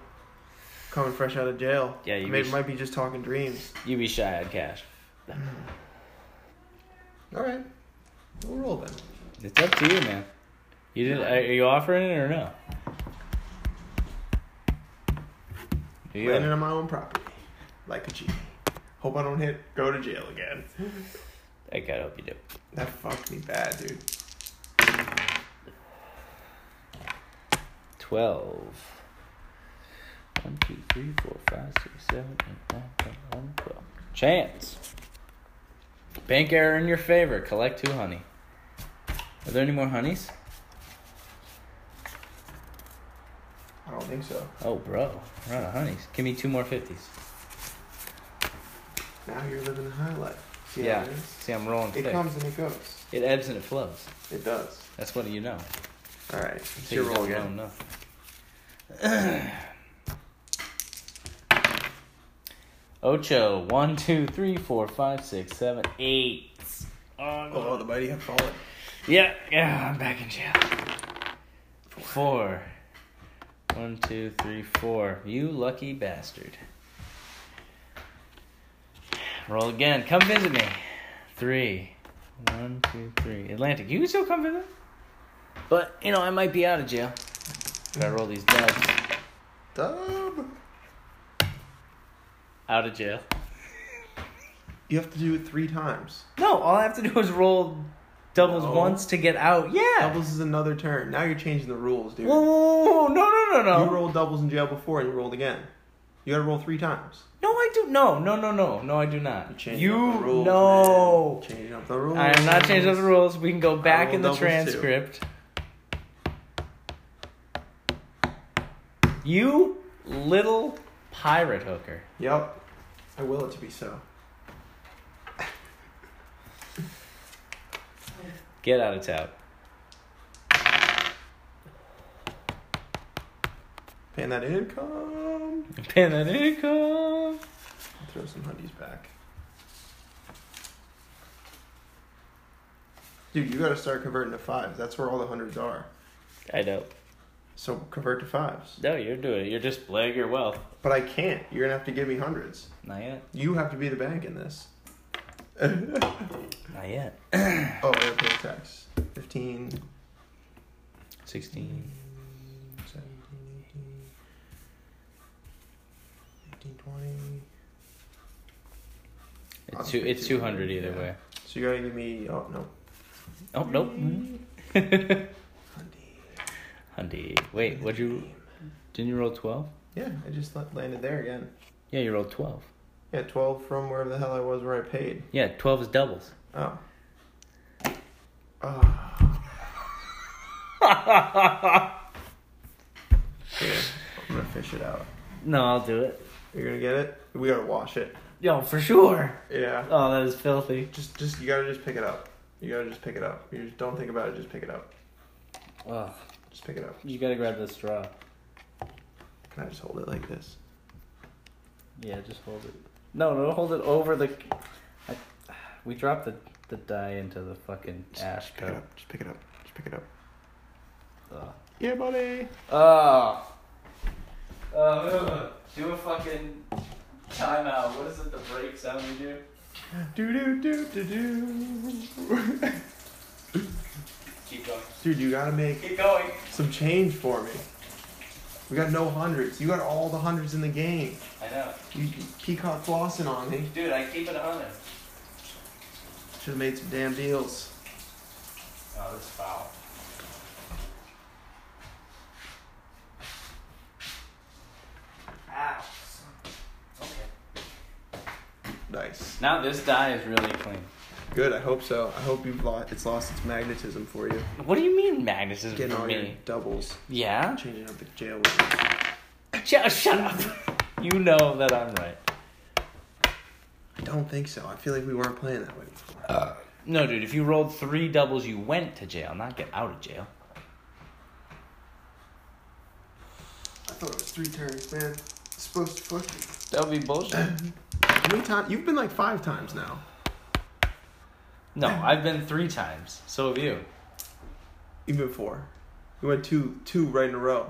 S2: Coming fresh out of jail.
S1: Yeah, you
S2: maybe
S1: be-
S2: might be just talking dreams.
S1: you be shy on cash.
S2: All right.
S7: We'll roll then.
S1: It's up to you, man. You did? Are you offering it or no? Do you?
S2: Landing on my own property, like a G. Hope I don't hit go to jail again.
S1: I gotta hope you do.
S2: That fucked me bad, dude.
S1: Twelve. One, two, three, four, five, six, seven, eight, nine, ten, eleven, twelve. Chance. Bank error in your favor. Collect two honey. Are there any more honeys?
S2: I don't think so.
S1: Oh, bro, we're out of honeys. Give me two more fifties.
S2: Now you're living the high life. See
S1: Yeah.
S2: How it is?
S1: See, I'm rolling
S2: It
S1: thick.
S2: comes and it goes.
S1: It ebbs and it flows.
S2: It does.
S1: That's what you know.
S2: All right. It's
S1: So you
S2: your roll
S1: don't know
S2: again.
S1: nothing. Ocho, one, two, three, four, five, six, seven, eight. Oh, no.
S2: Oh, the mighty have fallen.
S1: Yeah, yeah, I'm back in jail. Four. One, two, three, four. You lucky bastard. Roll again. Come visit me. Three. One, two, three. Atlantic. You can still come visit. But, you know, I might be out of jail. Gotta roll these dice.
S2: Dub.
S1: Out of jail.
S2: You have to do it three times.
S1: No, all I have to do is roll doubles
S2: No.
S1: once to get out. Yeah.
S2: Doubles is another turn. Now you're changing the rules, dude.
S1: Whoa, whoa, whoa, whoa. No, no, no, no.
S2: You rolled doubles in jail before and you rolled again. You gotta roll three times.
S1: No, I do. No, no, no, no, no, I do
S2: You're
S1: not.
S2: changing
S1: You
S2: up the rules,
S1: no.
S2: man. Changing up the rules.
S1: I am not changing up the rules. We can go back
S2: will
S1: in the
S2: doubles, too.
S1: transcript. You little pirate hooker.
S2: Yep. I will it to be so.
S1: Get out of town.
S2: Paying that income.
S1: Pin that income.
S2: Throw some hundies back. Dude, you gotta start converting to fives. That's where all the hundreds are.
S1: I know.
S2: So convert to fives.
S1: No, you're doing it. You're just displaying your wealth.
S2: But I can't. You're gonna have to give me hundreds.
S1: Not yet.
S2: You have to be the bank in this.
S1: Not yet.
S2: Oh, airport tax. 15,
S1: 16.
S2: 17, 18, 19, 20.
S1: It's, two, it's 200 either
S2: Yeah.
S1: way.
S2: So you gotta give me. Oh, no.
S1: Oh, nope.
S2: Hundy.
S1: Hundy. Wait, what'd you. Didn't you roll 12?
S2: Yeah, I just la- landed there again.
S1: Yeah, you rolled 12.
S2: Yeah, 12 from wherever the hell I was where I paid.
S1: Yeah, 12 is doubles.
S2: Oh. Oh. Yeah, I'm gonna fish it out.
S1: No, I'll do it.
S2: You're gonna get it? We gotta wash it.
S1: Yo, for sure.
S2: Yeah.
S1: Oh, that is filthy.
S2: Just, just you gotta just pick it up. You gotta just pick it up. You just don't think about it. Just pick it up.
S1: Oh,
S2: Just pick it up.
S1: you gotta grab the straw.
S2: Can I just hold it like this?
S1: Yeah, just hold it. No, no, hold it over the. I, we dropped the, the dye into the fucking ash
S2: Just pick it
S1: cup.
S2: up. Just pick it up. Just pick it up.
S1: Ugh.
S2: Yeah, buddy.
S1: Oh. Uh, do a fucking timeout. What is it, the break sound you do?
S2: Do do do do do.
S1: Keep going.
S2: Dude, you gotta make
S1: Keep going.
S2: some change for me. We got no hundreds. You got all the hundreds in the game.
S1: I know.
S2: You peacock flossing on me.
S1: Dude, I keep it on it.
S2: Should have made some damn deals.
S1: Oh, that's foul. Ow. Okay.
S2: Nice.
S1: Now this die is really clean.
S2: Good. I hope so. I hope you've lost. It's lost its magnetism for you.
S1: What do you mean Magnus is
S2: Getting
S1: for
S2: all your
S1: me?
S2: doubles.
S1: Yeah?
S2: Changing up the jail. rules.
S1: Shut, shut up. You know that I'm right.
S2: I don't think so. I feel like we weren't playing that way before.
S1: No, dude, if you rolled three doubles, you went to jail, not get out of jail.
S2: I thought it was three turns, man. It's supposed to fuck you.
S1: That would be bullshit.
S2: How many times? You've been like five times now.
S1: No, I've been three times. So have you.
S2: You've been four. You went two, two right in a row.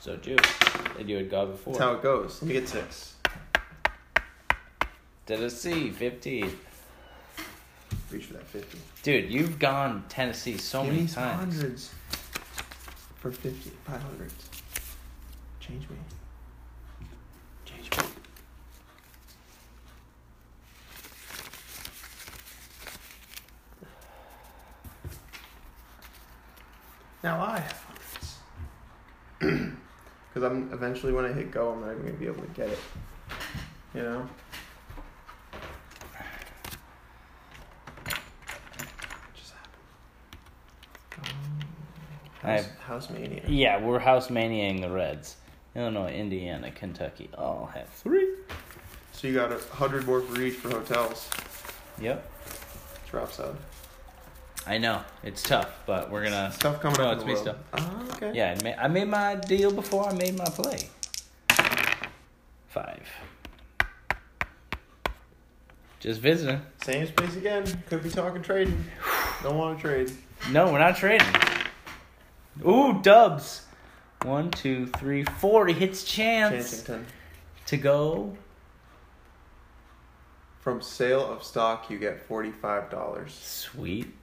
S1: So do you. And you had gone before.
S2: That's how it goes. Let me get six.
S1: Tennessee, 15.
S2: Reach for that 50.
S1: Dude, you've gone Tennessee so
S2: Give
S1: many
S2: me some
S1: times.
S2: hundreds for 50, 500. Change me. Change me. Now I have hundreds. Because I'm eventually when I hit go, I'm not even gonna be able to get it. You know. Just happened. Um,
S1: I
S2: house, house mania.
S1: Yeah, we're house maniaing the Reds. Illinois, Indiana, Kentucky all have three.
S2: So you got a hundred more for each for hotels.
S1: Yep.
S2: It's rough, son.
S1: I know. It's tough, but we're gonna.
S2: Stuff coming
S1: No,
S2: up.
S1: it's
S2: in the
S1: me
S2: world. Oh, okay.
S1: Yeah, I made, I made my deal before I made my play. Five. Just visiting.
S2: Same space again. Could be talking trading. Don't want to trade.
S1: No, we're not trading. Ooh, dubs. One, two, three, four. He hits chance
S2: Chancington.
S1: to go.
S2: From sale of stock, you get forty-five dollars.
S1: Sweet.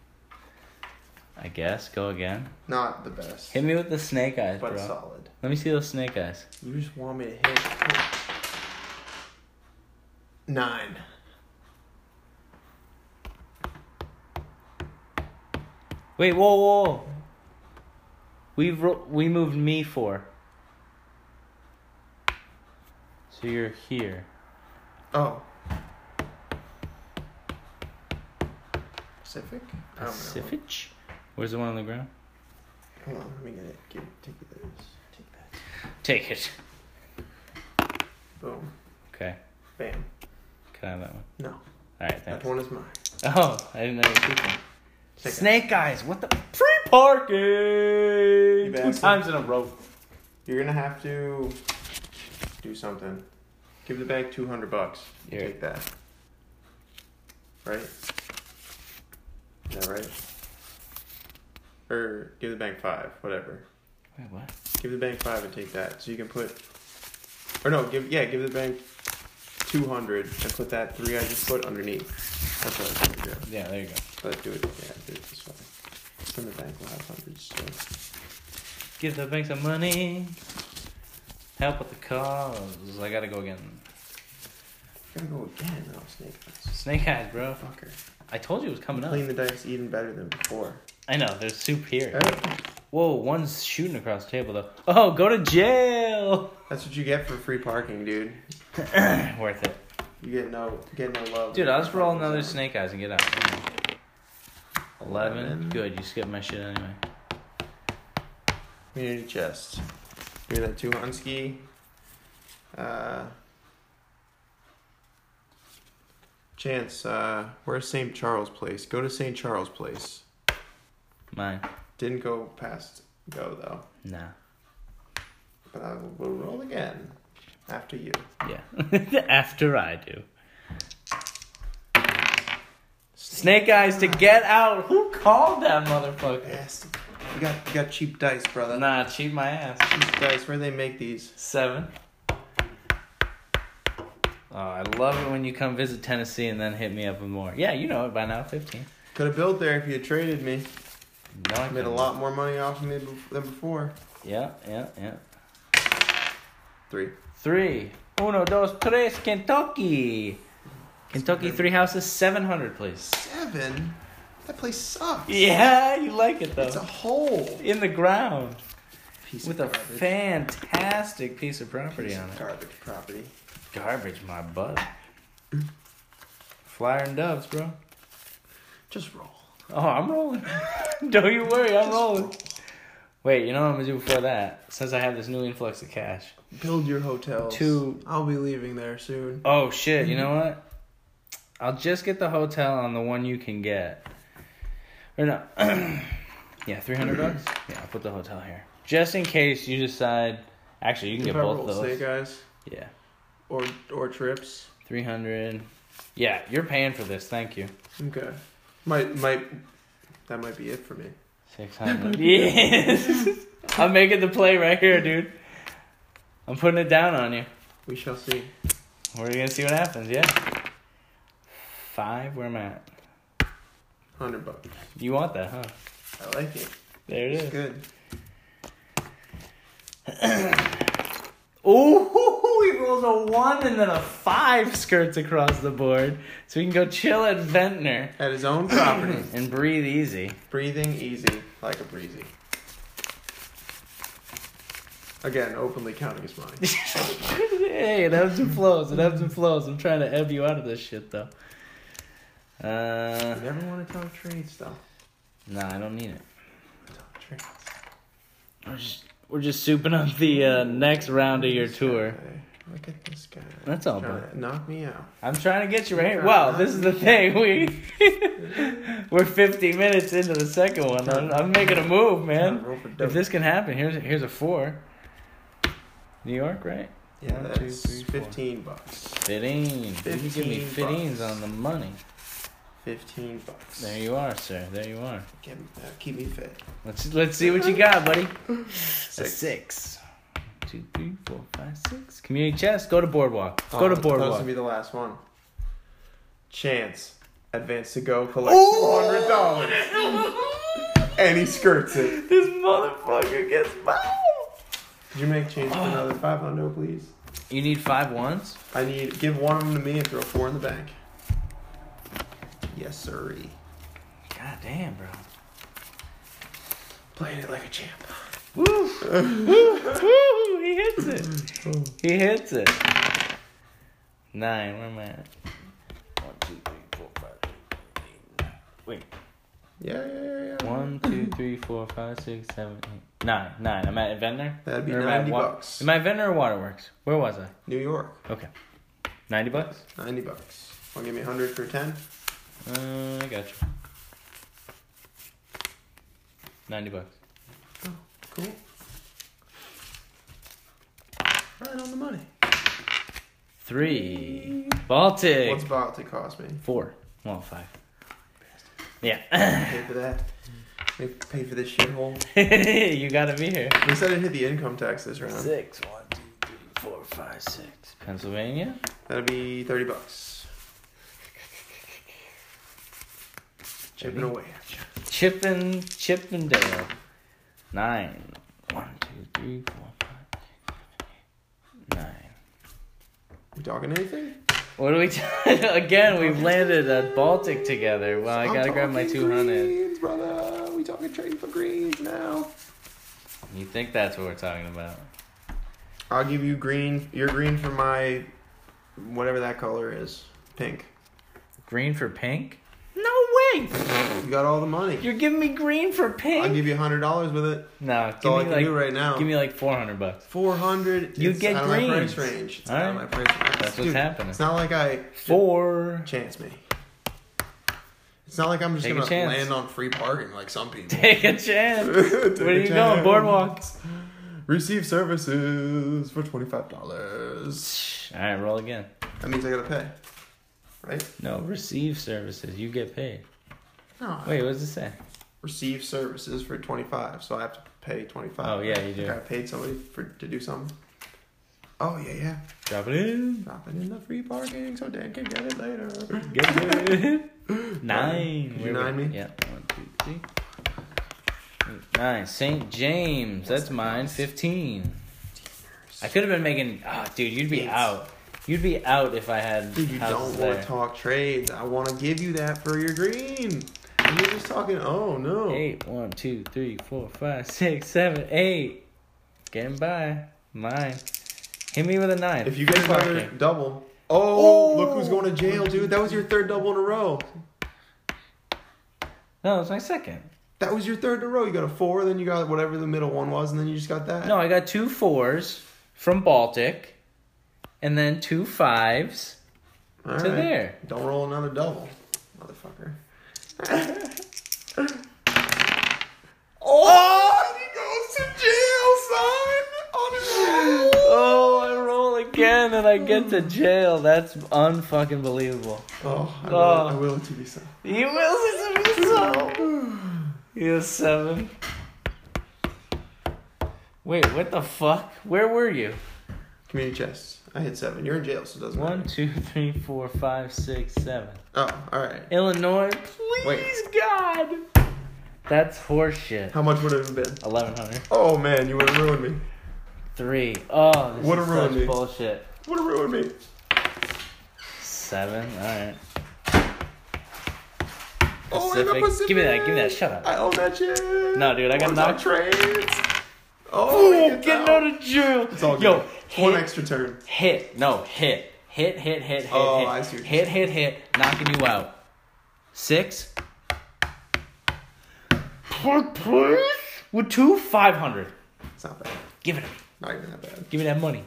S1: I guess. Go again.
S2: Not the best,
S1: Hit me with the snake eyes,
S2: but
S1: bro.
S2: solid.
S1: Let me see those snake eyes.
S2: You just want me to hit nine.
S1: Wait, whoa, whoa. We ro- we moved me four. So you're here.
S2: Oh. Pacific. I don't know.
S1: Pacific. Where's the one on the ground?
S2: Hold on, let me get it. Give, take you those. Take that.
S1: Take it.
S2: Boom.
S1: Okay.
S2: Bam.
S1: Can I have that one?
S2: No,
S1: All right.
S2: that
S1: Thanks.
S2: one is mine.
S1: Oh, I didn't know you were peeking.
S2: Take it.
S1: Snake eyes. What the free parking? Two
S2: bastard.
S1: times in a row.
S2: You're gonna have to do something. Give the bank two hundred bucks. You
S1: Here.
S2: Take that. Right? Is that right? Or give the bank five, whatever.
S1: Wait, what?
S2: Give the bank five and take that, so you can put. Or no, give yeah, give the bank two hundred and put that three I just put underneath. That's what I was gonna do.
S1: Yeah, there you go.
S2: But do it. Yeah, do it this way. Then the bank will have hundreds. So.
S1: Give the bank some money. Help with the cause. I gotta go again.
S2: Gotta go again. Oh, snake. eyes.
S1: Snake eyes, bro.
S2: Fucker.
S1: I told you it was coming up.
S2: Clean the dice even better than before.
S1: I know, there's soup here.
S2: Alright.
S1: Whoa, one's shooting across the table though. Oh, go to jail!
S2: That's what you get for free parking, dude.
S1: Worth it.
S2: You get no, get no love.
S1: Dude, I'll just roll another snake eyes and get out. 11. Good, you skipped my shit anyway.
S2: Community chest. Give me that two Hunsky. Uh, Chance, uh, where's St. Charles Place? Go to St. Charles Place.
S1: Mine.
S2: Didn't go past go though,
S1: Nah.
S2: but I will will roll again after you.
S1: Yeah. After I do. Snake eyes to get out! Who called that motherfucker?
S2: Bastard. You got, you got cheap dice, brother.
S1: Nah, cheat my ass.
S2: Cheap dice. Where they make these?
S1: Seven. Oh, I love it when you come visit Tennessee and then hit me up with more. Yeah, you know it by now. Fifteen.
S2: Could have built there if you had traded me.
S1: No, I
S2: Made a
S1: couldn't.
S2: lot more money off of me bef- than before.
S1: Yeah, yeah, yeah.
S2: Three.
S1: Three. Uno, dos, tres. Kentucky. Kentucky three houses, seven hundred, please.
S2: Seven? That place sucks.
S1: Yeah, you like it
S2: It's a
S1: though.
S2: hole.
S1: In the ground
S2: Piece
S1: with a fantastic piece of property
S2: Piece
S1: on
S2: of
S1: it.
S2: garbage property.
S1: Garbage, my butt. Flyer and doves, bro.
S2: Just roll.
S1: Oh, I'm rolling. Don't you worry, I'm
S2: Just
S1: rolling. Wait, you know what I'm gonna do before that? Since I have this new influx of cash.
S2: Build your hotels.
S1: Two.
S2: I'll be leaving there soon.
S1: Oh shit! You know what? I'll just get the hotel on the one you can get. Or no? yeah, three hundred
S2: Mm-hmm.
S1: bucks. Yeah, I'll put the hotel here just in case you decide. Actually, you can
S2: if
S1: get
S2: I
S1: both
S2: roll
S1: those.
S2: Snake Eyes
S1: Yeah,
S2: or or trips.
S1: three hundred. Yeah, you're paying for this. Thank you.
S2: Okay. Might might that might be it for me.
S1: Six hundred. Yes. I'm making the play right here, dude. I'm putting it down on you.
S2: We shall see.
S1: We're gonna see what happens, yeah. Five, where am I at?
S2: Hundred bucks.
S1: You want that, huh?
S2: I like it.
S1: There it
S2: It's
S1: is.
S2: good.
S1: Ooh, he rolls a one and then a five skirts across the board. So we can go chill at Ventnor
S2: At his own property.
S1: and breathe easy.
S2: Breathing easy like a breezy. Again, openly counting his money.
S1: hey, it ebbs and flows. It ebbs and flows. I'm trying to ebb you out of this shit, though. Uh,
S2: You never want to talk trades though.
S1: no, I don't need it.
S2: Talk trades.
S1: We're just, we're just souping up the uh, next round of your
S2: This
S1: tour.
S2: guy. Look at this guy.
S1: That's all, bro.
S2: Trying to knock me out.
S1: I'm trying to get you right here. Well, this is the thing. We we're 50 minutes into the second one. I'm, I'm making a move,
S2: Trying
S1: man.
S2: to roll for double.
S1: If this can happen, here's here's a four. New York, right?
S2: yeah,
S1: One, two,
S2: that's
S1: three, four.
S2: fifteen bucks.
S1: Fitting. You give me
S2: 15
S1: fittings
S2: bucks.
S1: on the money.
S2: Fifteen bucks.
S1: There you are, sir. There you are.
S2: Get, uh, keep me fit.
S1: Let's let's see what you got, buddy. A six. Two, three, four, five, six. Community chess. Go to boardwalk. Go to
S2: Oh, That was gonna
S1: boardwalk.
S2: be the last one. Chance. Advance to go collect two hundred dollars. And he skirts it.
S1: This motherfucker gets bombed.
S2: Could you make change for another five hundo, please?
S1: You need five ones.
S2: I need give one of them to me and throw four in the bank. Yes, sir.
S1: God damn, bro.
S2: Playing it like a champ.
S1: Woo! Woo! Woo! He hits it. He hits it. Nine. Where am I at? One, two, three, four, five, six, seven, eight, nine. Wait.
S2: Yeah, yeah, yeah, yeah.
S1: One, two, three, four, five, six, seven, eight, nine. Nine. I'm at Ventnor.
S2: That'd be
S1: Or am I at
S2: 90
S1: Wa-
S2: bucks.
S1: Am I at Ventnor or Waterworks? Where was I?
S2: New York,
S1: Okay. Ninety bucks.
S2: ninety bucks. Want to give me hundred for ten?
S1: Uh, I got you. Ninety bucks.
S2: Cool. Right on the money.
S1: Three. Baltic.
S2: What's Baltic cost me?
S1: Four. Well, five. Yeah.
S2: Pay for that. Make- Pay for this shithole.
S1: you gotta be here.
S2: We said it hit the income tax this round.
S1: Six, one, two, three, four, five, six. Pennsylvania.
S2: That'd be thirty bucks. Chipping away. at ya.
S1: Chippin, Chippendale. Nine. One, two, three, four, five, six, seven, eight, nine.
S2: We talking anything?
S1: What are we doing? Again, we've landed at Baltic together. Well, I
S2: I'm
S1: gotta grab my
S2: talking
S1: 200.
S2: Greens, brother. We talking trading for greens now.
S1: You think that's what we're talking about?
S2: I'll give you green. Your green for my whatever that color is. Pink.
S1: Green for pink? No way!
S2: You got all the money.
S1: You're giving me green for
S2: I'll
S1: pink?
S2: give you hundred dollars with it.
S1: No,
S2: That's
S1: give
S2: all I
S1: me
S2: can
S1: like
S2: do right now.
S1: give me like 400 bucks.
S2: four hundred.
S1: You
S2: it's
S1: get
S2: out of my
S1: greens.
S2: price range. It's
S1: All
S2: out of my
S1: right.
S2: price range.
S1: That's what's
S2: Dude,
S1: happening.
S2: It's not like I
S1: Four.
S2: chance me. It's not like I'm just
S1: Take a
S2: gonna
S1: chance.
S2: land on free bargain like some people.
S1: Take a chance.
S2: Take
S1: Where are
S2: a
S1: you going?
S2: chance.
S1: Boardwalk.
S2: Receive services for twenty five dollars.
S1: All right, roll again.
S2: That means I gotta pay, right?
S1: No, receive services. You get paid.
S2: No.
S1: Wait, what does it say?
S2: receive services for 25 so i have to pay 25
S1: Oh, yeah, you do.
S2: Like, i paid somebody for to do something oh yeah yeah
S1: Drop it in.
S2: drop it in the free parking so dan can get it later
S1: Get it. Nine.
S2: Did you
S1: Where
S2: nine
S1: we-
S2: me?
S1: Yeah. One, two, three. Eight, Nine. St. James. That's mine. Fifteen. I could have been making. Ah, dude, you'd be
S2: Yes.
S1: out. You'd be out if I had
S2: dude you
S1: houses
S2: don't want
S1: there.
S2: to talk trades i want to give you that for your green and you're just talking oh no
S1: Eight. One, two, three, four, five, six, seven, eight. Getting by. Mine. Hit me with a nine.
S2: if you get another
S1: Parking.
S2: double oh,
S1: Oh!
S2: look who's going to jail dude that was your third double in a row
S1: No, it's my second.
S2: that was your third in a row you got a four then you got whatever the middle one was and then you just got that
S1: No, I got two fours from Baltic, and then two fives
S2: All
S1: to
S2: right.
S1: there.
S2: Don't roll another double, motherfucker. oh, he goes to jail, son.
S1: Oh, I roll again, and I get to jail. That's unfucking believable.
S2: Oh, I will,
S1: Oh.
S2: I will to be so.
S1: You will see so. You a seven. Wait, what the fuck? Where were you?
S2: Community chest. I hit seven. You're in jail, so it doesn't
S1: One,
S2: matter.
S1: two, three, four, five, six, seven.
S2: Oh, all right.
S1: Illinois, please God. That's horseshit.
S2: How much would it have been?
S1: Eleven hundred.
S2: Oh man, you would have ruined me.
S1: Three. Oh, this
S2: Would've
S1: is
S2: ruined
S1: such
S2: me.
S1: bullshit.
S2: Would have ruined me.
S1: Seven. All right.
S2: Oh, and the
S1: Pacific. Give me that, give me that,
S2: Pacific.
S1: shut up.
S2: I own that shit.
S1: No, dude, I got
S2: One's on
S1: knocked.
S2: trades.
S1: Ooh,
S2: Oh,
S1: getting out of jail.
S2: It's all good.
S1: Yo,
S2: One
S1: hit,
S2: extra turn.
S1: hit, no, hit, hit, hit, hit, hit,
S2: Oh,
S1: hit,
S2: I see what you're
S1: hit, hit, hit, knocking you out. Six. Plug, please. With two, five hundred.
S2: It's not bad.
S1: Give it to me.
S2: Not even that bad.
S1: Give me that money.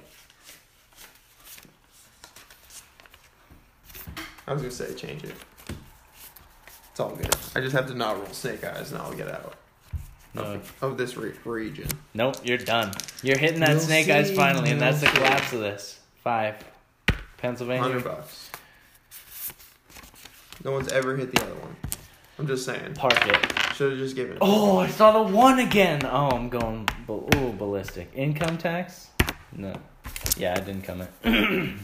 S2: I was gonna say change it. It's all good. I just have to not roll snake eyes, and I'll get out
S1: No.
S2: of this re- region.
S1: Nope, you're done. You're hitting that
S2: We'll
S1: snake eyes
S2: see,
S1: finally, and
S2: we'll
S1: that's the
S2: see.
S1: collapse of this. Five.
S2: Hundred
S1: Pennsylvania.
S2: bucks. No one's ever hit the other one. I'm just saying.
S1: Park it.
S2: Should have just given it.
S1: Oh, I saw the one again. Oh, I'm going bal- ooh, ballistic. Income tax? No. Yeah, I didn't come in.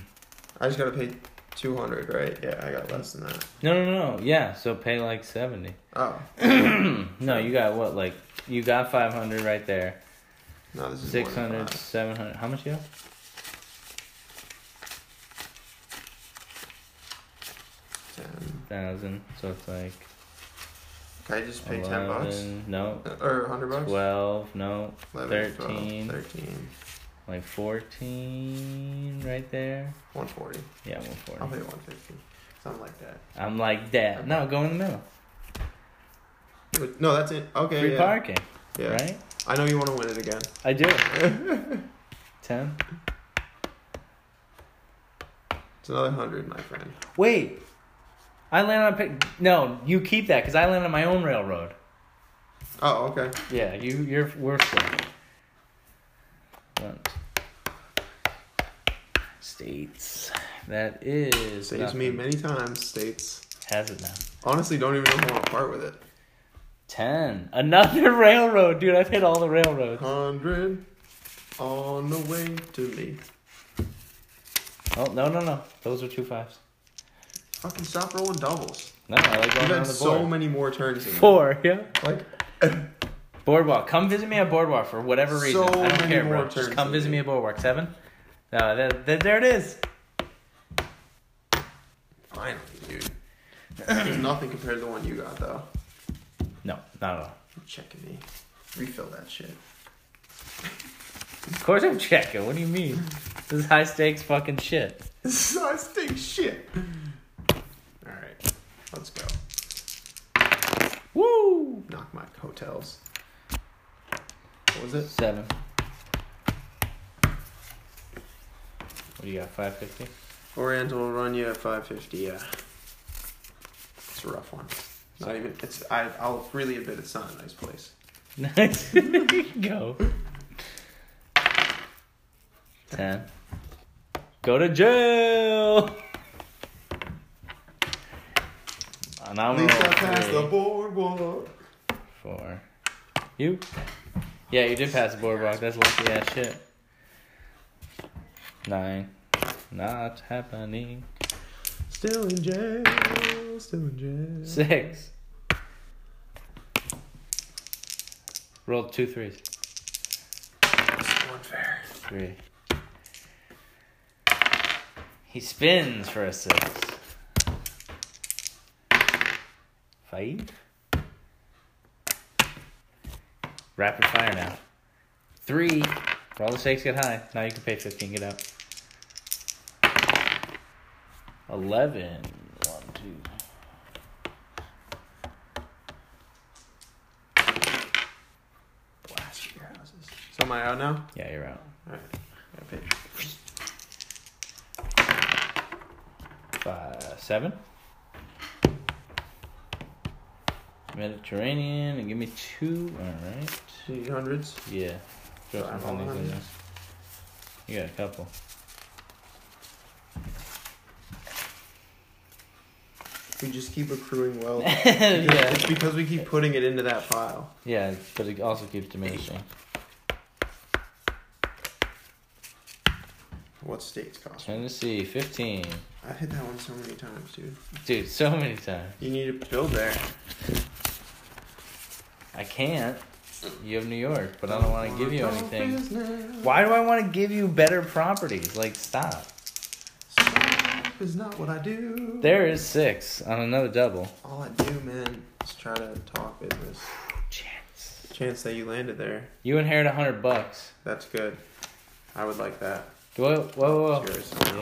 S2: I just gotta pay two hundred, right? Yeah, I got less than that.
S1: No, no, no. Yeah, so pay like 70.
S2: Oh,
S1: No, you got what? Like, you got 500 right there.
S2: no, this is more than
S1: 600,
S2: five.
S1: 700. How much you have?
S2: Ten.
S1: 1,000. So it's like.
S2: Can I just pay ten bucks
S1: 11, No.
S2: Uh, or hundred bucks?
S1: 12, no.
S2: 11, 12,
S1: 13.
S2: 13,
S1: Like 14 right there.
S2: 140.
S1: Yeah,
S2: I'll
S1: 140.
S2: pay one fifty, something like that.
S1: I'm like that. No, go in the middle.
S2: But- No, that's it. Okay,
S1: Free
S2: yeah,
S1: parking,
S2: yeah.
S1: right?
S2: I know you want to win it again.
S1: I do. 10.
S2: It's another hundred, my friend.
S1: Wait. I land on pick. No, you keep that because I land on my own railroad.
S2: Oh, okay.
S1: Yeah, you you're we're set. One. States. That is.
S2: Saves me
S1: nothing.
S2: many times. States.
S1: Has it now.
S2: Honestly, don't even know if I want to part with it.
S1: Ten. Another railroad, dude. I've hit all the railroads.
S2: Hundred on the way to me.
S1: Oh no no no. Those are two fives.
S2: Fucking stop rolling doubles.
S1: No, I like
S2: You've
S1: going on
S2: had
S1: the board.
S2: so many more turns. Than me.
S1: Four. Yeah.
S2: Like
S1: Boardwalk. Come visit me at Boardwalk for whatever
S2: So
S1: reason. I don't
S2: many
S1: care,
S2: more
S1: bro. Just
S2: turns
S1: come
S2: to
S1: visit
S2: do.
S1: me at Boardwalk. Seven. No, that, that, there it is.
S2: finally, dude. There's nothing compared to the one you got though.
S1: No, not at all.
S2: You're checking me. Refill that shit.
S1: Of course I'm checking. What do you mean? This is high stakes fucking shit.
S2: I stink shit. All right, let's go.
S1: Woo!
S2: Knock my hotels. What was it?
S1: Seven. What do you got? Five fifty.
S2: Oriental will run you at 550. Yeah, it's a rough one. Not even. It's. I. I'll really admit it's not a nice place.
S1: Nice. Go. Ten. Go to jail. And I'm
S2: At least I
S1: roll
S2: passed
S1: three,
S2: the boardwalk.
S1: Four. You. Yeah, you did pass the boardwalk. That's lucky ass shit. Nine. Not happening.
S2: Still in jail. Still in jail.
S1: Six. Roll two threes.
S2: So unfair.
S1: Three. He spins for a six. Five. Rapid fire now. Three. Roll the stakes, get high. Now you can pay 15, get out. 11. One, two.
S2: Blast your houses. So am I out now?
S1: Yeah, you're out.
S2: All right. I gotta pay.
S1: Five, seven. Mediterranean, and give me two. All right.
S2: Do you need hundreds?
S1: Yeah. Throw
S2: Five
S1: some honeys in
S2: hundred.
S1: there. You got a couple.
S2: We just keep accruing wealth.
S1: yeah.
S2: It's because we keep putting it into that pile.
S1: Yeah, but it also keeps diminishing.
S2: what states cost. more.
S1: Tennessee, 15.
S2: I've hit that one so many times, dude.
S1: Dude, so many times.
S2: You need to build there.
S1: I can't. You have New York, but I don't want to give you
S2: Wanna go
S1: anything.
S2: business.
S1: Why do I want to give you better properties? Like, stop.
S2: Stop is not what I do.
S1: There is six on another double.
S2: All I do, man, is try to talk business.
S1: Chance.
S2: Chance that you landed there.
S1: You inherit a hundred bucks.
S2: That's good. I would like that.
S1: Whoa, whoa, whoa.
S2: It's yours.